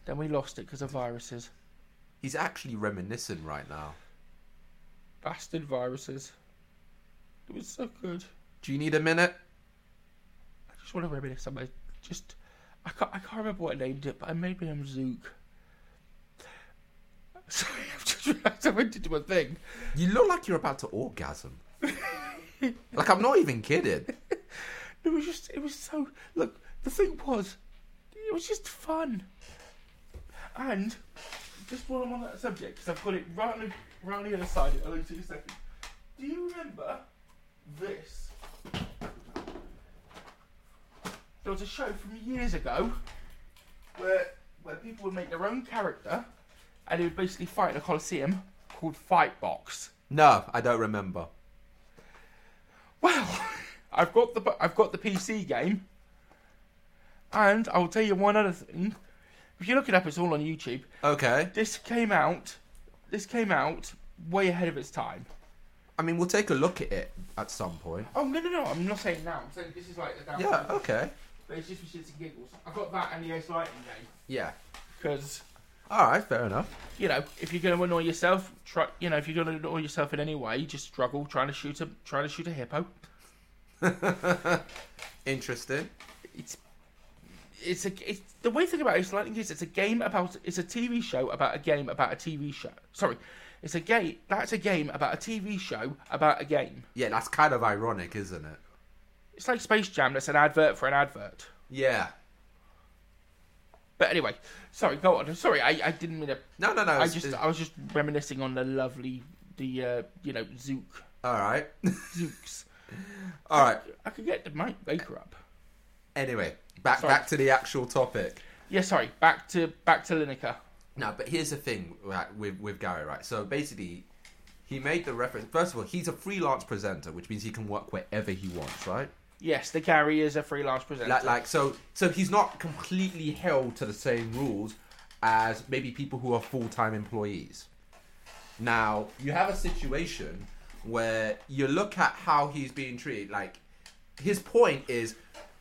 [SPEAKER 1] Then we lost it because of viruses.
[SPEAKER 2] He's actually reminiscing right now.
[SPEAKER 1] Bastard viruses. It was so good.
[SPEAKER 2] Do you need a minute?
[SPEAKER 1] I just want to reminisce on my. Just. I can't, I can't remember what I named it, but I made my own Zook. Sorry, I've just realised I went into a thing.
[SPEAKER 2] You look like you're about to orgasm. like I'm not even kidding.
[SPEAKER 1] It was just, it was so. Look, the thing was, it was just fun. And just while I'm on that subject, because I've got it right on, the, right on the other side, it'll only take a second. Do you remember this? There was a show from years ago where where people would make their own character and they would basically fight in a coliseum called Fight Box?
[SPEAKER 2] No, I don't remember.
[SPEAKER 1] Well, I've got the I've got the PC game, and I'll tell you one other thing. If you look it up, it's all on YouTube.
[SPEAKER 2] Okay.
[SPEAKER 1] This came out. This came out way ahead of its time.
[SPEAKER 2] I mean, we'll take a look at it at some point.
[SPEAKER 1] Oh no no no! I'm not saying now. I'm saying this is like the down.
[SPEAKER 2] Yeah, okay.
[SPEAKER 1] But it's just for shits and giggles. I've got that and the Ace Lighting game
[SPEAKER 2] Yeah.
[SPEAKER 1] because
[SPEAKER 2] All right, fair enough.
[SPEAKER 1] you know if you're going to annoy yourself, try. You know if you're going to annoy yourself in any way, you just struggle trying to shoot a trying to shoot a hippo.
[SPEAKER 2] Interesting.
[SPEAKER 1] It's it's a it's the way to think about Ace Lightning is it's a game about it's a TV show about a game about a TV show. Sorry, it's a game that's a game about a TV show about a game.
[SPEAKER 2] Yeah, that's kind of ironic, isn't it?
[SPEAKER 1] It's like Space Jam. That's an advert for an advert.
[SPEAKER 2] Yeah.
[SPEAKER 1] But anyway, sorry, go on. Sorry, I, I didn't mean to.
[SPEAKER 2] No, no, no,
[SPEAKER 1] I
[SPEAKER 2] it's-
[SPEAKER 1] just
[SPEAKER 2] it's-
[SPEAKER 1] I was just reminiscing on the lovely, the uh, you know Zook,
[SPEAKER 2] All right.
[SPEAKER 1] Zooks.
[SPEAKER 2] All right.
[SPEAKER 1] I could get the Mike Baker up.
[SPEAKER 2] Anyway, back
[SPEAKER 1] Sorry.
[SPEAKER 2] back to the actual topic.
[SPEAKER 1] Yeah, sorry. Back to back to Lineker.
[SPEAKER 2] No, but here's the thing right, with with Gary, right? So basically, he made the reference. First of all, he's a freelance presenter, which means he can work wherever he wants, right?
[SPEAKER 1] Yes, the Gary is a freelance presenter.
[SPEAKER 2] Like, like so, so he's not completely held to the same rules as maybe people who are full time employees. Now you have a situation where you look at how he's being treated. Like his point is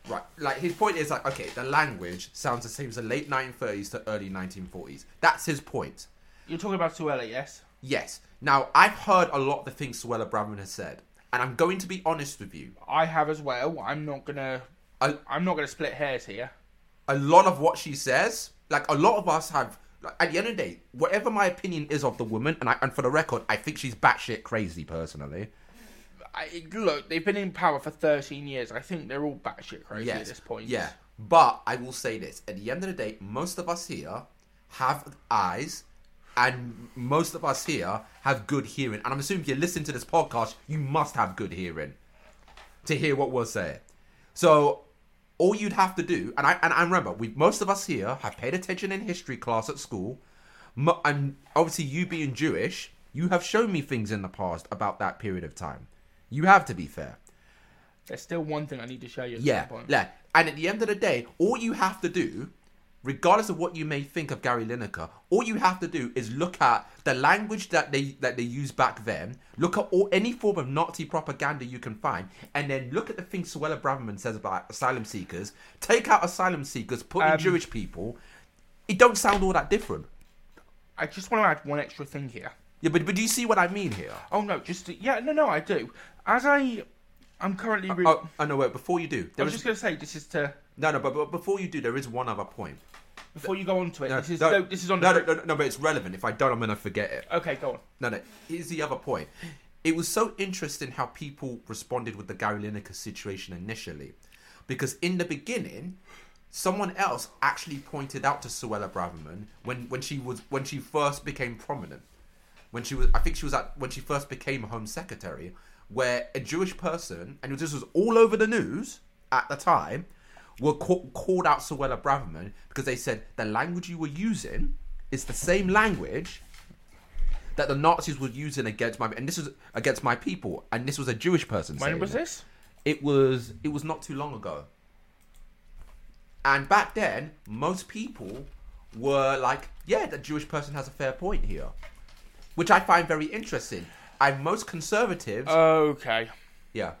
[SPEAKER 2] right. Like his point is like okay, the language sounds the same as the late 1930s to early 1940s. That's his point.
[SPEAKER 1] You're talking about Suella, yes?
[SPEAKER 2] Yes. Now I've heard a lot of the things Suella Braverman has said, and I'm going to be honest with you.
[SPEAKER 1] I have as well. I'm not gonna.
[SPEAKER 2] I-
[SPEAKER 1] I'm not gonna split hairs here.
[SPEAKER 2] a lot of what she says, like a lot of us have. Like, at the end of the day, whatever my opinion is of the woman, and I, and for the record, I think she's batshit crazy personally.
[SPEAKER 1] I, look, they've been in power for 13 years. I think they're all batshit crazy
[SPEAKER 2] Yes.
[SPEAKER 1] at this point.
[SPEAKER 2] Yeah. But I will say this: at the end of the day, most of us here have eyes, and most of us here have good hearing. And I'm assuming if you listen to this podcast, you must have good hearing to hear what we're saying. So all you'd have to do, and I and I remember, we most of us here have paid attention in history class at school, Mo- and obviously you being Jewish, you have shown me things in the past about that period of time. You have to be fair.
[SPEAKER 1] There's still one thing I need to show you at
[SPEAKER 2] Yeah,
[SPEAKER 1] some point.
[SPEAKER 2] yeah. And at the end of the day, all you have to do, regardless of what you may think of Gary Lineker, all you have to do is look at the language that they that they used back then. Look at all, any form of Nazi propaganda you can find, and then look at the things Suella Braverman says about asylum seekers. Take out asylum seekers, put
[SPEAKER 1] Um,
[SPEAKER 2] in Jewish people. It don't sound all that different.
[SPEAKER 1] I just want to add one extra thing here.
[SPEAKER 2] Yeah, but, but do you see what I mean here?
[SPEAKER 1] Oh, no, just. Yeah, no, no, I do. As I. I'm currently. Re-
[SPEAKER 2] Oh, oh no, wait. Before you do,
[SPEAKER 1] I
[SPEAKER 2] there
[SPEAKER 1] was
[SPEAKER 2] is
[SPEAKER 1] just going to say, this is to.
[SPEAKER 2] no, no. But, but before you do, there is one other point.
[SPEAKER 1] Before you go on to it,
[SPEAKER 2] No,
[SPEAKER 1] this is
[SPEAKER 2] no,
[SPEAKER 1] no, this is on
[SPEAKER 2] no,
[SPEAKER 1] the.
[SPEAKER 2] no, no, no, but it's relevant. If I don't, I'm gonna forget it.
[SPEAKER 1] Okay, go on.
[SPEAKER 2] No, no. Here's the other point. It was so interesting how people responded with the Gary Lineker situation initially, because in the beginning, someone else actually pointed out to Suella Braverman when when she was when she first became prominent, when she was I think she was at when she first became Home Secretary, where a Jewish person and this was all over the news at the time, were ca- called out Suella Braverman because they said the language you were using is the same language that the Nazis were using against my and this was against my people, and this was a Jewish person.
[SPEAKER 1] When
[SPEAKER 2] saying
[SPEAKER 1] was
[SPEAKER 2] it.
[SPEAKER 1] this?
[SPEAKER 2] It was it was not too long ago. And back then, most people were like, "Yeah, the Jewish person has a fair point here," which I find very interesting. And most conservatives,
[SPEAKER 1] Uh, Okay.
[SPEAKER 2] yeah,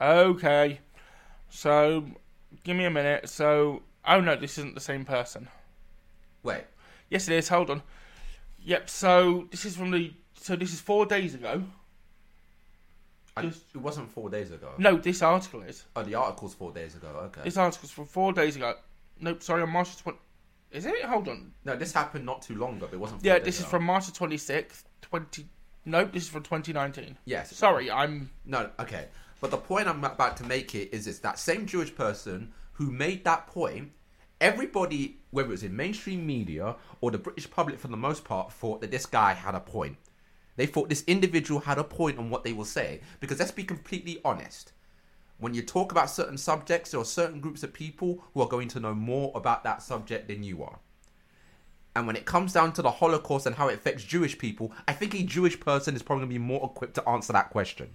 [SPEAKER 1] Okay. So, give me a minute. So. Oh, no, this isn't the same person.
[SPEAKER 2] wait,
[SPEAKER 1] Yes, it is. Hold on. Yep. So this is from the. So this is four days ago.
[SPEAKER 2] I, it wasn't four days ago.
[SPEAKER 1] No, this article is.
[SPEAKER 2] Oh, the article's four days ago. Okay.
[SPEAKER 1] This article's from four days ago. Nope. Sorry, on March twenty. Is it? Hold on.
[SPEAKER 2] No, this happened not too long ago. But it wasn't. Four
[SPEAKER 1] Yeah,
[SPEAKER 2] days
[SPEAKER 1] this is
[SPEAKER 2] ago.
[SPEAKER 1] from March twenty sixth, twenty. Nope, this is from twenty nineteen.
[SPEAKER 2] Yes.
[SPEAKER 1] Sorry, I'm.
[SPEAKER 2] No, okay. But the point I'm about to make here is it's that same Jewish person who made that point. Everybody, whether it was in mainstream media or the British public for the most part, thought that this guy had a point. They thought this individual had a point on what they were saying. Because let's be completely honest. When you talk about certain subjects, there are certain groups of people who are going to know more about that subject than you are. And when it comes down to the Holocaust and how it affects Jewish people, I think a Jewish person is probably going to be more equipped to answer that question.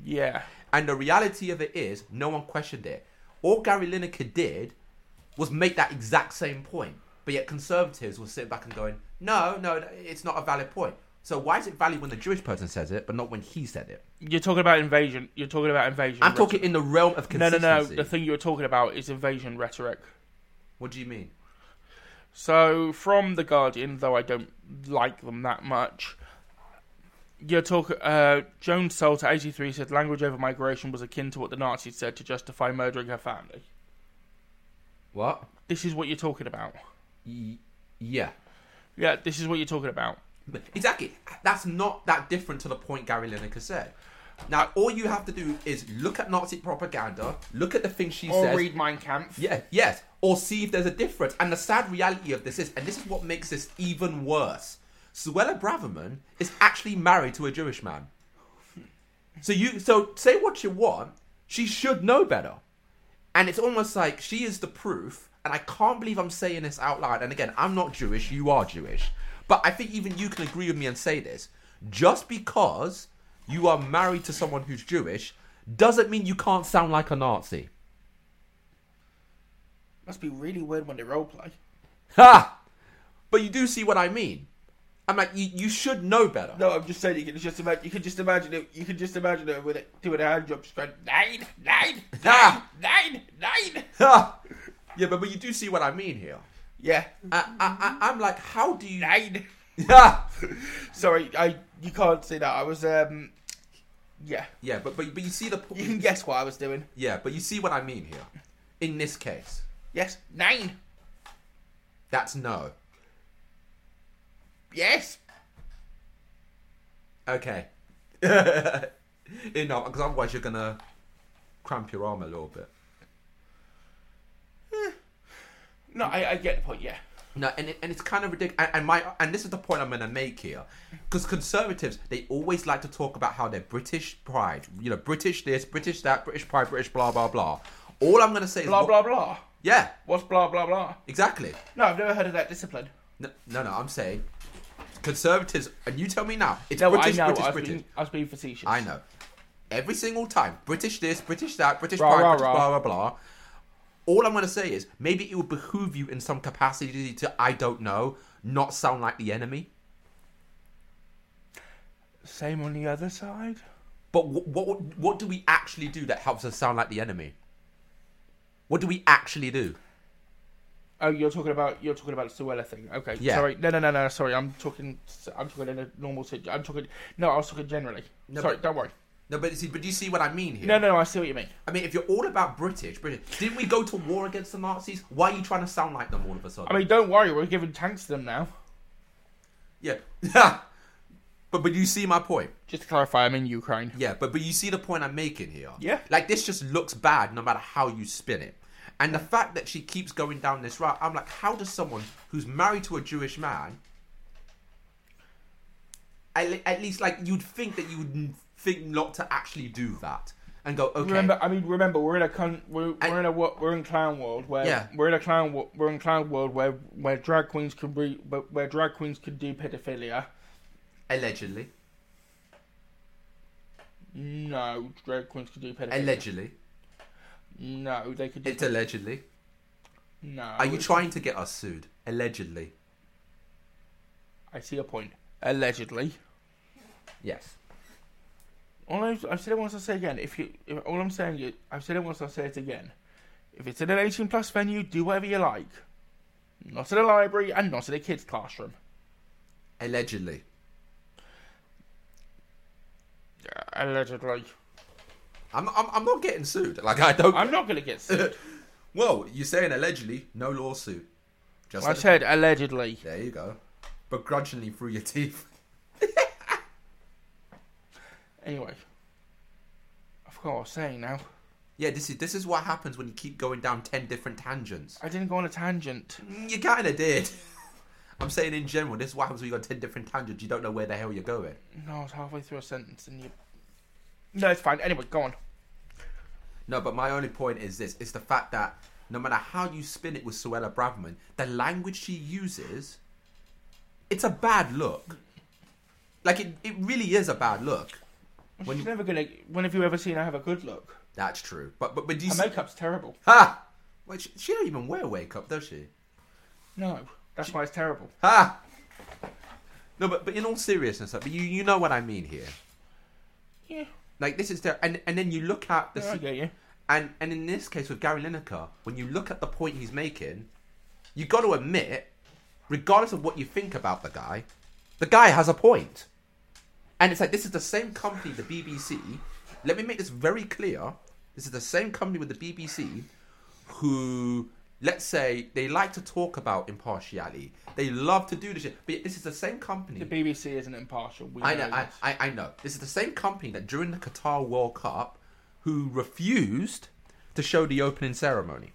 [SPEAKER 1] Yeah.
[SPEAKER 2] And the reality of it is, no one questioned it. All Gary Lineker did was make that exact same point. But yet conservatives were sitting back and going, no, no, it's not a valid point. So why is it valid when the Jewish person says it, but not when he said it?
[SPEAKER 1] You're talking about invasion. You're talking about invasion.
[SPEAKER 2] I'm talking in the realm of
[SPEAKER 1] No, no,
[SPEAKER 2] consistency.
[SPEAKER 1] no. The thing you were talking about is invasion rhetoric.
[SPEAKER 2] What do you mean?
[SPEAKER 1] So, from The Guardian, though I don't like them that much, you're talking. Uh, Joan Salter, 83, said language over migration was akin to what the Nazis said to justify murdering her family.
[SPEAKER 2] What?
[SPEAKER 1] This is what you're talking about.
[SPEAKER 2] Y- yeah.
[SPEAKER 1] Yeah, this is what you're talking about.
[SPEAKER 2] Exactly. That's not that different to the point Gary Lineker said. Now, all you have to do is look at Nazi propaganda, look at the things she
[SPEAKER 1] Or
[SPEAKER 2] says.
[SPEAKER 1] read Mein Kampf.
[SPEAKER 2] Yeah, yes. Or see if there's a difference. And the sad reality of this is, and this is what makes this even worse, Suella Braverman is actually married to a Jewish man. So you so say what you want, she should know better. And it's almost like she is the proof, and I can't believe I'm saying this out loud. And again, I'm not Jewish, you are Jewish. But I think even you can agree with me and say this. Just because you are married to someone who's Jewish doesn't mean you can't sound like a Nazi.
[SPEAKER 1] Must be really weird when they roleplay.
[SPEAKER 2] Ha! But you do see what I mean. I'm like, you, you should know better.
[SPEAKER 1] No, I'm just saying you can just imagine. You can just imagine it. You can just imagine it with it doing a hand job. Just going nine, nine, nine,
[SPEAKER 2] Ah.
[SPEAKER 1] nine, nine.
[SPEAKER 2] Ha! yeah, but, but you do see what I mean here.
[SPEAKER 1] Yeah,
[SPEAKER 2] I, I, I, I'm like, how do you.
[SPEAKER 1] nine.
[SPEAKER 2] Yeah!
[SPEAKER 1] Sorry, I you can't see that. I was um, yeah.
[SPEAKER 2] Yeah, but, but, but you see the
[SPEAKER 1] You can
[SPEAKER 2] point.
[SPEAKER 1] guess what I was doing.
[SPEAKER 2] Yeah, but you see what I mean here. In this case,
[SPEAKER 1] Yes, nine.
[SPEAKER 2] that's no.
[SPEAKER 1] Yes.
[SPEAKER 2] Okay. you know, because otherwise you're going to cramp your arm a little bit.
[SPEAKER 1] No, I, I get the point. Yeah.
[SPEAKER 2] No, and it, and it's kind of ridiculous. And, and my and this is the point I'm going to make here, because conservatives they always like to talk about how they're British pride, you know, British this, British that, British pride, British blah blah blah. All I'm going to say is
[SPEAKER 1] Blah
[SPEAKER 2] what-
[SPEAKER 1] blah blah.
[SPEAKER 2] Yeah,
[SPEAKER 1] What's blah blah blah?
[SPEAKER 2] exactly.
[SPEAKER 1] No, I've never heard of that discipline.
[SPEAKER 2] No, no, no I'm saying conservatives, and you tell me now, it's
[SPEAKER 1] No,
[SPEAKER 2] British,
[SPEAKER 1] I know.
[SPEAKER 2] British,
[SPEAKER 1] I, was
[SPEAKER 2] British.
[SPEAKER 1] Being, I was being facetious.
[SPEAKER 2] I know. Every single time, British this, British that, British
[SPEAKER 1] Rah,
[SPEAKER 2] pride,
[SPEAKER 1] rah,
[SPEAKER 2] British
[SPEAKER 1] rah.
[SPEAKER 2] blah blah blah. All I'm going to say is maybe it would behoove you in some capacity to I don't know, not sound like the enemy.
[SPEAKER 1] Same on the other side.
[SPEAKER 2] But what, what what do we actually do that helps us sound like the enemy? What do we actually do?
[SPEAKER 1] Oh, you're talking about you're talking about the Suella thing. Okay,
[SPEAKER 2] Yeah.
[SPEAKER 1] sorry. No, no, no, no. Sorry, I'm talking. I'm talking in a normal. sit- I'm talking. No, I was talking generally.
[SPEAKER 2] No,
[SPEAKER 1] sorry,
[SPEAKER 2] but-
[SPEAKER 1] don't worry.
[SPEAKER 2] No, but see, but do you see what I mean here?
[SPEAKER 1] No, no, no. I see what you mean.
[SPEAKER 2] I mean, if you're all about British, British, didn't we go to war against the Nazis? Why are you trying to sound like them all of a sudden?
[SPEAKER 1] I mean, don't worry. We're giving tanks to them now.
[SPEAKER 2] yeah, yeah. But but you see my point.
[SPEAKER 1] Just to clarify, I'm in Ukraine.
[SPEAKER 2] Yeah, but but you see the point I'm making here.
[SPEAKER 1] Yeah.
[SPEAKER 2] Like this just looks bad no matter how you spin it. And the fact that she keeps going down this route, I'm like, how does someone who's married to a Jewish man, at, le- at least like you'd think that you would n- think not to actually do that and go, okay,
[SPEAKER 1] Remember, I mean, remember, we're in a con- we're, we're in a wo- we're in clown world where
[SPEAKER 2] Yeah.
[SPEAKER 1] we're in a clown wo- we're in clown world where where drag queens can re- where, where drag queens can do pedophilia.
[SPEAKER 2] allegedly,
[SPEAKER 1] No, drag queens can do pedophilia.
[SPEAKER 2] allegedly,
[SPEAKER 1] No, they could do.
[SPEAKER 2] it's allegedly.
[SPEAKER 1] no.
[SPEAKER 2] Are you trying to get us sued? Allegedly.
[SPEAKER 1] I see your point. Allegedly.
[SPEAKER 2] Yes.
[SPEAKER 1] All I've, I've said it once. I'll say it again. If you, if, all I'm saying is, I've said it once. I'll say it again. If it's in an 18 plus venue, do whatever you like. Not in a library and not in a kids' classroom.
[SPEAKER 2] Allegedly.
[SPEAKER 1] Allegedly,
[SPEAKER 2] I'm, I'm, I'm not getting sued. Like I don't.
[SPEAKER 1] I'm not gonna get sued.
[SPEAKER 2] Well, you're saying allegedly, no lawsuit. Just
[SPEAKER 1] I
[SPEAKER 2] like-
[SPEAKER 1] said allegedly.
[SPEAKER 2] There you go. Begrudgingly through your teeth.
[SPEAKER 1] Anyway, I forgot what I was saying now.
[SPEAKER 2] Yeah, this is this is what happens when you keep going down ten different tangents.
[SPEAKER 1] I didn't go on a tangent.
[SPEAKER 2] You kinda did. I'm saying in general, this is what happens when you got ten different tangents, you don't know where the hell you're going.
[SPEAKER 1] No, I was halfway through a sentence and you. No, it's fine. Anyway, go on.
[SPEAKER 2] No, but my only point is this it's the fact that no matter how you spin it with Suella Braverman, the language she uses it's a bad look. Like it, it really is a bad look.
[SPEAKER 1] When She's never gonna. When have you ever seen her have a good look?
[SPEAKER 2] That's true. But but but do you
[SPEAKER 1] Her
[SPEAKER 2] see?
[SPEAKER 1] makeup's terrible.
[SPEAKER 2] Ha! Well, she, she don't even wear wake up, does she?
[SPEAKER 1] No, that's why it's terrible.
[SPEAKER 2] Ha! No, but but in all seriousness, like, but you you know what I mean here.
[SPEAKER 1] Yeah,
[SPEAKER 2] Like this is there, and and then you look at the
[SPEAKER 1] no, I get you.
[SPEAKER 2] And and in this case with Gary Lineker, when you look at the point he's making, you got to admit, regardless of what you think about the guy, the guy has a point. And it's like this is the same company, the BBC. Let me make this very clear. This is the same company with the BBC who let's say they like to talk about impartiality. They love to do this shit. But this is the same company.
[SPEAKER 1] The BBC isn't impartial. We
[SPEAKER 2] I know, I,
[SPEAKER 1] this.
[SPEAKER 2] I, I know. This is the same company that during the Qatar World Cup, who refused to show the opening ceremony.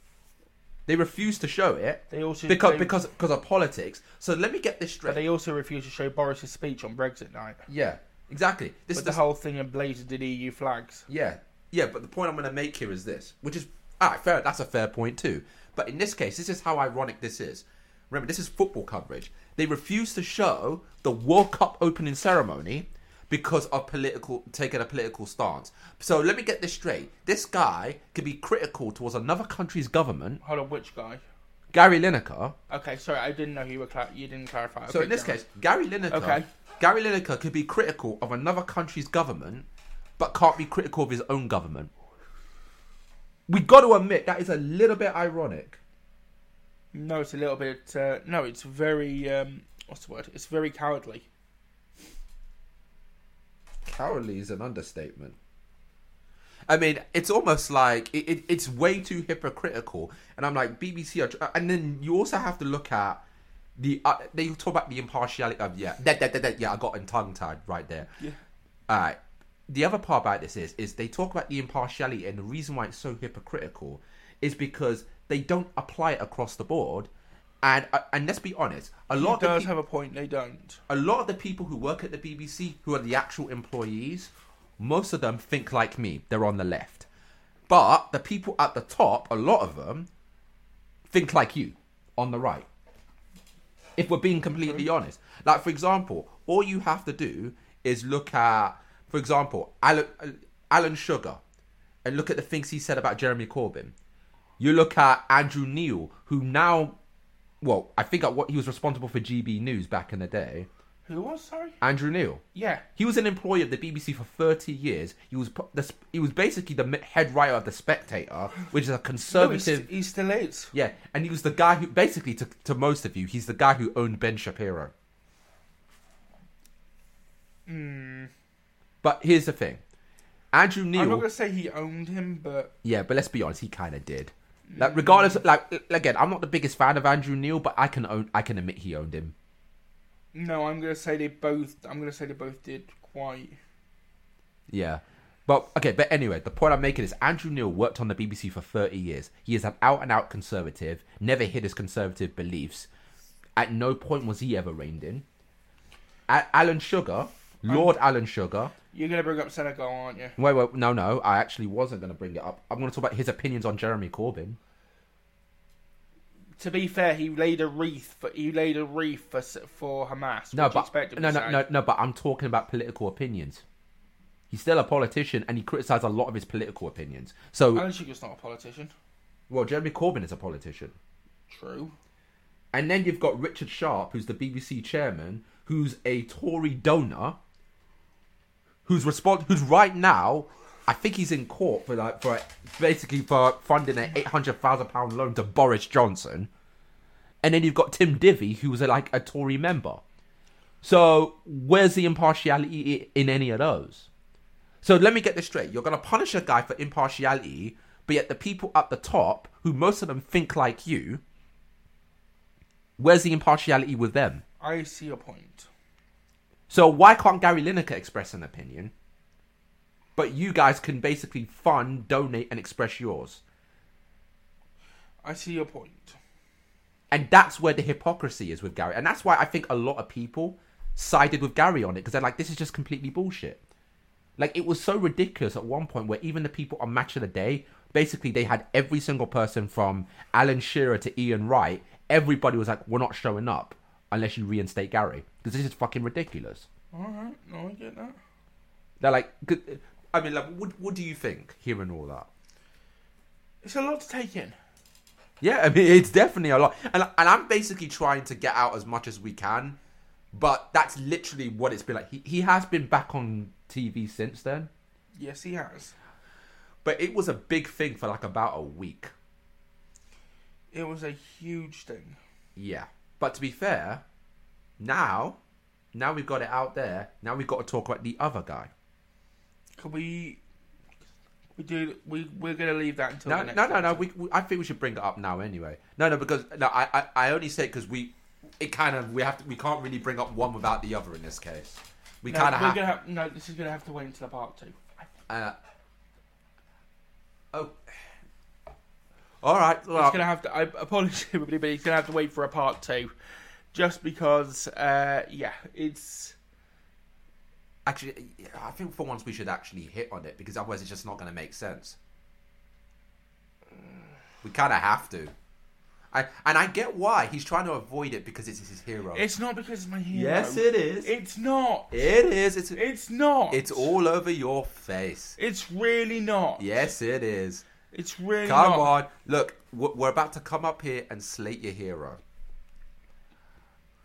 [SPEAKER 2] They refused to show it.
[SPEAKER 1] They also-
[SPEAKER 2] because
[SPEAKER 1] they-
[SPEAKER 2] because because of politics. So let me get this straight.
[SPEAKER 1] But they also refused to show Boris's speech on Brexit night.
[SPEAKER 2] yeah, exactly. This
[SPEAKER 1] But
[SPEAKER 2] is
[SPEAKER 1] the
[SPEAKER 2] the-
[SPEAKER 1] whole thing emblazoned in EU E flags.
[SPEAKER 2] Yeah, yeah, but the point I'm going to make here is this, which is all right, fair. That's a fair point too. But in this case, this is how ironic this is. Remember, this is football coverage. They refuse to show the World Cup opening ceremony because of political taking a political stance. So let me get this straight. This guy could be critical towards another country's government,
[SPEAKER 1] Hold on, which guy?
[SPEAKER 2] Gary Lineker.
[SPEAKER 1] Okay, sorry, I didn't know you were. Cla- you didn't clarify.
[SPEAKER 2] So
[SPEAKER 1] Okay,
[SPEAKER 2] in this
[SPEAKER 1] go on.
[SPEAKER 2] case, Gary Lineker,
[SPEAKER 1] Okay.
[SPEAKER 2] Gary Lineker could be critical of another country's government, but can't be critical of his own government. We got to admit that is a little bit ironic.
[SPEAKER 1] no, it's a little bit. Uh, no, it's very. Um, what's the word? It's very cowardly.
[SPEAKER 2] Cowardly is an understatement. I mean, it's almost like it, it, it's way too hypocritical, and I'm like BBC, are, tr- and then you also have to look at the uh, they talk about the impartiality of yeah, that, that, that, that, yeah, I got in tongue tied right there. Yeah. All right. The other part about this is is they talk about the impartiality, and the reason why it's so hypocritical is because they don't apply it across the board, and uh, and let's be honest, a
[SPEAKER 1] He
[SPEAKER 2] lot of the
[SPEAKER 1] does
[SPEAKER 2] peop-
[SPEAKER 1] have a point. They don't.
[SPEAKER 2] a lot of the people who work at the BBC, who are the actual employees, most of them think like me. They're on the left. But the people at the top, a lot of them, think like you on the right. If we're being completely honest. Like, for example, all you have to do is look at, for example, Alan, Alan Sugar and look at the things he said about Jeremy Corbyn. You look at Andrew Neil, who now, well, I think at what he was responsible for GB News back in the day.
[SPEAKER 1] Who was? Sorry.
[SPEAKER 2] Andrew Neil.
[SPEAKER 1] Yeah.
[SPEAKER 2] He was an employee of the BBC for 30 years. He was pu- the, sp- he was basically the m- head writer of the Spectator, which is a
[SPEAKER 1] No, he,
[SPEAKER 2] conservative.
[SPEAKER 1] st- he still is.
[SPEAKER 2] yeah, and he was the guy who basically to, to most of you, he's the guy who owned Ben Shapiro. But here's the thing. Andrew Neil
[SPEAKER 1] Hmm. I'm not gonna say he owned him, but
[SPEAKER 2] yeah, but let's be honest, he kind of did. Like,
[SPEAKER 1] Hmm.
[SPEAKER 2] regardless, like again, I'm not the biggest fan of Andrew Neil, but I can own, I can admit he owned him.
[SPEAKER 1] no, I'm gonna say they both. I'm gonna say they both did quite.
[SPEAKER 2] Yeah, but okay, but anyway, the point I'm making is Andrew Neil worked on the BBC for 30 years. He is an out-and-out conservative, never hid his conservative beliefs. At no point was he ever reined in. A- Alan Sugar,
[SPEAKER 1] Um,
[SPEAKER 2] Lord Alan Sugar.
[SPEAKER 1] You're gonna bring up Senegal, aren't you?
[SPEAKER 2] Wait, wait, no, no, I actually wasn't going to bring it up. I'm going to talk about his opinions on Jeremy Corbyn.
[SPEAKER 1] To be fair, he laid a wreath for he laid a wreath for S- for Hamas.
[SPEAKER 2] No,
[SPEAKER 1] which you
[SPEAKER 2] but
[SPEAKER 1] expect him
[SPEAKER 2] no,
[SPEAKER 1] to
[SPEAKER 2] no,
[SPEAKER 1] say.
[SPEAKER 2] no, no. But I'm talking about political opinions. He's still a politician, and he criticised a lot of his political opinions. So,
[SPEAKER 1] Alan Sugar's not a politician.
[SPEAKER 2] well, Jeremy Corbyn is a politician,
[SPEAKER 1] True.
[SPEAKER 2] and then you've got Richard Sharp, who's the BBC chairman, who's a Tory donor, who's respond, who's right now, I think he's in court for like for basically for funding an eight hundred thousand pound loan to Boris Johnson, and then you've got Tim Divvy, who was like a Tory member. So where's the impartiality i- in any of those? So let me get this straight: you're going to punish a guy for impartiality, but yet the people at the top, who most of them think like you, where's the impartiality with them?
[SPEAKER 1] I see your point.
[SPEAKER 2] So why can't Gary Lineker express an opinion? But you guys can basically fund, donate, and express yours.
[SPEAKER 1] I see your point.
[SPEAKER 2] And that's where the hypocrisy is with Gary. And that's why I think a lot of people sided with Gary on it because they're like, this is just completely bullshit. Like, it was so ridiculous at one point where even the people on Match of the Day, basically, they had every single person from Alan Shearer to Ian Wright, everybody was like, we're not showing up. unless you reinstate Gary because this is fucking ridiculous.
[SPEAKER 1] All right, no, I get that.
[SPEAKER 2] They're like, good- I mean, like, what what do you think hearing all that?
[SPEAKER 1] It's a lot to take in.
[SPEAKER 2] Yeah, I mean, it's definitely a lot, and and I'm basically trying to get out as much as we can, but that's literally what it's been like. He he has been back on TV since then,
[SPEAKER 1] Yes, he has.
[SPEAKER 2] but it was a big thing for like about a week.
[SPEAKER 1] It was a huge thing.
[SPEAKER 2] Yeah. But to be fair, now, now we've got it out there. Now we've got to talk about the other guy.
[SPEAKER 1] Could we? We do. We we're gonna leave that until
[SPEAKER 2] No,
[SPEAKER 1] the next
[SPEAKER 2] no, no, no.
[SPEAKER 1] episode.
[SPEAKER 2] We, we, I think we should bring it up now anyway. No, no, because no, I, I, I only say it because we, it kind of we have to. We can't really bring up one without the other in this case. We
[SPEAKER 1] No,
[SPEAKER 2] kind of
[SPEAKER 1] we're
[SPEAKER 2] have.
[SPEAKER 1] gonna have. No, this is gonna have to wait until part two.
[SPEAKER 2] Uh, oh. All right. Well,
[SPEAKER 1] It's gonna have to. I apologize, everybody, but he's gonna have to wait for a part two, just because. Uh, yeah, it's.
[SPEAKER 2] actually, I think for once we should actually hit on it because otherwise it's just not going to make sense. We kind of have to. I and I get why he's trying to avoid it because it's his hero.
[SPEAKER 1] It's not because it's my hero.
[SPEAKER 2] Yes, it is.
[SPEAKER 1] It's not.
[SPEAKER 2] it is. It's
[SPEAKER 1] It's not.
[SPEAKER 2] it's all over your face.
[SPEAKER 1] It's really not.
[SPEAKER 2] Yes, it is.
[SPEAKER 1] It's really
[SPEAKER 2] Come
[SPEAKER 1] not.
[SPEAKER 2] on, look, we're we're about to come up here and slate your hero.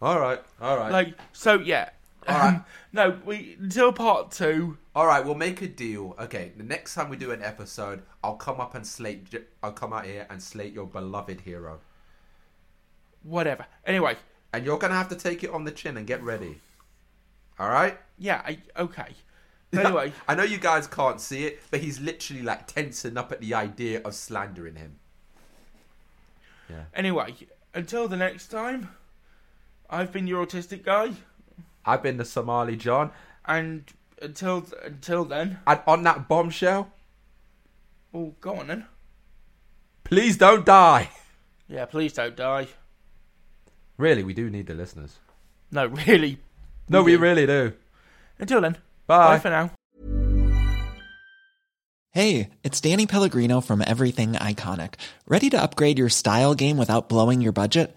[SPEAKER 2] All right, all right,
[SPEAKER 1] Like so, yeah. Um,
[SPEAKER 2] Alright.
[SPEAKER 1] no, we until part two.
[SPEAKER 2] all right. We'll make a deal. Okay, the next time we do an episode, I'll come up and slate. J- I'll come out here and slate your beloved hero.
[SPEAKER 1] Whatever. Anyway,
[SPEAKER 2] And you're gonna have to take it on the chin and get ready. All right.
[SPEAKER 1] yeah. I, okay. Anyway,
[SPEAKER 2] I know you guys can't see it, but he's literally like tensing up at the idea of slandering him.
[SPEAKER 1] anyway. Until the next time, I've been your autistic guy,
[SPEAKER 2] I've been the Somali John,
[SPEAKER 1] and until until then,
[SPEAKER 2] and on that bombshell,
[SPEAKER 1] well, go on then.
[SPEAKER 2] please don't die.
[SPEAKER 1] Yeah, please don't die.
[SPEAKER 2] Really, we do need the listeners.
[SPEAKER 1] No, really.
[SPEAKER 2] No, we
[SPEAKER 1] do.
[SPEAKER 2] really do.
[SPEAKER 1] Until then, bye
[SPEAKER 2] Bye.
[SPEAKER 1] for now.
[SPEAKER 6] Hey, it's Danny Pellegrino from Everything Iconic. Ready to upgrade your style game without blowing your budget?